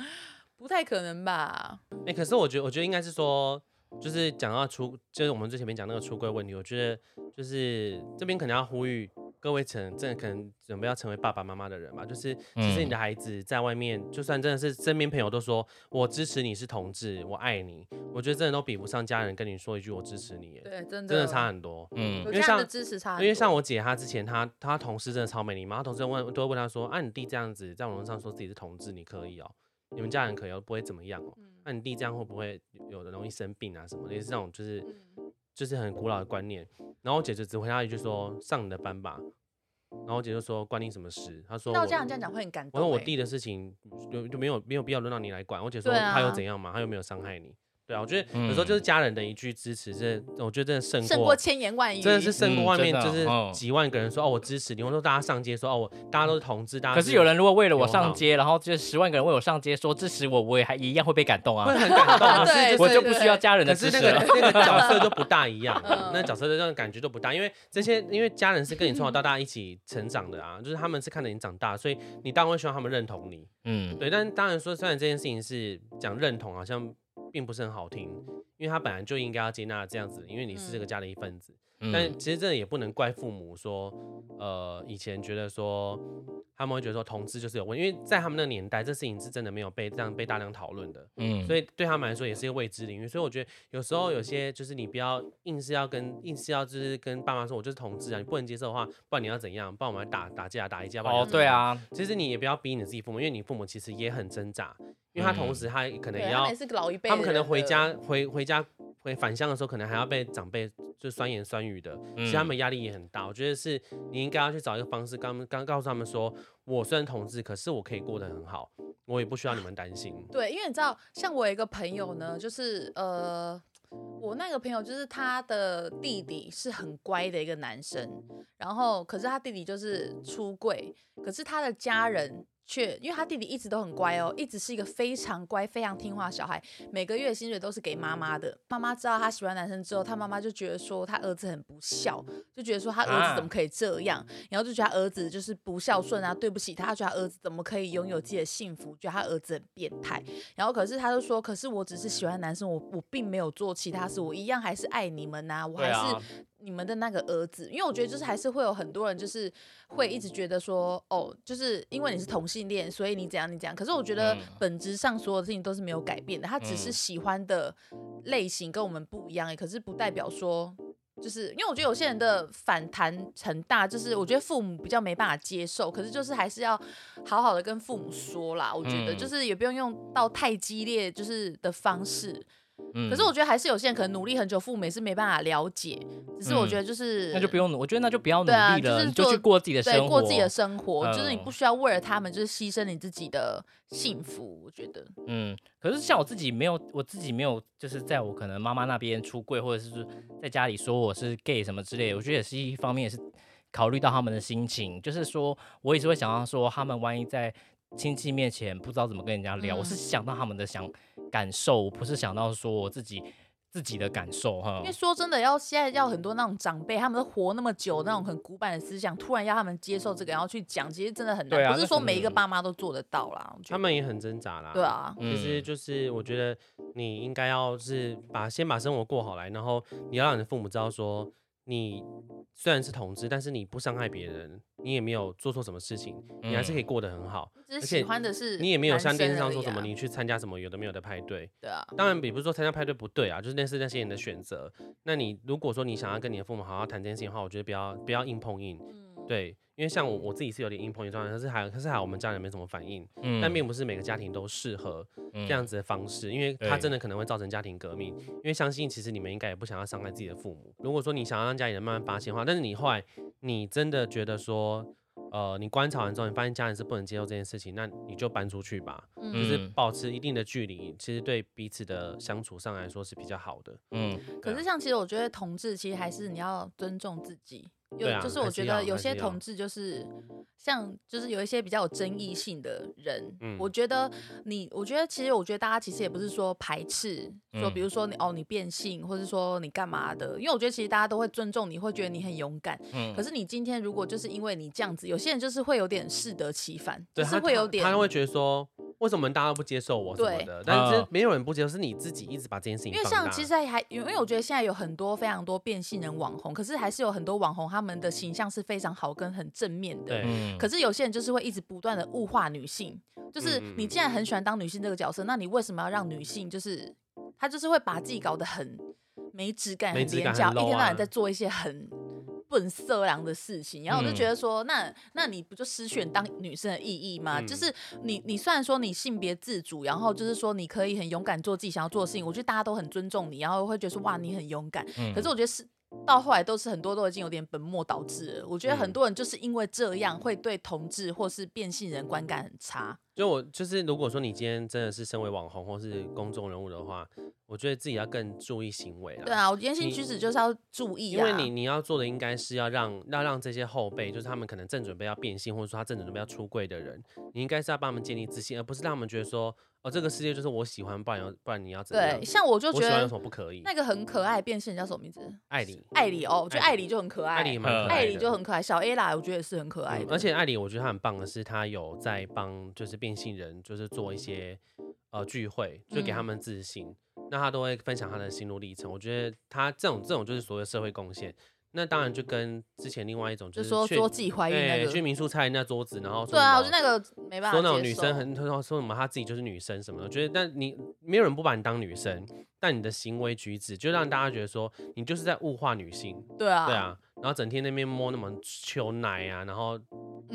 Speaker 1: 不太可能吧？
Speaker 3: 哎，可是我觉得，我觉得应该是说，就是讲到出，就是我们最前面讲那个出柜问题，我觉得就是这边可能要呼吁各位成正可能准备要成为爸爸妈妈的人吧，就是其实你的孩子在外面，就算真的是身边朋友都说我支持你是同志，我爱你，我觉得真的都比不上家人跟你说一句我支持你耶，欸
Speaker 1: 对，真的
Speaker 3: 真的差很多。
Speaker 2: 嗯
Speaker 1: 有
Speaker 3: 因
Speaker 1: 这
Speaker 3: 为
Speaker 1: 样的
Speaker 3: 像
Speaker 1: 支持差很多，
Speaker 3: 因为像我姐，她之前她她同事真的超没礼貌，她同事问都会问她说，啊你弟这样子在网络上说自己是同志，你可以哦，你们家人可以哦，不会怎么样哦，
Speaker 1: 嗯
Speaker 3: 那、你弟这样会不会有的容易生病啊什么的，也是那种就是
Speaker 1: 嗯
Speaker 3: 就是很古老的观念。然后我姐就只回她一句说上你的班吧，然后我姐就说关你什么事？她说
Speaker 1: 那
Speaker 3: 我
Speaker 1: 我这样这样讲会很感
Speaker 3: 我
Speaker 1: 动欸。
Speaker 3: 说我弟的事情就就没有没有必要轮到你来管。我姐说
Speaker 1: 对啊
Speaker 3: 他有怎样嘛，他又没有伤害你。对啊，我觉得有时候就是家人的一句支持，这我觉得真的胜
Speaker 1: 胜
Speaker 3: 过
Speaker 1: 过千言万语，
Speaker 3: 真的是胜过
Speaker 2: 嗯
Speaker 3: 外
Speaker 2: 真
Speaker 3: 面
Speaker 2: 的
Speaker 3: 就是
Speaker 2: 哦
Speaker 3: 几万个人说哦我支持你，我说大家上街说哦我大家都是同志，大家
Speaker 2: 可是有人如果为了我上街，然后就十万个人为我上街说支持我，我也还一样会被感动
Speaker 3: 会
Speaker 2: 啊，
Speaker 3: 很感动啊，可
Speaker 1: 对
Speaker 3: 是
Speaker 2: 我
Speaker 3: 就是
Speaker 2: 就不需要家人的
Speaker 3: 可
Speaker 2: 支
Speaker 3: 是
Speaker 2: 持
Speaker 3: 那个
Speaker 2: 了。
Speaker 3: 那个角色就不大一样啊
Speaker 1: 嗯，
Speaker 3: 那角色的那种感觉就不大，因为这些因为家人是跟你从小到大一起成长的啊，就是他们是看着你长大，所以你当然会希望他们认同你。
Speaker 2: 嗯，
Speaker 3: 对，但当然说，虽然这件事情啊是讲认同，好像并不是很好听，因为他本来就应该要接纳这样子，因为你是这个家的一份子。
Speaker 2: 嗯
Speaker 3: 但其实这也不能怪父母说，呃，以前觉得说他们会觉得说同志就是有问题，因为在他们那个年代，这事情是真的没有被这样被大量讨论的。
Speaker 2: 嗯
Speaker 3: 所以对他们来说也是一个未知领域。所以我觉得有时候有些就是你不要硬是要跟硬是要就是跟爸妈说我就是同志啊，你不能接受的话，不然你要怎样？不然我们来打打架打一架。不然你要
Speaker 2: 哦，
Speaker 3: 怎
Speaker 2: 对
Speaker 3: 样，
Speaker 2: 啊，
Speaker 3: 其实你也不要逼你自己父母，因为你父母其实也很挣扎，因为他同
Speaker 2: 嗯
Speaker 3: 时他可能
Speaker 1: 对，
Speaker 3: 也
Speaker 1: 他
Speaker 3: 要
Speaker 1: 们也是个老一辈的人了，
Speaker 3: 他们可能回
Speaker 1: 呃
Speaker 3: 家回回家回返乡的时候，可能还要被长辈就酸言酸语的，其实他
Speaker 2: 嗯
Speaker 3: 们压力也很大。我觉得是你应该要去找一个方式，刚刚告诉他们说，我虽然同志，可是我可以过得很好，我也不需要你们担 心。
Speaker 1: 对，因为你知道，像我有一个朋友呢，就是呃，我那个朋友就是他的弟弟是很乖的一个男生，然后可是他弟弟就是出柜，可是他的家人。却因为他弟弟一直都很乖哦，一直是一个非常乖、非常听话的小孩，每个月薪水都是给妈妈的。妈妈知道他喜欢男生之后，他妈妈就觉得说他儿子很不孝，就觉得说他儿子
Speaker 2: 啊
Speaker 1: 怎么可以这样，然后就觉得他儿子就是不孝顺啊，对不起他，他觉得他儿子怎么可以拥有自己的幸福，觉得他儿子很变态。然后可是他就说，可是我只是喜欢男生，我我并没有做其他事，我一样还是爱你们呐、我
Speaker 2: 对
Speaker 1: 还
Speaker 2: 啊
Speaker 1: 是你们的那个儿子。因为我觉得就是还是会有很多人就是会一直觉得说，哦，就是因为你是同性恋，所以你怎样你怎样。可是我觉得
Speaker 2: 嗯
Speaker 1: 本质上所有的事情都是没有改变的，他只是
Speaker 2: 嗯
Speaker 1: 喜欢的类型跟我们不一样、欸，可是不代表说就是因为我觉得有些人的反弹很大，就是我觉得父母比较没办法接受，可是就是还是要好好的跟父母说啦。我觉得
Speaker 2: 嗯
Speaker 1: 就是也不用用到太激烈就是的方式，
Speaker 2: 嗯
Speaker 1: 可是我觉得还是有些人可能努力很久，父母也是没办法了解。只是我觉得就是、
Speaker 2: 那就不用努，我觉得那就不要努
Speaker 1: 对啊
Speaker 2: 力
Speaker 1: 就
Speaker 2: 了，
Speaker 1: 是
Speaker 2: 你就
Speaker 1: 做
Speaker 2: 去过自己的
Speaker 1: 对
Speaker 2: 生活，
Speaker 1: 过自己的生活，就是你
Speaker 2: 嗯
Speaker 1: 不需要为了他们就是牺牲你自己的幸福。我觉得
Speaker 2: 嗯，可是像我自己没有，我自己没有，就是在我可能妈妈那边出柜，或者是在家里说我是 gay 什么之类的，我觉得也是一方面，也是考虑到他们的心情，就是说我也是会想到说，他们万一在亲戚面前不知道怎么跟人家聊，我是
Speaker 1: 嗯
Speaker 2: 想到他们的想感受，我不是想到说我自己自己的感受哈嗯
Speaker 1: 因为。说真的，要现在要很多那种长辈，他们都活那么久，那种很古板的思想，突然要他们接受这个，然后去讲，其实真的很难。
Speaker 2: 对啊
Speaker 1: 不是
Speaker 2: 那
Speaker 1: 说
Speaker 2: 肯
Speaker 1: 每一个
Speaker 2: 定
Speaker 1: 爸妈都做得到啦。我觉
Speaker 3: 他
Speaker 1: 得
Speaker 3: 们也很挣扎啦。
Speaker 1: 对，啊，
Speaker 2: 嗯
Speaker 3: 其实就是我觉得你应该要是把先把生活过好来，然后你要让你的父母知道说，你虽然是同志，但是你不伤害别人，你也没有做错什么事情，你还是可
Speaker 2: 嗯
Speaker 3: 以过得很好。
Speaker 1: 只是
Speaker 3: 而
Speaker 1: 喜
Speaker 3: 且
Speaker 1: 欢的是、
Speaker 3: 你也没有像电视上说什么，
Speaker 1: 你
Speaker 3: 你去参加什么有的没有的派对，
Speaker 1: 啊对啊，
Speaker 3: 当然，也不是说参加派对不对啊，就是那是那些人的选择。那你如果说你想要跟你的父母好好谈这件事情的话，我觉得不要不要硬碰硬。
Speaker 1: 嗯，
Speaker 3: 对，因为像我我自己是有点硬碰硬的状态，可是还可是还好我们家人没什么反应，
Speaker 2: 嗯
Speaker 3: 但并不是每个家庭都适合
Speaker 2: 这
Speaker 3: 这样子的方式，因为它
Speaker 2: 对
Speaker 3: 真的可能会造成家庭革命。因为相信其实你们应该也不想要伤害自己的父母。如果说你想要让家里人慢慢发现的话，但是你后来你真的觉得说，呃，你观察完之后，你发现家人是不能接受这件事情，那你就搬出去吧。就
Speaker 1: 嗯。
Speaker 3: 是
Speaker 2: 嗯
Speaker 3: 保持一定的距离，其实对彼此的相处上来说是比较好的。
Speaker 2: 嗯
Speaker 1: 可
Speaker 3: 啊
Speaker 1: 是像其实我觉得同志其实还是你要尊重自己，有、
Speaker 3: 对啊
Speaker 1: 就是我觉
Speaker 3: 还
Speaker 1: 得
Speaker 3: 是要
Speaker 1: 有
Speaker 3: 还是
Speaker 1: 些
Speaker 3: 要
Speaker 1: 同志就是像就是有一些比较有争议性的人，
Speaker 3: 嗯
Speaker 1: 我觉得你我觉得其实我觉得大家其实也不是说排斥，说
Speaker 2: 嗯
Speaker 1: 比如说你、哦你变性，或是说你干嘛的，因为我觉得其实大家都会尊重你，会觉得你很勇敢。
Speaker 2: 嗯
Speaker 1: 可是你今天如果就是因为你这样子，有些人就是会有点适得其反，就
Speaker 3: 对，
Speaker 1: 是
Speaker 3: 他
Speaker 1: 会有点
Speaker 3: 他他会觉得说，为什么大家都不接受我什么
Speaker 1: 对
Speaker 3: 的？但是
Speaker 2: 啊
Speaker 3: 没有人不接受，是你自己一直把这件事情
Speaker 1: 因为
Speaker 3: 放
Speaker 1: 像
Speaker 3: 大
Speaker 1: 其实还还，因为我觉得现在有很多非常多变性人网红，可是还是有很多网红他们的形象是非常好跟很正面的。
Speaker 3: 对
Speaker 2: 嗯
Speaker 1: 可是有些人就是会一直不断的物化女性，就是
Speaker 3: 嗯嗯
Speaker 1: 你既然很喜欢当女性这个角色，那你为什么要让女性就是她就是会把自己搞得很没质感、
Speaker 3: 没
Speaker 1: 很
Speaker 3: 质
Speaker 1: 廉
Speaker 3: 感
Speaker 1: 价，
Speaker 3: 很 low
Speaker 1: 一天到晚
Speaker 3: 啊
Speaker 1: 在做一些很笨色狼的事情，然后我就
Speaker 2: 嗯
Speaker 1: 觉得说，那那你不就失去你当女生的意义吗？
Speaker 3: 嗯
Speaker 1: 就是你你虽然说你性别自主，然后就是说你可以很勇敢做自己想要做的事情，我觉得大家都很尊重你，然后会觉得说哇你很勇敢，
Speaker 2: 嗯
Speaker 1: 可是我觉得是。到后来都是很多都已经有点本末倒置了，我觉得很
Speaker 3: 嗯
Speaker 1: 多人就是因为这样会对同志或是变性人观感很差。
Speaker 3: 就我就是，如果说你今天真的是身为网红或是公众人物的话，我觉得自己要更注意行为啦。
Speaker 1: 对，啊，我言行
Speaker 3: 你
Speaker 1: 举止就是要注意
Speaker 3: 因
Speaker 1: 啊。
Speaker 3: 为你你要做的应该是要让要让这些后辈，就是他们可能正准备要变性，或者说他正准备要出柜的人，你应该是要帮他们建立自信，而不是让他们觉得说，哦，这个世界就是我喜欢，不然要不然你要怎么样
Speaker 1: 对，？像我就觉
Speaker 3: 啊我喜欢有什
Speaker 1: 得
Speaker 3: 么不可以？
Speaker 1: 那个很可爱的变性人叫什么名字？
Speaker 3: 艾莉，
Speaker 1: 艾莉哦，我觉得艾
Speaker 3: 艾
Speaker 1: 莉就很可爱，
Speaker 3: 嗯艾莉也蛮可爱的，
Speaker 1: 艾莉就很可爱，小 A 啦，我觉得也是很可爱的。
Speaker 3: 嗯
Speaker 1: 嗯
Speaker 3: 而且艾莉，我觉得她很棒的是，她有在帮就是变性人，就是做一些呃聚会，就给他
Speaker 1: 嗯
Speaker 3: 们自信。那她都会分享她的心路历程。我觉得她这种这种就是所谓的社会贡献。那当然就跟之前另外一种
Speaker 1: 就是说
Speaker 3: 去
Speaker 1: 桌自己怀孕那
Speaker 3: 对
Speaker 1: 个
Speaker 3: 去民宿拆人家桌子，然后说
Speaker 1: 对啊，我
Speaker 3: 什
Speaker 1: 觉得那
Speaker 3: 么
Speaker 1: 个没办法接受。
Speaker 3: 说那种女生很说说什么她自己就是女生什么的，我觉得但你没有人不把你当女生，但你的行为举止就让大家觉得说你就是在物化女性，
Speaker 1: 对啊，
Speaker 3: 对，啊，然后整天那边摸那么求奶啊，然后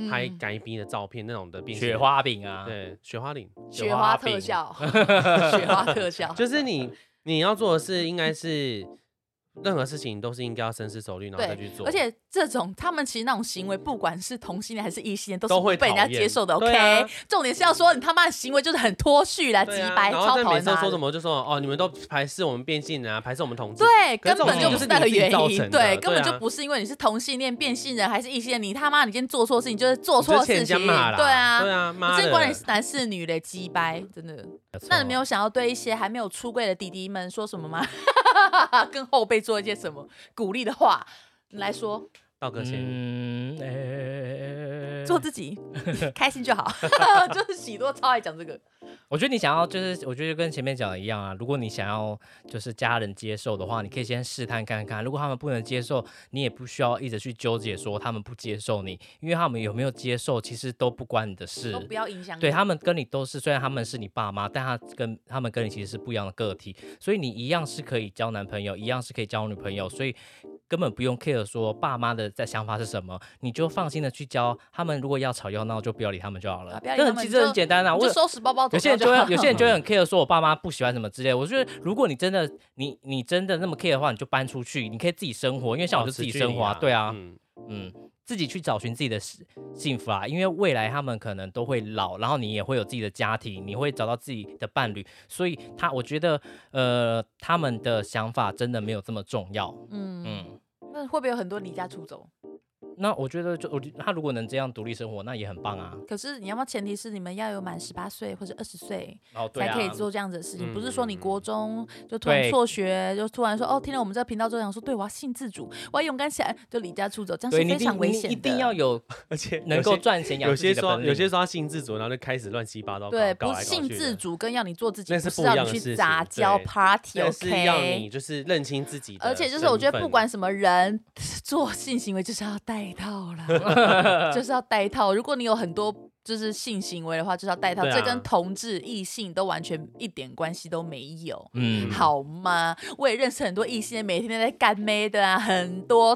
Speaker 3: 拍
Speaker 1: 嗯
Speaker 3: 该逼的照片那种的变
Speaker 2: 雪
Speaker 3: 形，
Speaker 2: 花饼啊，
Speaker 3: 对雪花领，
Speaker 1: 雪花特
Speaker 2: 饼
Speaker 1: 效，哦 雪花特效，
Speaker 3: 就是你你要做的事应该是任何事情都是应该要深思熟虑，然后再去
Speaker 1: 对，
Speaker 3: 做，
Speaker 1: 而且这种他们其实那种行为，不管是同性恋还是异性恋，都
Speaker 3: 都
Speaker 1: 是
Speaker 3: 会
Speaker 1: 会被人家
Speaker 3: 讨厌
Speaker 1: 接受的。
Speaker 3: 对
Speaker 1: OK，、
Speaker 3: 啊
Speaker 1: 重点是要说你他妈的行为就是很脱序啦，鸡
Speaker 3: 对啊
Speaker 1: 掰，
Speaker 3: 然后
Speaker 1: 超
Speaker 3: 在
Speaker 1: 讨
Speaker 3: 每
Speaker 1: 厌
Speaker 3: 次都
Speaker 1: 他
Speaker 3: 说
Speaker 1: 的
Speaker 3: 什。么就说哦，你们都排斥我们变性人啊，排斥我们同志，
Speaker 1: 对，
Speaker 3: 可是
Speaker 1: 根
Speaker 3: 这种
Speaker 1: 本就
Speaker 3: 事
Speaker 1: 不
Speaker 3: 情
Speaker 1: 那个
Speaker 3: 就是你自己
Speaker 1: 原
Speaker 3: 造
Speaker 1: 因
Speaker 3: 成，的
Speaker 1: 对，根本
Speaker 3: 对啊
Speaker 1: 就不是因为你是同性恋、变性人还是异性恋，你他妈你今天做错事情就是做
Speaker 3: 嗯你就
Speaker 1: 错事
Speaker 3: 欠人家
Speaker 1: 情，
Speaker 3: 骂啦，
Speaker 1: 对啊，
Speaker 3: 对啊，
Speaker 1: 我
Speaker 3: 妈
Speaker 1: 真
Speaker 3: 的，
Speaker 1: 的管你是男是女嘞，鸡掰，真的。那你没有想要对一些还没有出柜的弟弟们说什么吗？ 跟后辈做一些什么鼓励的话？你来说，
Speaker 3: 道个歉。
Speaker 2: 嗯，哎
Speaker 1: 做自己，开心就 好。 就是喜多超爱讲这个，
Speaker 2: 我觉得你想要就是，我觉得就跟前面讲的一样啊。如果你想要就是家人接受的话，你可以先试探看看。如果他们不能接受，你也不需要一直去纠结说他们不接受你，因为他们有没有接受其实都不关你的事
Speaker 1: 都。不要影响你。
Speaker 2: 对他们跟你都是，虽然他们是你爸妈，但他跟他们跟你其实是不一样的个体，所以你一样是可以交男朋友，一样是可以交女朋友，所以根本不用 care 说爸妈的在想法是什么，你就放心的去交。他们如果要吵要闹，就不要理他们就好了。
Speaker 1: 啊不要理
Speaker 2: 这
Speaker 1: 他
Speaker 2: 很
Speaker 1: 们
Speaker 2: 其
Speaker 1: 你
Speaker 2: 实很
Speaker 1: 就
Speaker 2: 简单啊，
Speaker 1: 你
Speaker 2: 我
Speaker 1: 就收拾包包走
Speaker 2: 有些
Speaker 1: 掉
Speaker 2: 人就
Speaker 1: 就
Speaker 2: 会
Speaker 1: 好，，
Speaker 2: 有些人就会很 care 说，我爸妈不喜欢什么之类的。我觉得，如果你真的，你你真的那么 care 的话，你就搬出去，你可以自己生活，因为像我
Speaker 3: 保
Speaker 2: 就
Speaker 3: 持
Speaker 2: 自己
Speaker 3: 距
Speaker 2: 生
Speaker 3: 离
Speaker 2: 活啊，对啊，
Speaker 3: 嗯，
Speaker 2: 嗯，自己去找寻自己的幸幸福啊。因为未来他们可能都会老，然后你也会有自己的家庭，你会找到自己的伴侣，所以他，我觉得，呃，他们的想法真的没有这么重要，
Speaker 1: 嗯，
Speaker 2: 嗯。
Speaker 1: 那会不会有很多离家出走？
Speaker 2: 那我觉得就，我他如果能这样独立生活，那也很棒啊。
Speaker 1: 可是你要不要前提是你们要有满十八岁或者二十岁
Speaker 2: 哦，对
Speaker 1: 才
Speaker 2: 啊，
Speaker 1: 可以做这样子的事情，不是说你
Speaker 3: 嗯
Speaker 1: 国中就突然
Speaker 2: 对
Speaker 1: 辍学，就突然说哦，听了我们这个频道之后想说，对我要性自主，我要勇敢起来，就离家出走，这样
Speaker 2: 对
Speaker 1: 是
Speaker 2: 你一
Speaker 1: 非
Speaker 2: 定
Speaker 1: 常危
Speaker 2: 你
Speaker 1: 险的。
Speaker 2: 一定要有
Speaker 3: 而且
Speaker 2: 能
Speaker 3: 有
Speaker 2: 够
Speaker 3: 些
Speaker 2: 赚钱养
Speaker 3: 有
Speaker 2: 自己
Speaker 3: 些
Speaker 2: 的
Speaker 3: 说
Speaker 2: 本领。
Speaker 3: 有些说他性自主，然后就开始乱七八糟搞，
Speaker 1: 对，
Speaker 3: 搞
Speaker 1: 不
Speaker 3: 来搞
Speaker 1: 是
Speaker 3: 去
Speaker 1: 性
Speaker 3: 的
Speaker 1: 自，主跟要你做自己，
Speaker 3: 那
Speaker 1: 不
Speaker 3: 是
Speaker 1: 是
Speaker 3: 不一
Speaker 1: 要
Speaker 3: 样的
Speaker 1: 你
Speaker 3: 事
Speaker 1: 去
Speaker 3: 情
Speaker 1: 杂
Speaker 3: 对
Speaker 1: 交 party，
Speaker 3: 那是要
Speaker 1: OK
Speaker 3: 你就是认清自己的身份。
Speaker 1: 而且就是我觉得不管什么人做性行为就是要带套 啦，就是要带套。如果你有很多就是性行为的话，就是要带套，
Speaker 3: 对啊
Speaker 1: 这跟同志异性都完全一点关系都没有。
Speaker 2: 嗯，
Speaker 1: 好吗？我也认识很多异性恋，每天都在干妹的啊，很 多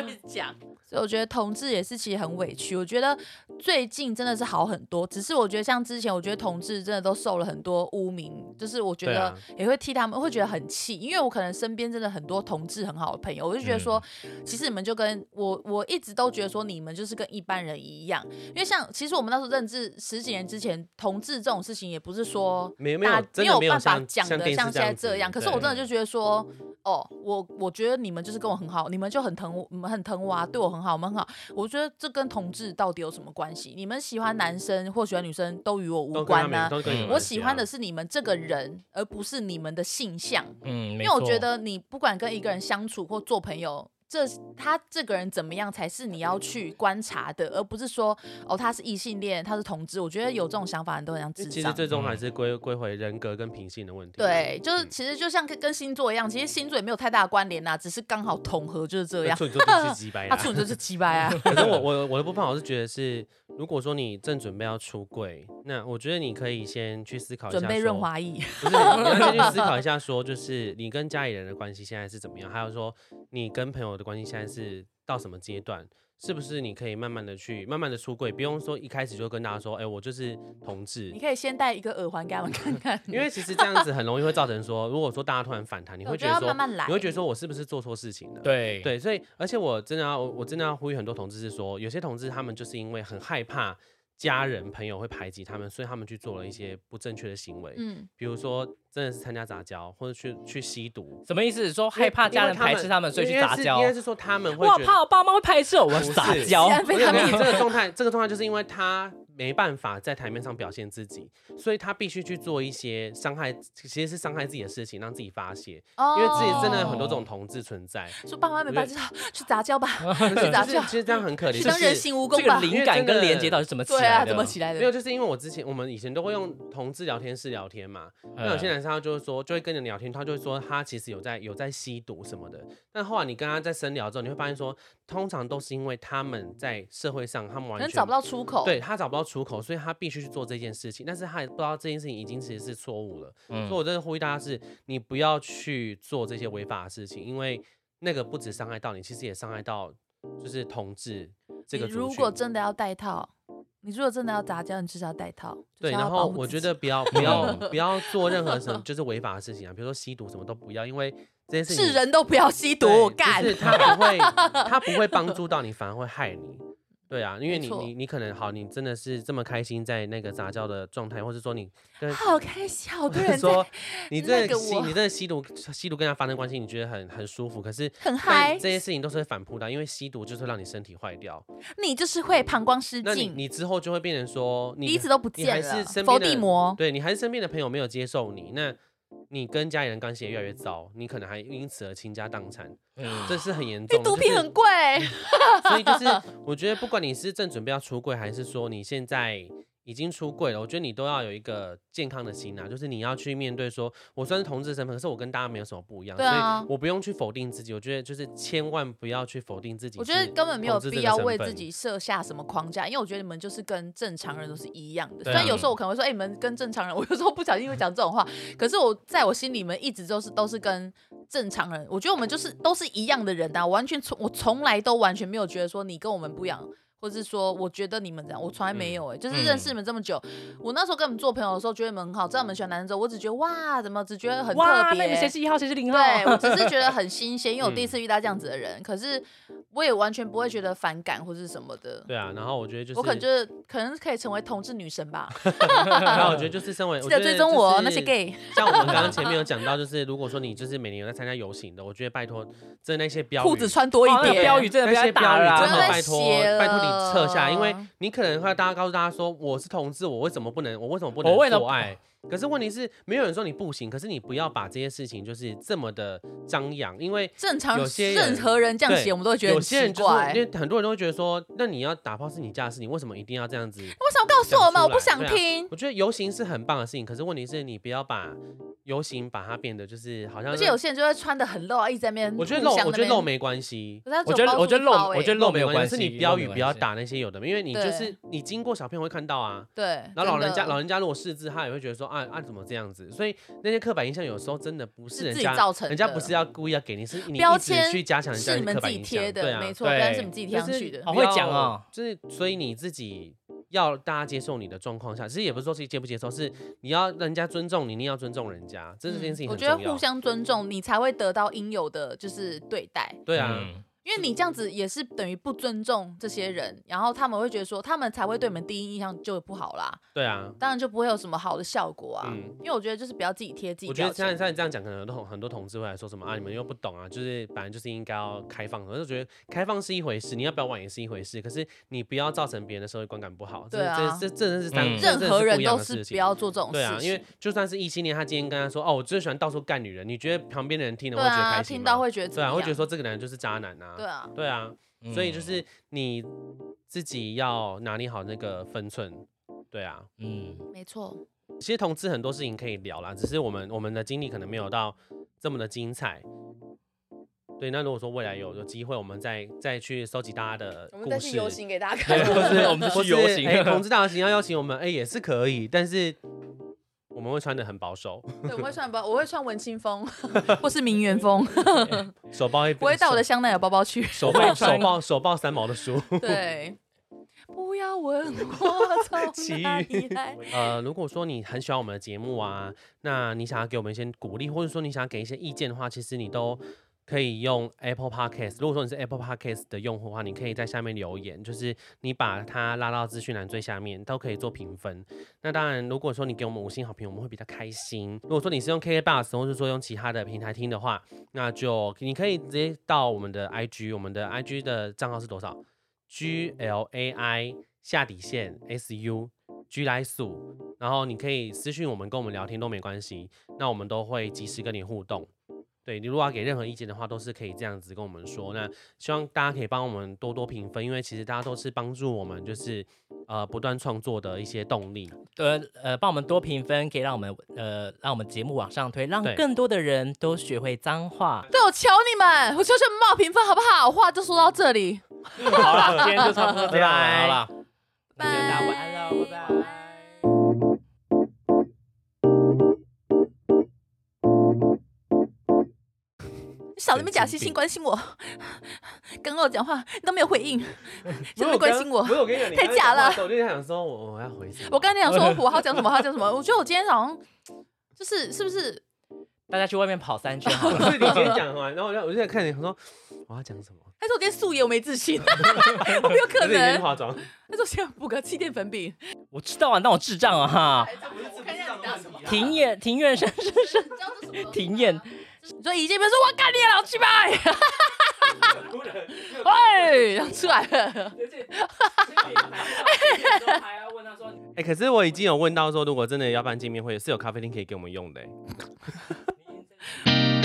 Speaker 1: 就是讲。所以我觉得同志也是其实很委屈。我觉得最近真的是好很多，只是我觉得像之前，我觉得同志真的都受了很多污名，就是我觉
Speaker 3: 对
Speaker 1: 得
Speaker 3: 啊
Speaker 1: 也会替他们会觉得很气，因为我可能身边真的很多同志很好的朋友，我就
Speaker 3: 嗯
Speaker 1: 觉得说，其实你们就跟我我一直都觉得说你们就是跟一般人一样，因为像其实我们那时候认知十几年之前，同志这种事情也不是说
Speaker 3: 没有没有
Speaker 1: 大
Speaker 3: 真的
Speaker 1: 有
Speaker 3: 没有
Speaker 1: 办法
Speaker 3: 像
Speaker 1: 讲
Speaker 3: 像
Speaker 1: 的
Speaker 3: 电视
Speaker 1: 像
Speaker 3: 这
Speaker 1: 现在
Speaker 3: 样
Speaker 1: 这
Speaker 3: 子
Speaker 1: 样。可是我
Speaker 3: 对
Speaker 1: 真的就觉得说，哦，我我觉得你们就是跟我很好，你们就很疼我，你们很疼我啊，对我很好，我们很好。我觉得这跟同志到底有什么关系？你们喜欢男生或喜欢女生都与我无
Speaker 3: 都跟他
Speaker 1: 关
Speaker 3: 没
Speaker 1: 呐、
Speaker 3: 都跟你有
Speaker 2: 嗯
Speaker 1: 我
Speaker 3: 关系
Speaker 1: 喜
Speaker 3: 啊
Speaker 1: 欢的是你们这个人，而不是你们的性向。
Speaker 2: 嗯，因
Speaker 1: 因为我觉得你不管跟一个人相处或做朋友，这他这个人怎么样才是你要去观察的，而不是说哦他是异性恋，他是同志。我觉得有这种想法的人都很像智
Speaker 3: 其实
Speaker 1: 障。
Speaker 3: 最终还是归归回人格跟品性的问题。
Speaker 1: 嗯对，就是
Speaker 3: 嗯
Speaker 1: 其实就像跟跟星座一样，其实星座也没有太大的关联呐、只是刚好统合就是这
Speaker 3: 那
Speaker 1: 样。
Speaker 3: 处女座就是 鸡掰
Speaker 1: 啊他
Speaker 3: 啦。
Speaker 1: 处女就是鸡掰 啊，
Speaker 3: 可 是我我我的部分，我是觉得是，如果说你正准备要出柜，那我觉得你可以先去思考一下，
Speaker 1: 准备润，滑液。
Speaker 3: 不是你要先去思考 一下，说就是你跟家里人的关系现在是怎么样，还有说你跟朋友的关系现在是到什么阶段，是不是你可以慢慢的去慢慢的出柜，不用说一开始就跟大家说，哎、我就是同志
Speaker 1: 你，可以先戴一个耳环给他们看看，
Speaker 3: 因为其实这样子很容易会造成说，如果说大家突然反弹，你
Speaker 1: 我
Speaker 3: 会
Speaker 1: 觉
Speaker 3: 觉
Speaker 1: 得
Speaker 3: 得
Speaker 1: 要
Speaker 3: 说，
Speaker 1: 慢慢来。
Speaker 3: 你会觉得说我是不是做错事情了？
Speaker 2: 对
Speaker 3: 对，所以而且我真的要，我我真的要呼吁很多同志是说，有些同志他们就是因为很害怕家人朋友会排挤他们，所以他们去做了一些不正确的行为，
Speaker 1: 嗯，
Speaker 3: 比如说真的是参加杂交或者去去吸毒，
Speaker 2: 什么意思？说害怕家人排斥他们，所以去杂交
Speaker 3: 应？该是说他们会
Speaker 2: 我
Speaker 3: 觉得
Speaker 2: 怕我爸妈会排斥我，我
Speaker 3: 不
Speaker 2: 要
Speaker 3: 是
Speaker 2: 杂交
Speaker 1: 西。安非
Speaker 3: 我跟
Speaker 1: 常厉
Speaker 3: 你 讲这
Speaker 1: 害。
Speaker 3: 个状态，这个状态就是因为他。没办法在台面上表现自己，所以他必须去做一些伤害，其实是伤害自己的事情，让自己发泄。因为自己真的
Speaker 1: 哦
Speaker 3: 有很多
Speaker 2: 哦
Speaker 3: 种同志存 在，
Speaker 4: 说爸妈没办
Speaker 3: 我
Speaker 4: 法， 去杂交吧，
Speaker 3: 可
Speaker 4: 去
Speaker 3: 是
Speaker 4: 杂
Speaker 3: 就
Speaker 4: 交，
Speaker 3: 是其啊实这样很可怜，
Speaker 4: 去
Speaker 3: 就
Speaker 4: 当人
Speaker 3: 是
Speaker 4: 形蜈蚣
Speaker 2: 这个
Speaker 4: 吧。
Speaker 3: 因
Speaker 2: 灵
Speaker 3: 为
Speaker 2: 感
Speaker 3: 真
Speaker 2: 跟
Speaker 3: 的
Speaker 2: 连接到底是怎么起
Speaker 4: 对
Speaker 2: 来
Speaker 4: 啊，
Speaker 2: 的？
Speaker 4: 怎么起来
Speaker 3: 没
Speaker 4: 的？
Speaker 3: 有，就是因为我之前我们以前都会用同志聊天室聊天嘛，那有些
Speaker 2: 嗯
Speaker 3: 男生他就会说，就会跟你聊天，他就会说他其实有在有在吸毒什么的。但后来你跟他在深聊之后，你会发现说，通常都是因为他们在社会上他们
Speaker 1: 可
Speaker 3: 完
Speaker 1: 能
Speaker 3: 全
Speaker 1: 找不到出口。
Speaker 3: 对，他找不到出口，所以他必须去做这件事情。但是他也不知道这件事情已经其实是错误了。
Speaker 2: 嗯
Speaker 3: 所以我真的呼吁大家是，你不要去做这些违法的事情，因为那个不止伤害到你，其实也伤害到就是同志这个
Speaker 4: 你
Speaker 3: 族
Speaker 4: 如
Speaker 3: 群
Speaker 4: 果真的要戴套，你如果真的要杂交，你至少要戴套。就是
Speaker 3: 对，
Speaker 4: 要
Speaker 3: 然
Speaker 4: 保
Speaker 3: 后
Speaker 4: 护
Speaker 3: 我
Speaker 4: 自
Speaker 3: 觉
Speaker 4: 己
Speaker 3: 得 不要不要
Speaker 2: 嗯
Speaker 3: 不要做任何什么就是违法的事情啊，比如说吸毒什么都不要，因为这件事情
Speaker 4: 是人都不要吸
Speaker 3: 对
Speaker 4: 毒，
Speaker 3: 就
Speaker 4: 干
Speaker 3: 是他 不会他不会帮助到你，反而会害你。对啊，因
Speaker 4: 没
Speaker 3: 为你
Speaker 4: 错
Speaker 3: 你你可能好，你真的是这么开心在那个杂交的状态，或是 说你跟
Speaker 4: 好开心，好多
Speaker 3: 就是
Speaker 4: 人在
Speaker 3: 说你
Speaker 4: 那
Speaker 3: 真
Speaker 4: 个
Speaker 3: 的吸
Speaker 4: 我
Speaker 3: 你真的吸毒吸毒跟他发生关系，你觉得很很舒服，可是
Speaker 4: 很
Speaker 3: 但
Speaker 4: 嗨
Speaker 3: 这，些事情都是会反扑的，因为吸毒就是会让你身体坏掉，
Speaker 4: 你就是会膀胱失
Speaker 3: 那你
Speaker 4: 禁，
Speaker 3: 你之后就会变成说你
Speaker 4: 鼻子都不
Speaker 3: 你还
Speaker 4: 见了
Speaker 3: 是身，
Speaker 4: 佛
Speaker 3: 边的
Speaker 4: 地魔。
Speaker 3: 对你还是身边的朋友没有接受你，那你跟家里人关系也越来越糟，你可能还因此而倾家荡产，
Speaker 2: 嗯
Speaker 3: 这是很严
Speaker 4: 哎
Speaker 3: 重的。
Speaker 4: 毒
Speaker 3: 就
Speaker 4: 品
Speaker 3: 是
Speaker 4: 很贵，
Speaker 3: 所以 就是我觉得不管你是正准备要出柜，还是说你现在已经出柜了，我觉得你都要有一个健康的心啊，就是你要去面对说，我虽然是同志身份，可是我跟大家没有什么不一样，
Speaker 1: 对啊
Speaker 3: 所以我不用去否定自己。我觉得就是千万不要去否定自己是
Speaker 1: 我
Speaker 3: 同志
Speaker 1: 觉
Speaker 3: 这个
Speaker 1: 得
Speaker 3: 身份，
Speaker 1: 根本没有必要为自己设下什么框架，因为我觉得你们就是跟正常人都是一样的。虽
Speaker 3: 对啊
Speaker 1: 然有时候我可能会说，哎、你们跟正常人， 我有时候不小心会讲这种话，可是我在我心里面一直都是都是跟正常人，我觉得我们就是都是一样的人呐、啊，我完全从我从来都完全没有觉得说你跟我们不一样。或是说，我觉得你们这样，我从来没有哎、就是认识你们这么久，我那时候跟你们做朋友的时候，觉得你们很好，知道你们喜欢男生之后，我只觉得哇，怎么只觉得很特别、
Speaker 2: 哇，那你们谁是一号，谁是 零号？
Speaker 1: 对
Speaker 3: 哦
Speaker 1: 我只是觉得很新鲜，因为我第一次
Speaker 3: 嗯
Speaker 1: 遇到这样子的人，可是我也完全不会觉得反感或是什么的。
Speaker 3: 对啊。然后我觉得就是，
Speaker 1: 我可能就是可能可以成为同志女神 吧，
Speaker 3: 然后我觉得就是身为
Speaker 4: 记
Speaker 3: 我
Speaker 4: 得
Speaker 3: 觉
Speaker 4: 追
Speaker 3: 得
Speaker 4: 踪
Speaker 3: 就
Speaker 4: 我
Speaker 3: 是
Speaker 4: 那些 gay。
Speaker 3: 像我们刚刚前面有讲到，就是如果说你就是每年有在参加游行的，我觉得拜托，真的那些标
Speaker 1: 裤
Speaker 3: 语
Speaker 1: 子穿多
Speaker 2: 哦
Speaker 1: 一
Speaker 2: 那个
Speaker 1: 点。
Speaker 2: 标语真的不
Speaker 3: 那
Speaker 2: 要
Speaker 3: 些
Speaker 2: 再
Speaker 3: 标
Speaker 2: 打了
Speaker 3: 语
Speaker 2: 啊，
Speaker 3: 真
Speaker 1: 不
Speaker 3: 的
Speaker 1: 要再
Speaker 3: 拜
Speaker 1: 写了
Speaker 3: 托拜托你撤下来，因为你可能会大家告诉大家说我是同志，我为什么不能，我为什么不能
Speaker 2: 我为了
Speaker 3: 做爱？可是问题是，没有人说你不行，可是你不要把这些事情就是这么的张扬，因为
Speaker 1: 正常
Speaker 3: 有些人
Speaker 1: 任何人这样
Speaker 3: 对
Speaker 1: 写，我们都会觉得
Speaker 3: 有
Speaker 1: 很
Speaker 3: 些
Speaker 1: 奇
Speaker 3: 人就是
Speaker 1: 怪。
Speaker 3: 因为很多人都会觉得说，那你要打炮是你家的事情，为什么一定要这样子？
Speaker 1: 为什么告诉我们？
Speaker 3: 讲出来
Speaker 1: 我不想
Speaker 3: 对啊
Speaker 1: 听。
Speaker 3: 我觉得游行是很棒的事情，可是问题是你不要把游行把它变得就是好像，
Speaker 1: 而且有些人就会穿的很露啊，一直在那边
Speaker 3: 我觉得
Speaker 1: 互
Speaker 3: 露
Speaker 1: 相，
Speaker 3: 我
Speaker 1: 在
Speaker 3: 觉
Speaker 1: 那边
Speaker 3: 得露，没关系，
Speaker 1: 可是他只
Speaker 2: 我
Speaker 1: 有
Speaker 2: 觉得
Speaker 1: 包
Speaker 2: 我觉
Speaker 1: 住
Speaker 2: 得
Speaker 1: 一
Speaker 2: 露
Speaker 1: 包
Speaker 2: 我
Speaker 1: 欸
Speaker 2: 觉得露没有
Speaker 3: 关
Speaker 2: 关
Speaker 3: 系，是
Speaker 2: 系，
Speaker 3: 你标语不要打那些有的没有，因为你就
Speaker 1: 对
Speaker 3: 是你经过小朋友会看到啊。
Speaker 1: 对，
Speaker 3: 然后老人家
Speaker 1: 真的
Speaker 3: 老人家如果识字，他也会觉得说啊啊怎么这样子？所以那些刻板印象有时候真的不
Speaker 1: 是
Speaker 3: 是人
Speaker 1: 自己
Speaker 3: 家
Speaker 1: 造成
Speaker 3: 人家
Speaker 1: 的
Speaker 3: 不是要故意要给你，是你
Speaker 1: 标
Speaker 3: 一直
Speaker 1: 签
Speaker 3: 去加强人家
Speaker 1: 是你们
Speaker 3: 刻
Speaker 1: 自
Speaker 3: 板
Speaker 1: 己
Speaker 3: 印象
Speaker 1: 贴
Speaker 3: 对
Speaker 1: 的，
Speaker 3: 啊
Speaker 1: 没，错，
Speaker 2: 对
Speaker 1: 但是你们自己贴
Speaker 3: 就
Speaker 1: 上去
Speaker 3: 是
Speaker 1: 的。
Speaker 2: 好
Speaker 3: 不
Speaker 2: 会
Speaker 3: 要
Speaker 2: 讲哦，
Speaker 3: 就是所以你自己。要大家接受你的状况下，其实也不是说是接不接受，是你要人家尊重你，你也要尊重人家，这是这件事情
Speaker 1: 嗯我
Speaker 3: 很
Speaker 1: 觉
Speaker 3: 重
Speaker 1: 得
Speaker 3: 要。
Speaker 1: 互相尊重，你才会得到应有的就是对待。
Speaker 3: 对啊，
Speaker 2: 嗯
Speaker 1: 因为你这样子也是等于不尊重这些人，然后他们会觉得说，他们才会对你们第一印象就不好啦，
Speaker 3: 对啊，
Speaker 1: 当然就不会有什么好的效果啊。
Speaker 3: 嗯
Speaker 1: 因为我觉得就是不要自己贴自己
Speaker 3: 我觉
Speaker 1: 标
Speaker 3: 得像
Speaker 1: 签，
Speaker 3: 像你这样讲，可能很多很多同志会来说什么啊，
Speaker 1: 嗯
Speaker 3: 你们又不懂啊，就是本来就是应该要开放的。我就觉得开放是一回事，你要不要玩也是一回事，可是你不要造成别人的社会观感不好。这
Speaker 1: 对啊
Speaker 3: 这这这真的是三、
Speaker 2: 嗯
Speaker 3: 这
Speaker 1: 任
Speaker 3: 真的
Speaker 1: 何
Speaker 3: 是不
Speaker 1: 人
Speaker 3: 一样
Speaker 1: 都
Speaker 3: 的
Speaker 1: 是
Speaker 3: 事
Speaker 1: 不
Speaker 3: 情。
Speaker 1: 要做这种
Speaker 3: 对啊
Speaker 1: 事，情。
Speaker 3: 因为就算是异性恋，他今天跟他说哦，我就是喜欢到处干女人，你觉得旁边的人听了
Speaker 1: 对
Speaker 3: 会觉得
Speaker 1: 啊，
Speaker 3: 开心
Speaker 1: 听
Speaker 3: 吗？
Speaker 1: 到会觉得怎
Speaker 3: 对
Speaker 1: 么
Speaker 3: 啊，
Speaker 1: 样？
Speaker 3: 会觉得说这个男人就是渣男啊。
Speaker 1: 对啊，
Speaker 3: 对啊，
Speaker 2: 嗯
Speaker 3: 所以就是你自己要拿捏好那个分寸。对啊，
Speaker 2: 嗯，
Speaker 1: 没 错，
Speaker 3: 其实同志很多事情可以聊啦，只是我们我们的经历可能没有到这么的精彩。对，那如果说未来有有机会，我们再再去收集大家的故事，
Speaker 1: 给大家
Speaker 3: 对，或 是
Speaker 2: 我们去
Speaker 3: 或是
Speaker 2: 游行
Speaker 3: 哎，同志大游行要邀请我们，哎，也是可以，但是我们会穿的很保守，
Speaker 1: 对，我会穿包，我会穿文青 风或是名媛风，
Speaker 3: 手抱一
Speaker 1: 不会带我的
Speaker 3: 手
Speaker 1: 香奈儿包包 去。
Speaker 3: 手抱手抱手抱三毛的书。
Speaker 1: 对，不要问我
Speaker 3: 其
Speaker 1: 从
Speaker 3: 余
Speaker 1: 哪里来。
Speaker 3: 呃，如果说你很喜欢我们的节目啊，那你想要给我们一些鼓励，或者说你想要给一些意见的话，其实你都可以用 Apple Podcast。如果说你是 Apple Podcast 的用户的话，你可以在下面留言，就是你把它拉到资讯栏最下面，都可以做评分。那当然，如果说你给我们五星好评，我们会比较开心。如果说你是用 KK Bus 或者说用其他的平台听的话，那就你可以直接到我们的 IG，我们的 IG 的账号是多少？G L A I 下底线 SU。居来素，然后你可以私信我们，跟我们聊天都没关系，那我们都会及时跟你互动。对你如果要给任何意见的话，都是可以这样子跟我们说。那希望大家可以帮我们多多评分，因为其实大家都是帮助我们，就是呃不断创作的一些动 力。
Speaker 2: 呃呃，帮我们多评分，可以让我们呃让我们节目往上推，让
Speaker 3: 对
Speaker 2: 更多的人都学会脏话。
Speaker 5: 对，我求你们，我求求你们帮我评分好不好？话就说到这里，
Speaker 2: 好了，今天就差不多这样了， 好了，那
Speaker 5: 拜
Speaker 2: 就大家晚安喽，拜拜。
Speaker 1: 少在那边假惺
Speaker 2: 神经
Speaker 1: 惺
Speaker 2: 病
Speaker 1: 关心我，跟我讲话你都没有回应，
Speaker 3: 没
Speaker 1: 怎么关心我？
Speaker 3: 我有跟你讲，你
Speaker 1: 太
Speaker 3: 刚才
Speaker 1: 假
Speaker 3: 讲话
Speaker 1: 了
Speaker 3: 的时候我就在想说我我要回什么？
Speaker 1: 我 刚才想说我还要讲什么，还要讲什么？我觉得我今天好像就是是不是
Speaker 2: 大家去外面跑三圈好了，
Speaker 3: 是你今天讲完，然后我就我就在看你，我说我要讲什么？
Speaker 1: 还是我今天素颜，我没自信， 我没有可
Speaker 3: 可是你今天
Speaker 1: 能。
Speaker 3: 化妆，
Speaker 1: 还是我先补个气垫粉饼。
Speaker 2: 我知道啊，当我智障啊 哈。
Speaker 5: 我看一下你答什么。
Speaker 2: 庭院庭院深深深，庭院
Speaker 1: 你说一见面说我干你啊老七八，喂， 然后出来了。
Speaker 3: 哎、可是我已经有问到说，如果真的要办见面会，是有咖啡厅可以给我们用的、欸。